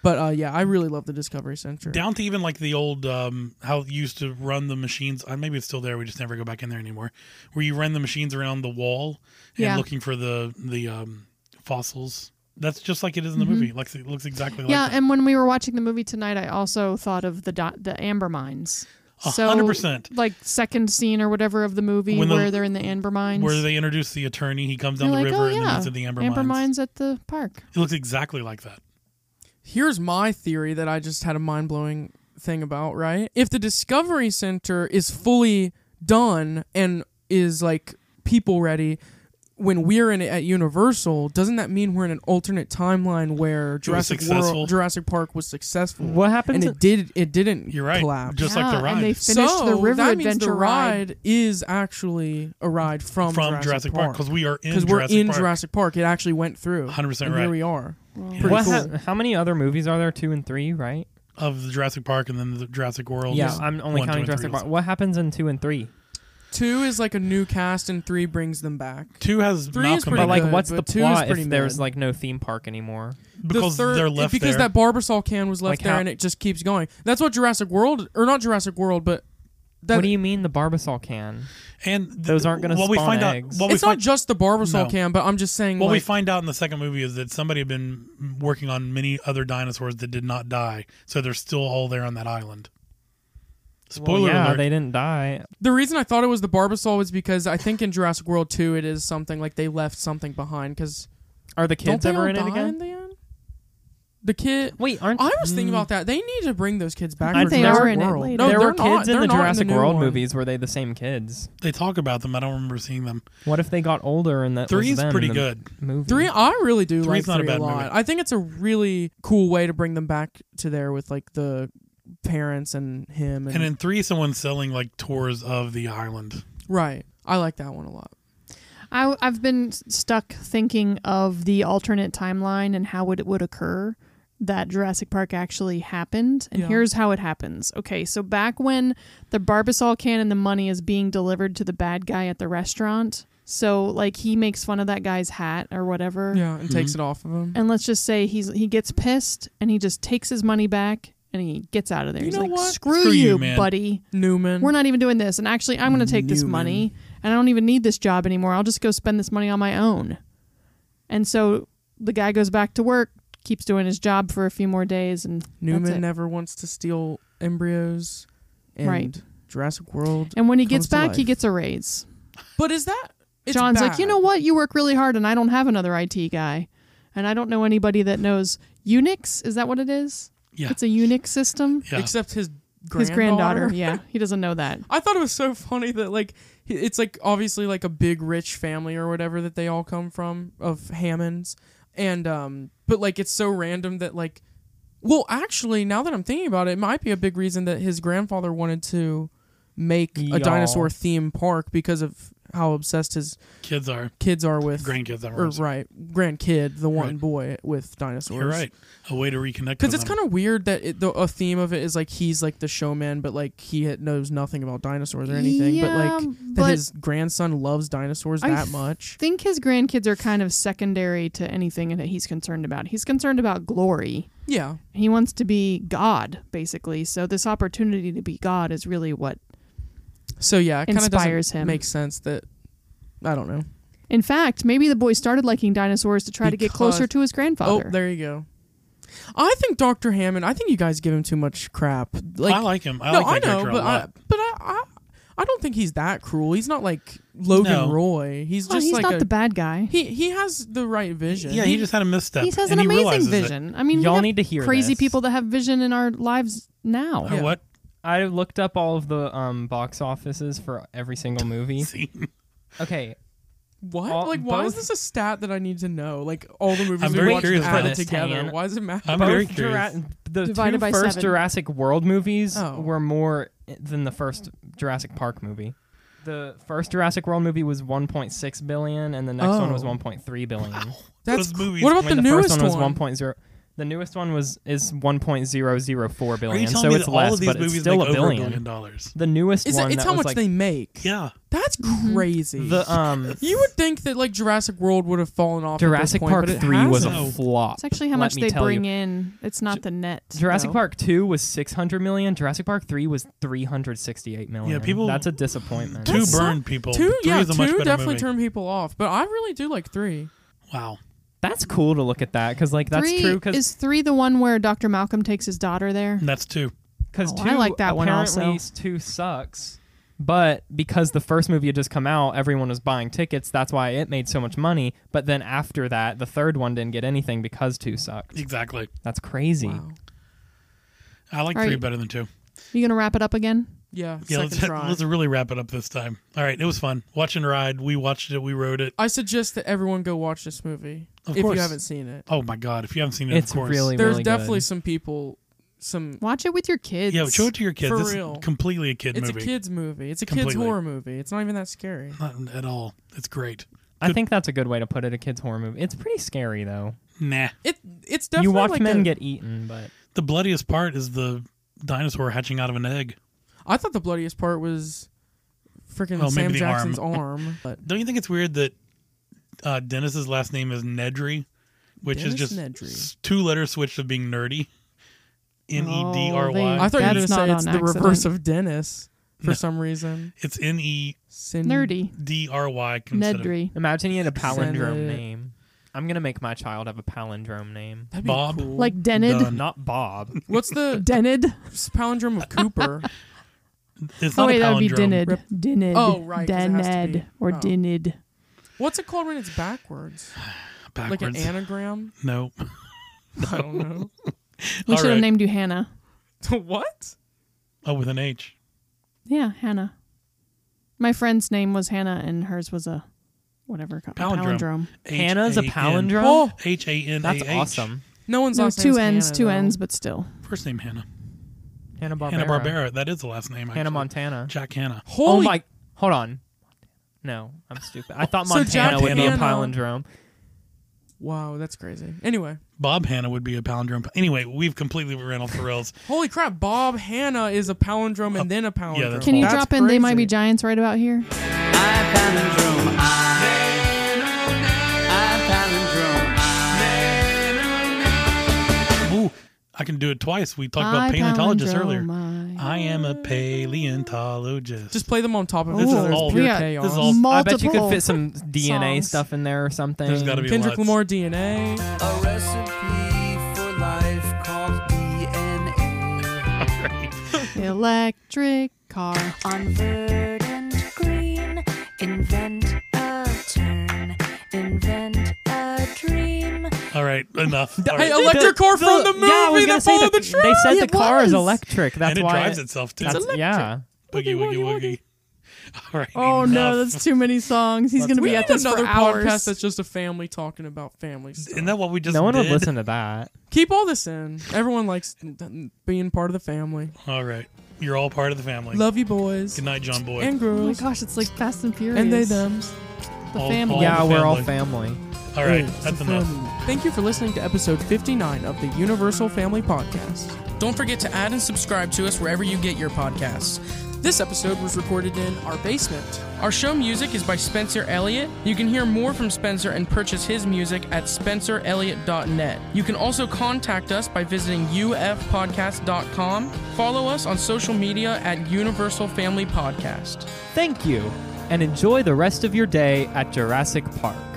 [SPEAKER 4] But uh, yeah, I really love the Discovery Center.
[SPEAKER 1] down to even like the old um how it used to run the machines uh, maybe it's still there we just never go back in there anymore where you ran the machines around the wall and
[SPEAKER 3] Yeah.
[SPEAKER 1] looking for the the um fossils that's just like it is in the movie like it looks exactly like
[SPEAKER 3] yeah,
[SPEAKER 1] that.
[SPEAKER 3] and when we were watching the movie tonight, I also thought of the do- the amber mines.
[SPEAKER 1] A
[SPEAKER 3] So,
[SPEAKER 1] hundred percent.
[SPEAKER 3] Like second scene or whatever of the movie
[SPEAKER 1] When the-
[SPEAKER 3] where they're in the amber mines.
[SPEAKER 1] where they introduce the attorney he comes down
[SPEAKER 3] You're
[SPEAKER 1] the
[SPEAKER 3] like,
[SPEAKER 1] river
[SPEAKER 3] oh,
[SPEAKER 1] and
[SPEAKER 3] yeah,
[SPEAKER 1] then he's at the amber, mines.
[SPEAKER 3] mines at the park.
[SPEAKER 1] it looks exactly like that
[SPEAKER 4] Here's my theory that I just had a mind blowing thing about. Right, if the Discovery Center is fully done and is like people ready. When we're in it at Universal, doesn't that mean we're in an alternate timeline where Jurassic
[SPEAKER 1] successful.
[SPEAKER 4] World, Jurassic Park was successful?
[SPEAKER 2] What happened
[SPEAKER 4] And
[SPEAKER 2] to-
[SPEAKER 4] it did. It didn't.
[SPEAKER 1] you're right
[SPEAKER 4] Collapse.
[SPEAKER 1] just
[SPEAKER 3] yeah,
[SPEAKER 1] like the
[SPEAKER 3] And they
[SPEAKER 1] ride
[SPEAKER 3] finished the river
[SPEAKER 4] that
[SPEAKER 3] adventure
[SPEAKER 4] means the
[SPEAKER 3] ride.
[SPEAKER 4] ride is actually a ride from,
[SPEAKER 1] from Jurassic, Park because we are in
[SPEAKER 4] because we're
[SPEAKER 1] Jurassic
[SPEAKER 4] in
[SPEAKER 1] Park.
[SPEAKER 4] Jurassic Park. It actually went through.
[SPEAKER 1] 100%
[SPEAKER 4] And
[SPEAKER 1] right.
[SPEAKER 4] Here we are. Pretty
[SPEAKER 2] What
[SPEAKER 4] cool.
[SPEAKER 2] hap- how many other movies are there? Two and three, right?
[SPEAKER 1] of the Jurassic Park and then the Jurassic World.
[SPEAKER 2] yeah, I'm only
[SPEAKER 1] One, two,
[SPEAKER 2] counting
[SPEAKER 1] and three
[SPEAKER 2] Jurassic Park.
[SPEAKER 1] also.
[SPEAKER 2] What happens in two and three?
[SPEAKER 4] Two is like a new cast, and three brings them back.
[SPEAKER 1] Two has
[SPEAKER 4] Three is
[SPEAKER 1] Malcolm
[SPEAKER 4] pretty
[SPEAKER 1] in it
[SPEAKER 2] But like,
[SPEAKER 4] good,
[SPEAKER 2] what's
[SPEAKER 4] but
[SPEAKER 2] the
[SPEAKER 4] two is
[SPEAKER 2] plot
[SPEAKER 4] pretty
[SPEAKER 2] if there's
[SPEAKER 4] mid.
[SPEAKER 2] like no theme park anymore?
[SPEAKER 1] because
[SPEAKER 4] the third,
[SPEAKER 1] they're left
[SPEAKER 4] because
[SPEAKER 1] there.
[SPEAKER 4] that Barbasol can was left
[SPEAKER 2] Like
[SPEAKER 4] there,
[SPEAKER 2] how-
[SPEAKER 4] and it just keeps going. That's what Jurassic World, or not Jurassic World, but that,
[SPEAKER 2] what do you mean the barbasol can?
[SPEAKER 1] and th-
[SPEAKER 2] Those aren't gonna
[SPEAKER 1] what we
[SPEAKER 2] spawn
[SPEAKER 1] find
[SPEAKER 2] eggs.
[SPEAKER 1] Out, what we
[SPEAKER 4] It's not
[SPEAKER 1] find-
[SPEAKER 4] just the Barbasol
[SPEAKER 1] No.
[SPEAKER 4] can, but I'm just saying.
[SPEAKER 1] What we
[SPEAKER 4] like,
[SPEAKER 1] find out in the second movie is that somebody had been working on many other dinosaurs that did not die, so they're still all there on that island. Spoiler
[SPEAKER 2] well, yeah,
[SPEAKER 1] alert!
[SPEAKER 2] they didn't die.
[SPEAKER 4] The reason I thought it was the Barbasol was because I think in Jurassic World 2 it is something like they left something behind because
[SPEAKER 2] Are the kids
[SPEAKER 4] don't they
[SPEAKER 2] ever
[SPEAKER 4] all
[SPEAKER 2] in
[SPEAKER 4] die
[SPEAKER 2] it again?
[SPEAKER 4] in the end? The kid.
[SPEAKER 2] Wait, aren't
[SPEAKER 4] I was thinking about that. They need to bring those kids back.
[SPEAKER 2] I
[SPEAKER 4] for
[SPEAKER 2] think they
[SPEAKER 4] Jurassic
[SPEAKER 2] were
[SPEAKER 3] in it
[SPEAKER 4] World.
[SPEAKER 3] later.
[SPEAKER 4] No,
[SPEAKER 2] there
[SPEAKER 4] they're
[SPEAKER 2] were
[SPEAKER 4] not.
[SPEAKER 2] kids
[SPEAKER 4] They're
[SPEAKER 2] in the
[SPEAKER 4] not
[SPEAKER 2] Jurassic
[SPEAKER 4] new
[SPEAKER 2] World
[SPEAKER 4] one.
[SPEAKER 2] movies? Were they the same kids?
[SPEAKER 1] They talk about them. I don't remember seeing them.
[SPEAKER 2] What if they got older and that
[SPEAKER 1] Three's
[SPEAKER 2] was them
[SPEAKER 1] pretty
[SPEAKER 2] in the
[SPEAKER 1] good.
[SPEAKER 2] Movie
[SPEAKER 4] Three, I really do
[SPEAKER 1] Three's
[SPEAKER 4] like
[SPEAKER 1] not a
[SPEAKER 4] three
[SPEAKER 1] bad
[SPEAKER 4] lot.
[SPEAKER 1] movie.
[SPEAKER 4] I think it's a really cool way to bring them back to there with like the parents and him and,
[SPEAKER 1] And in three, someone's selling like tours of the island.
[SPEAKER 4] right. I like that one a lot.
[SPEAKER 3] I, I've been s- stuck thinking of the alternate timeline and how it would occur that Jurassic Park actually happened. And
[SPEAKER 4] Yeah.
[SPEAKER 3] here's how it happens. Okay, so back when the Barbasol can and the money is being delivered to the bad guy at the restaurant, so like he makes fun of that guy's hat or whatever.
[SPEAKER 4] Yeah, and takes it off of him.
[SPEAKER 3] And let's just say he's he gets pissed and he just takes his money back and he gets out of there.
[SPEAKER 4] You
[SPEAKER 3] he's
[SPEAKER 4] know
[SPEAKER 3] like,
[SPEAKER 4] what?
[SPEAKER 3] Screw,
[SPEAKER 1] Screw you,
[SPEAKER 3] you,
[SPEAKER 1] man."
[SPEAKER 3] buddy.
[SPEAKER 4] Newman.
[SPEAKER 3] We're not even doing this. And actually, I'm going to take this
[SPEAKER 4] Newman.
[SPEAKER 3] money and I don't even need this job anymore. I'll just go spend this money on my own. And so the guy goes back to work, keeps doing his job for a few more days. And that's
[SPEAKER 4] Newman
[SPEAKER 3] it.
[SPEAKER 4] never wants to steal embryos. And
[SPEAKER 3] Right.
[SPEAKER 4] Jurassic World.
[SPEAKER 3] And when he gets
[SPEAKER 4] comes to
[SPEAKER 3] back, he
[SPEAKER 4] life.
[SPEAKER 3] gets a raise.
[SPEAKER 4] But is that? It's
[SPEAKER 3] John's like,
[SPEAKER 4] bad.
[SPEAKER 3] you know what? You work really hard and I don't have another IT guy. And I don't know anybody that knows Unix. Is that what it is?
[SPEAKER 1] Yeah.
[SPEAKER 3] It's a Unix system.
[SPEAKER 1] yeah.
[SPEAKER 4] Except his granddaughter.
[SPEAKER 3] His granddaughter. Yeah, he doesn't know that.
[SPEAKER 4] I thought it was so funny that like he- it's like obviously like a big rich family or whatever that they all come from of Hammonds, and um, but like it's so random that like, well, actually, now that I'm thinking about it, it might be a big reason that his grandfather wanted to make
[SPEAKER 2] Y'all.
[SPEAKER 4] a dinosaur theme park because of how obsessed his
[SPEAKER 1] Kids are
[SPEAKER 4] kids are with
[SPEAKER 1] grandkids. That
[SPEAKER 4] or
[SPEAKER 1] were
[SPEAKER 4] right grandkid, the one
[SPEAKER 1] Right.
[SPEAKER 4] boy with dinosaurs.
[SPEAKER 1] You're right. A way to reconnect.
[SPEAKER 4] Because it's kind of weird that it, the, a theme of it is like he's like the showman, but like he had- knows nothing about dinosaurs or anything.
[SPEAKER 3] Yeah,
[SPEAKER 4] but like that
[SPEAKER 3] but-
[SPEAKER 4] his grandson loves dinosaurs
[SPEAKER 3] I
[SPEAKER 4] that much.
[SPEAKER 3] think his grandkids are kind of secondary to anything that he's concerned about. He's concerned about glory.
[SPEAKER 4] Yeah,
[SPEAKER 3] He wants to be God, basically. So this opportunity to be God is really what.
[SPEAKER 4] so yeah, it kind of
[SPEAKER 3] Inspires him.
[SPEAKER 4] Makes sense that I don't know.
[SPEAKER 3] In fact, maybe the boy started liking dinosaurs to try to get
[SPEAKER 4] Because-
[SPEAKER 3] closer to his grandfather.
[SPEAKER 4] Oh, there you go. I think Doctor Hammond. I think you guys give him too much crap. Like
[SPEAKER 1] I like him. I
[SPEAKER 4] no,
[SPEAKER 1] like that
[SPEAKER 4] I know,
[SPEAKER 1] character
[SPEAKER 4] but
[SPEAKER 1] a
[SPEAKER 4] I,
[SPEAKER 1] lot.
[SPEAKER 4] but I, I I don't think he's that cruel. He's not like Logan
[SPEAKER 1] No.
[SPEAKER 4] Roy. He's
[SPEAKER 3] Well,
[SPEAKER 4] just
[SPEAKER 3] he's
[SPEAKER 4] like
[SPEAKER 3] not
[SPEAKER 4] a,
[SPEAKER 3] the bad guy.
[SPEAKER 4] he he has the right vision.
[SPEAKER 1] yeah, he, just had a misstep.
[SPEAKER 3] He has an
[SPEAKER 1] and he
[SPEAKER 3] amazing
[SPEAKER 1] realizes it.
[SPEAKER 3] vision. I mean, we
[SPEAKER 2] Y'all
[SPEAKER 3] have
[SPEAKER 2] need to hear
[SPEAKER 3] crazy
[SPEAKER 2] this.
[SPEAKER 3] people that have vision in our lives now.
[SPEAKER 1] Or what?
[SPEAKER 2] I looked up all of the um, box offices for every single movie. Okay,
[SPEAKER 4] What?
[SPEAKER 2] All-
[SPEAKER 4] like, why is
[SPEAKER 2] both-
[SPEAKER 4] this a stat that I need to know? Like, all the movies
[SPEAKER 1] I'm
[SPEAKER 4] we
[SPEAKER 1] very
[SPEAKER 4] watched
[SPEAKER 1] curious about
[SPEAKER 4] added
[SPEAKER 2] this,
[SPEAKER 4] together.
[SPEAKER 2] Tan.
[SPEAKER 4] Why does it matter?
[SPEAKER 1] I'm
[SPEAKER 2] both
[SPEAKER 1] very curious.
[SPEAKER 2] Jura- the
[SPEAKER 3] Divided
[SPEAKER 2] two
[SPEAKER 3] by
[SPEAKER 2] first
[SPEAKER 3] seven.
[SPEAKER 2] Jurassic World movies
[SPEAKER 4] Oh.
[SPEAKER 2] were more than the first Jurassic Park movie. The first Jurassic World movie was 1.6 billion, and the next one
[SPEAKER 4] Oh.
[SPEAKER 2] was 1.3 billion.
[SPEAKER 4] That's
[SPEAKER 1] Those
[SPEAKER 4] cr-
[SPEAKER 1] movies
[SPEAKER 4] What about
[SPEAKER 2] I mean,
[SPEAKER 4] the,
[SPEAKER 2] the,
[SPEAKER 4] newest
[SPEAKER 2] first one was
[SPEAKER 4] one?
[SPEAKER 2] 1.0. The newest one was is 1.004
[SPEAKER 1] Are you telling
[SPEAKER 2] billion, so
[SPEAKER 1] me
[SPEAKER 2] it's
[SPEAKER 1] that
[SPEAKER 2] less,
[SPEAKER 1] all of these
[SPEAKER 2] but
[SPEAKER 1] movies
[SPEAKER 2] it's still
[SPEAKER 1] make over
[SPEAKER 2] a
[SPEAKER 1] a
[SPEAKER 2] billion.
[SPEAKER 1] billion dollars?
[SPEAKER 2] The newest
[SPEAKER 4] It's,
[SPEAKER 2] one
[SPEAKER 4] it's
[SPEAKER 2] that
[SPEAKER 4] how
[SPEAKER 2] was
[SPEAKER 4] much
[SPEAKER 2] like
[SPEAKER 4] they make.
[SPEAKER 1] Yeah,
[SPEAKER 4] That's crazy.
[SPEAKER 2] the um
[SPEAKER 4] you would think that like Jurassic World would have fallen off. at this
[SPEAKER 2] Jurassic
[SPEAKER 4] point,
[SPEAKER 2] Park
[SPEAKER 4] but it
[SPEAKER 2] 3 was a
[SPEAKER 1] hasn't. No.
[SPEAKER 2] flop.
[SPEAKER 3] It's actually how
[SPEAKER 2] Let
[SPEAKER 3] much
[SPEAKER 2] me
[SPEAKER 3] they
[SPEAKER 2] tell you.
[SPEAKER 3] bring in. It's not the net.
[SPEAKER 2] Jurassic
[SPEAKER 3] though.
[SPEAKER 2] Park 2 was 600 million. Jurassic Park 3 was 368 million.
[SPEAKER 1] Yeah, people-
[SPEAKER 2] That's a disappointment.
[SPEAKER 1] two
[SPEAKER 4] That's so-
[SPEAKER 1] burned people.
[SPEAKER 4] Two,
[SPEAKER 1] Three
[SPEAKER 4] yeah,
[SPEAKER 1] is a much
[SPEAKER 4] two
[SPEAKER 1] better
[SPEAKER 4] definitely
[SPEAKER 1] movie.
[SPEAKER 4] turned people off. But I really do like three.
[SPEAKER 1] Wow.
[SPEAKER 2] That's cool to look at that because like that's
[SPEAKER 3] three,
[SPEAKER 2] true because
[SPEAKER 3] is three the one where Dr. Malcolm takes his daughter there?
[SPEAKER 1] That's two.
[SPEAKER 2] because
[SPEAKER 3] Oh,
[SPEAKER 2] two
[SPEAKER 3] I like that one
[SPEAKER 2] apparently
[SPEAKER 3] also.
[SPEAKER 2] two sucks, but because the first movie had just come out, everyone was buying tickets. That's why it made so much money. But then after that, the third one didn't get anything because two sucked.
[SPEAKER 1] Exactly.
[SPEAKER 2] That's crazy.
[SPEAKER 4] Wow.
[SPEAKER 1] I like
[SPEAKER 3] All
[SPEAKER 1] three
[SPEAKER 3] right.
[SPEAKER 1] better than two.
[SPEAKER 3] You gonna wrap it up again?
[SPEAKER 4] Yeah,
[SPEAKER 1] Yeah,
[SPEAKER 4] 2nd
[SPEAKER 1] let's,
[SPEAKER 4] try.
[SPEAKER 1] let's really wrap it up this time. All right, it was fun. Watch and ride. We watched it. We wrote it.
[SPEAKER 4] I suggest that everyone go watch this movie
[SPEAKER 1] Of
[SPEAKER 4] if
[SPEAKER 1] course.
[SPEAKER 4] you haven't seen it.
[SPEAKER 1] Oh my god! If you haven't seen it,
[SPEAKER 2] It's
[SPEAKER 1] of course.
[SPEAKER 2] really
[SPEAKER 4] There's
[SPEAKER 2] really
[SPEAKER 4] definitely
[SPEAKER 2] good.
[SPEAKER 4] some people, some.
[SPEAKER 3] Watch it with your kids.
[SPEAKER 1] yeah. Show it to your kids.
[SPEAKER 4] For
[SPEAKER 1] this
[SPEAKER 4] real.
[SPEAKER 1] is completely a kid
[SPEAKER 4] It's
[SPEAKER 1] movie.
[SPEAKER 4] a kids movie. It's a
[SPEAKER 1] Completely.
[SPEAKER 4] kids horror movie. It's not even that scary.
[SPEAKER 1] Not at all. It's great.
[SPEAKER 2] I
[SPEAKER 1] Good-
[SPEAKER 2] think that's a good way to put it. A kids horror movie. It's pretty scary though.
[SPEAKER 1] Nah.
[SPEAKER 4] It it's definitely
[SPEAKER 2] you watch
[SPEAKER 4] like
[SPEAKER 2] men
[SPEAKER 4] a-
[SPEAKER 2] get eaten, but
[SPEAKER 1] The bloodiest part is the dinosaur hatching out of an egg.
[SPEAKER 4] I thought the bloodiest part was freaking
[SPEAKER 1] Oh, maybe
[SPEAKER 4] Sam
[SPEAKER 1] the
[SPEAKER 4] Jackson's
[SPEAKER 1] arm.
[SPEAKER 4] arm. but
[SPEAKER 1] Don't you think it's weird that uh, Dennis's last name is Nedry, which
[SPEAKER 4] Dennis
[SPEAKER 1] is just
[SPEAKER 4] Nedry.
[SPEAKER 1] s- two letter switch of being nerdy. N e d r y.
[SPEAKER 3] Oh, they-
[SPEAKER 4] I thought you were gonna
[SPEAKER 3] That's
[SPEAKER 4] say
[SPEAKER 3] not
[SPEAKER 4] it's the
[SPEAKER 3] on
[SPEAKER 4] reverse of Dennis for
[SPEAKER 1] No.
[SPEAKER 4] some reason.
[SPEAKER 1] It's n e
[SPEAKER 4] Sin-
[SPEAKER 3] Nerdy.
[SPEAKER 1] d r y. instead of
[SPEAKER 3] Nedry.
[SPEAKER 2] imagine you had a palindrome
[SPEAKER 4] Senate.
[SPEAKER 2] name. I'm gonna make my child have a palindrome name.
[SPEAKER 4] That'd be
[SPEAKER 1] Bob.
[SPEAKER 4] cool.
[SPEAKER 3] Like Denid.
[SPEAKER 1] Done.
[SPEAKER 2] Not Bob.
[SPEAKER 4] what's the
[SPEAKER 3] Denid.
[SPEAKER 4] palindrome of Cooper?
[SPEAKER 1] It's not
[SPEAKER 3] Oh wait,
[SPEAKER 1] a
[SPEAKER 3] that would be
[SPEAKER 1] palindrome.
[SPEAKER 3] Dinid.
[SPEAKER 4] Rep-
[SPEAKER 3] Dinid.
[SPEAKER 4] Oh, right, 'cause it has to
[SPEAKER 3] Dened
[SPEAKER 4] be-
[SPEAKER 3] or
[SPEAKER 4] oh.
[SPEAKER 3] Dinid.
[SPEAKER 4] What's it called when it's backwards?
[SPEAKER 1] Backwards.
[SPEAKER 4] Like an anagram?
[SPEAKER 1] no.
[SPEAKER 4] I don't know.
[SPEAKER 3] We
[SPEAKER 1] All
[SPEAKER 3] should have
[SPEAKER 1] right.
[SPEAKER 3] named you Hannah.
[SPEAKER 4] what?
[SPEAKER 1] Oh, with an H.
[SPEAKER 3] Yeah, Hannah. My friend's name was Hannah, and hers was a whatever a
[SPEAKER 1] Palindrome.
[SPEAKER 3] palindrome.
[SPEAKER 2] Hannah's a palindrome.
[SPEAKER 4] Oh,
[SPEAKER 1] H A N A H.
[SPEAKER 2] That's awesome.
[SPEAKER 4] No one's
[SPEAKER 3] No,
[SPEAKER 4] last
[SPEAKER 3] two
[SPEAKER 4] name's
[SPEAKER 3] ends,
[SPEAKER 4] Hannah,
[SPEAKER 3] two
[SPEAKER 4] though.
[SPEAKER 3] ends, but still.
[SPEAKER 1] First name Hannah.
[SPEAKER 2] Hannah Barbera.
[SPEAKER 1] Hannah Barbera. That is the last name.
[SPEAKER 2] Hannah
[SPEAKER 1] actually.
[SPEAKER 2] Montana.
[SPEAKER 1] Jack Hannah.
[SPEAKER 4] Holy
[SPEAKER 2] Oh my! Hold on. No, I'm stupid. I thought
[SPEAKER 4] So
[SPEAKER 2] Montana
[SPEAKER 4] Jack
[SPEAKER 2] would be a
[SPEAKER 4] Hannah-
[SPEAKER 2] palindrome.
[SPEAKER 4] Wow, that's crazy. Anyway,
[SPEAKER 1] Bob Hannah would be a palindrome. Anyway, we've completely ran off the rails.
[SPEAKER 4] holy crap! Bob Hannah is a palindrome and then a palindrome.
[SPEAKER 1] yeah, that's
[SPEAKER 3] Can you
[SPEAKER 4] That's
[SPEAKER 3] drop in? They might be
[SPEAKER 4] crazy.
[SPEAKER 3] giants right about here.
[SPEAKER 1] Ooh, I can do it twice. We talked
[SPEAKER 3] I
[SPEAKER 1] about paleontologists earlier.
[SPEAKER 3] palindrome, I-
[SPEAKER 1] I am a paleontologist.
[SPEAKER 4] Just play them on top of
[SPEAKER 1] This
[SPEAKER 4] each
[SPEAKER 1] is
[SPEAKER 4] other.
[SPEAKER 1] all-
[SPEAKER 4] It's pure
[SPEAKER 1] we
[SPEAKER 3] got-
[SPEAKER 4] chaos.
[SPEAKER 1] this is all-
[SPEAKER 2] I bet you could
[SPEAKER 3] Multiple
[SPEAKER 2] fit some DNA
[SPEAKER 3] songs.
[SPEAKER 2] stuff in there or something.
[SPEAKER 1] There's got to be
[SPEAKER 4] Kendrick
[SPEAKER 1] lots.
[SPEAKER 4] Lamar DNA.
[SPEAKER 10] A recipe for life called DNA.
[SPEAKER 3] Electric car.
[SPEAKER 10] On verdant green, invent a turn, invent a dream.
[SPEAKER 1] All right, enough. All
[SPEAKER 4] Hey,
[SPEAKER 1] right.
[SPEAKER 4] electric car from the movie
[SPEAKER 2] Yeah, I was gonna
[SPEAKER 4] that
[SPEAKER 2] say
[SPEAKER 4] followed the,
[SPEAKER 2] the,
[SPEAKER 4] train.
[SPEAKER 2] They said
[SPEAKER 3] It
[SPEAKER 2] the car is
[SPEAKER 3] was.
[SPEAKER 2] electric. That's
[SPEAKER 1] and it
[SPEAKER 2] why.
[SPEAKER 1] drives itself too.
[SPEAKER 2] that's- yeah.
[SPEAKER 1] Boogie woogie woogie. All right.
[SPEAKER 3] Oh no,
[SPEAKER 1] enough.
[SPEAKER 3] that's too many songs. He's gonna
[SPEAKER 4] We
[SPEAKER 3] be
[SPEAKER 4] have
[SPEAKER 3] at this
[SPEAKER 4] another
[SPEAKER 3] for hours.
[SPEAKER 4] podcast that's just a family talking about family stuff.
[SPEAKER 1] Isn't that what we just?
[SPEAKER 2] No one would
[SPEAKER 1] did?
[SPEAKER 2] listen to that.
[SPEAKER 4] Keep all this in. Everyone likes being part of the family.
[SPEAKER 1] All right, you're all part of the family.
[SPEAKER 4] Love you, boys
[SPEAKER 1] Good night, John Boy.
[SPEAKER 4] and
[SPEAKER 3] oh my
[SPEAKER 4] girls,
[SPEAKER 3] gosh, it's like Fast and Furious.
[SPEAKER 4] and they thems.
[SPEAKER 3] The
[SPEAKER 1] All-
[SPEAKER 3] family.
[SPEAKER 1] all
[SPEAKER 2] yeah,
[SPEAKER 1] the
[SPEAKER 2] we're all
[SPEAKER 1] family.
[SPEAKER 2] family.
[SPEAKER 1] all right,
[SPEAKER 4] It's
[SPEAKER 1] that's
[SPEAKER 4] a
[SPEAKER 1] enough.
[SPEAKER 4] family. Thank you for listening to episode 59 of the Universal Family Podcast. Don't forget to add and subscribe to us wherever you get your podcasts. This episode was recorded in our basement. Our show music is by Spencer Elliott. You can hear more from Spencer and purchase his music at spencerelliott.net. You can also contact us by visiting ufpodcast.com. Follow us on social media at Universal Family Podcast.
[SPEAKER 2] Thank you, and enjoy the rest of your day at Jurassic Park.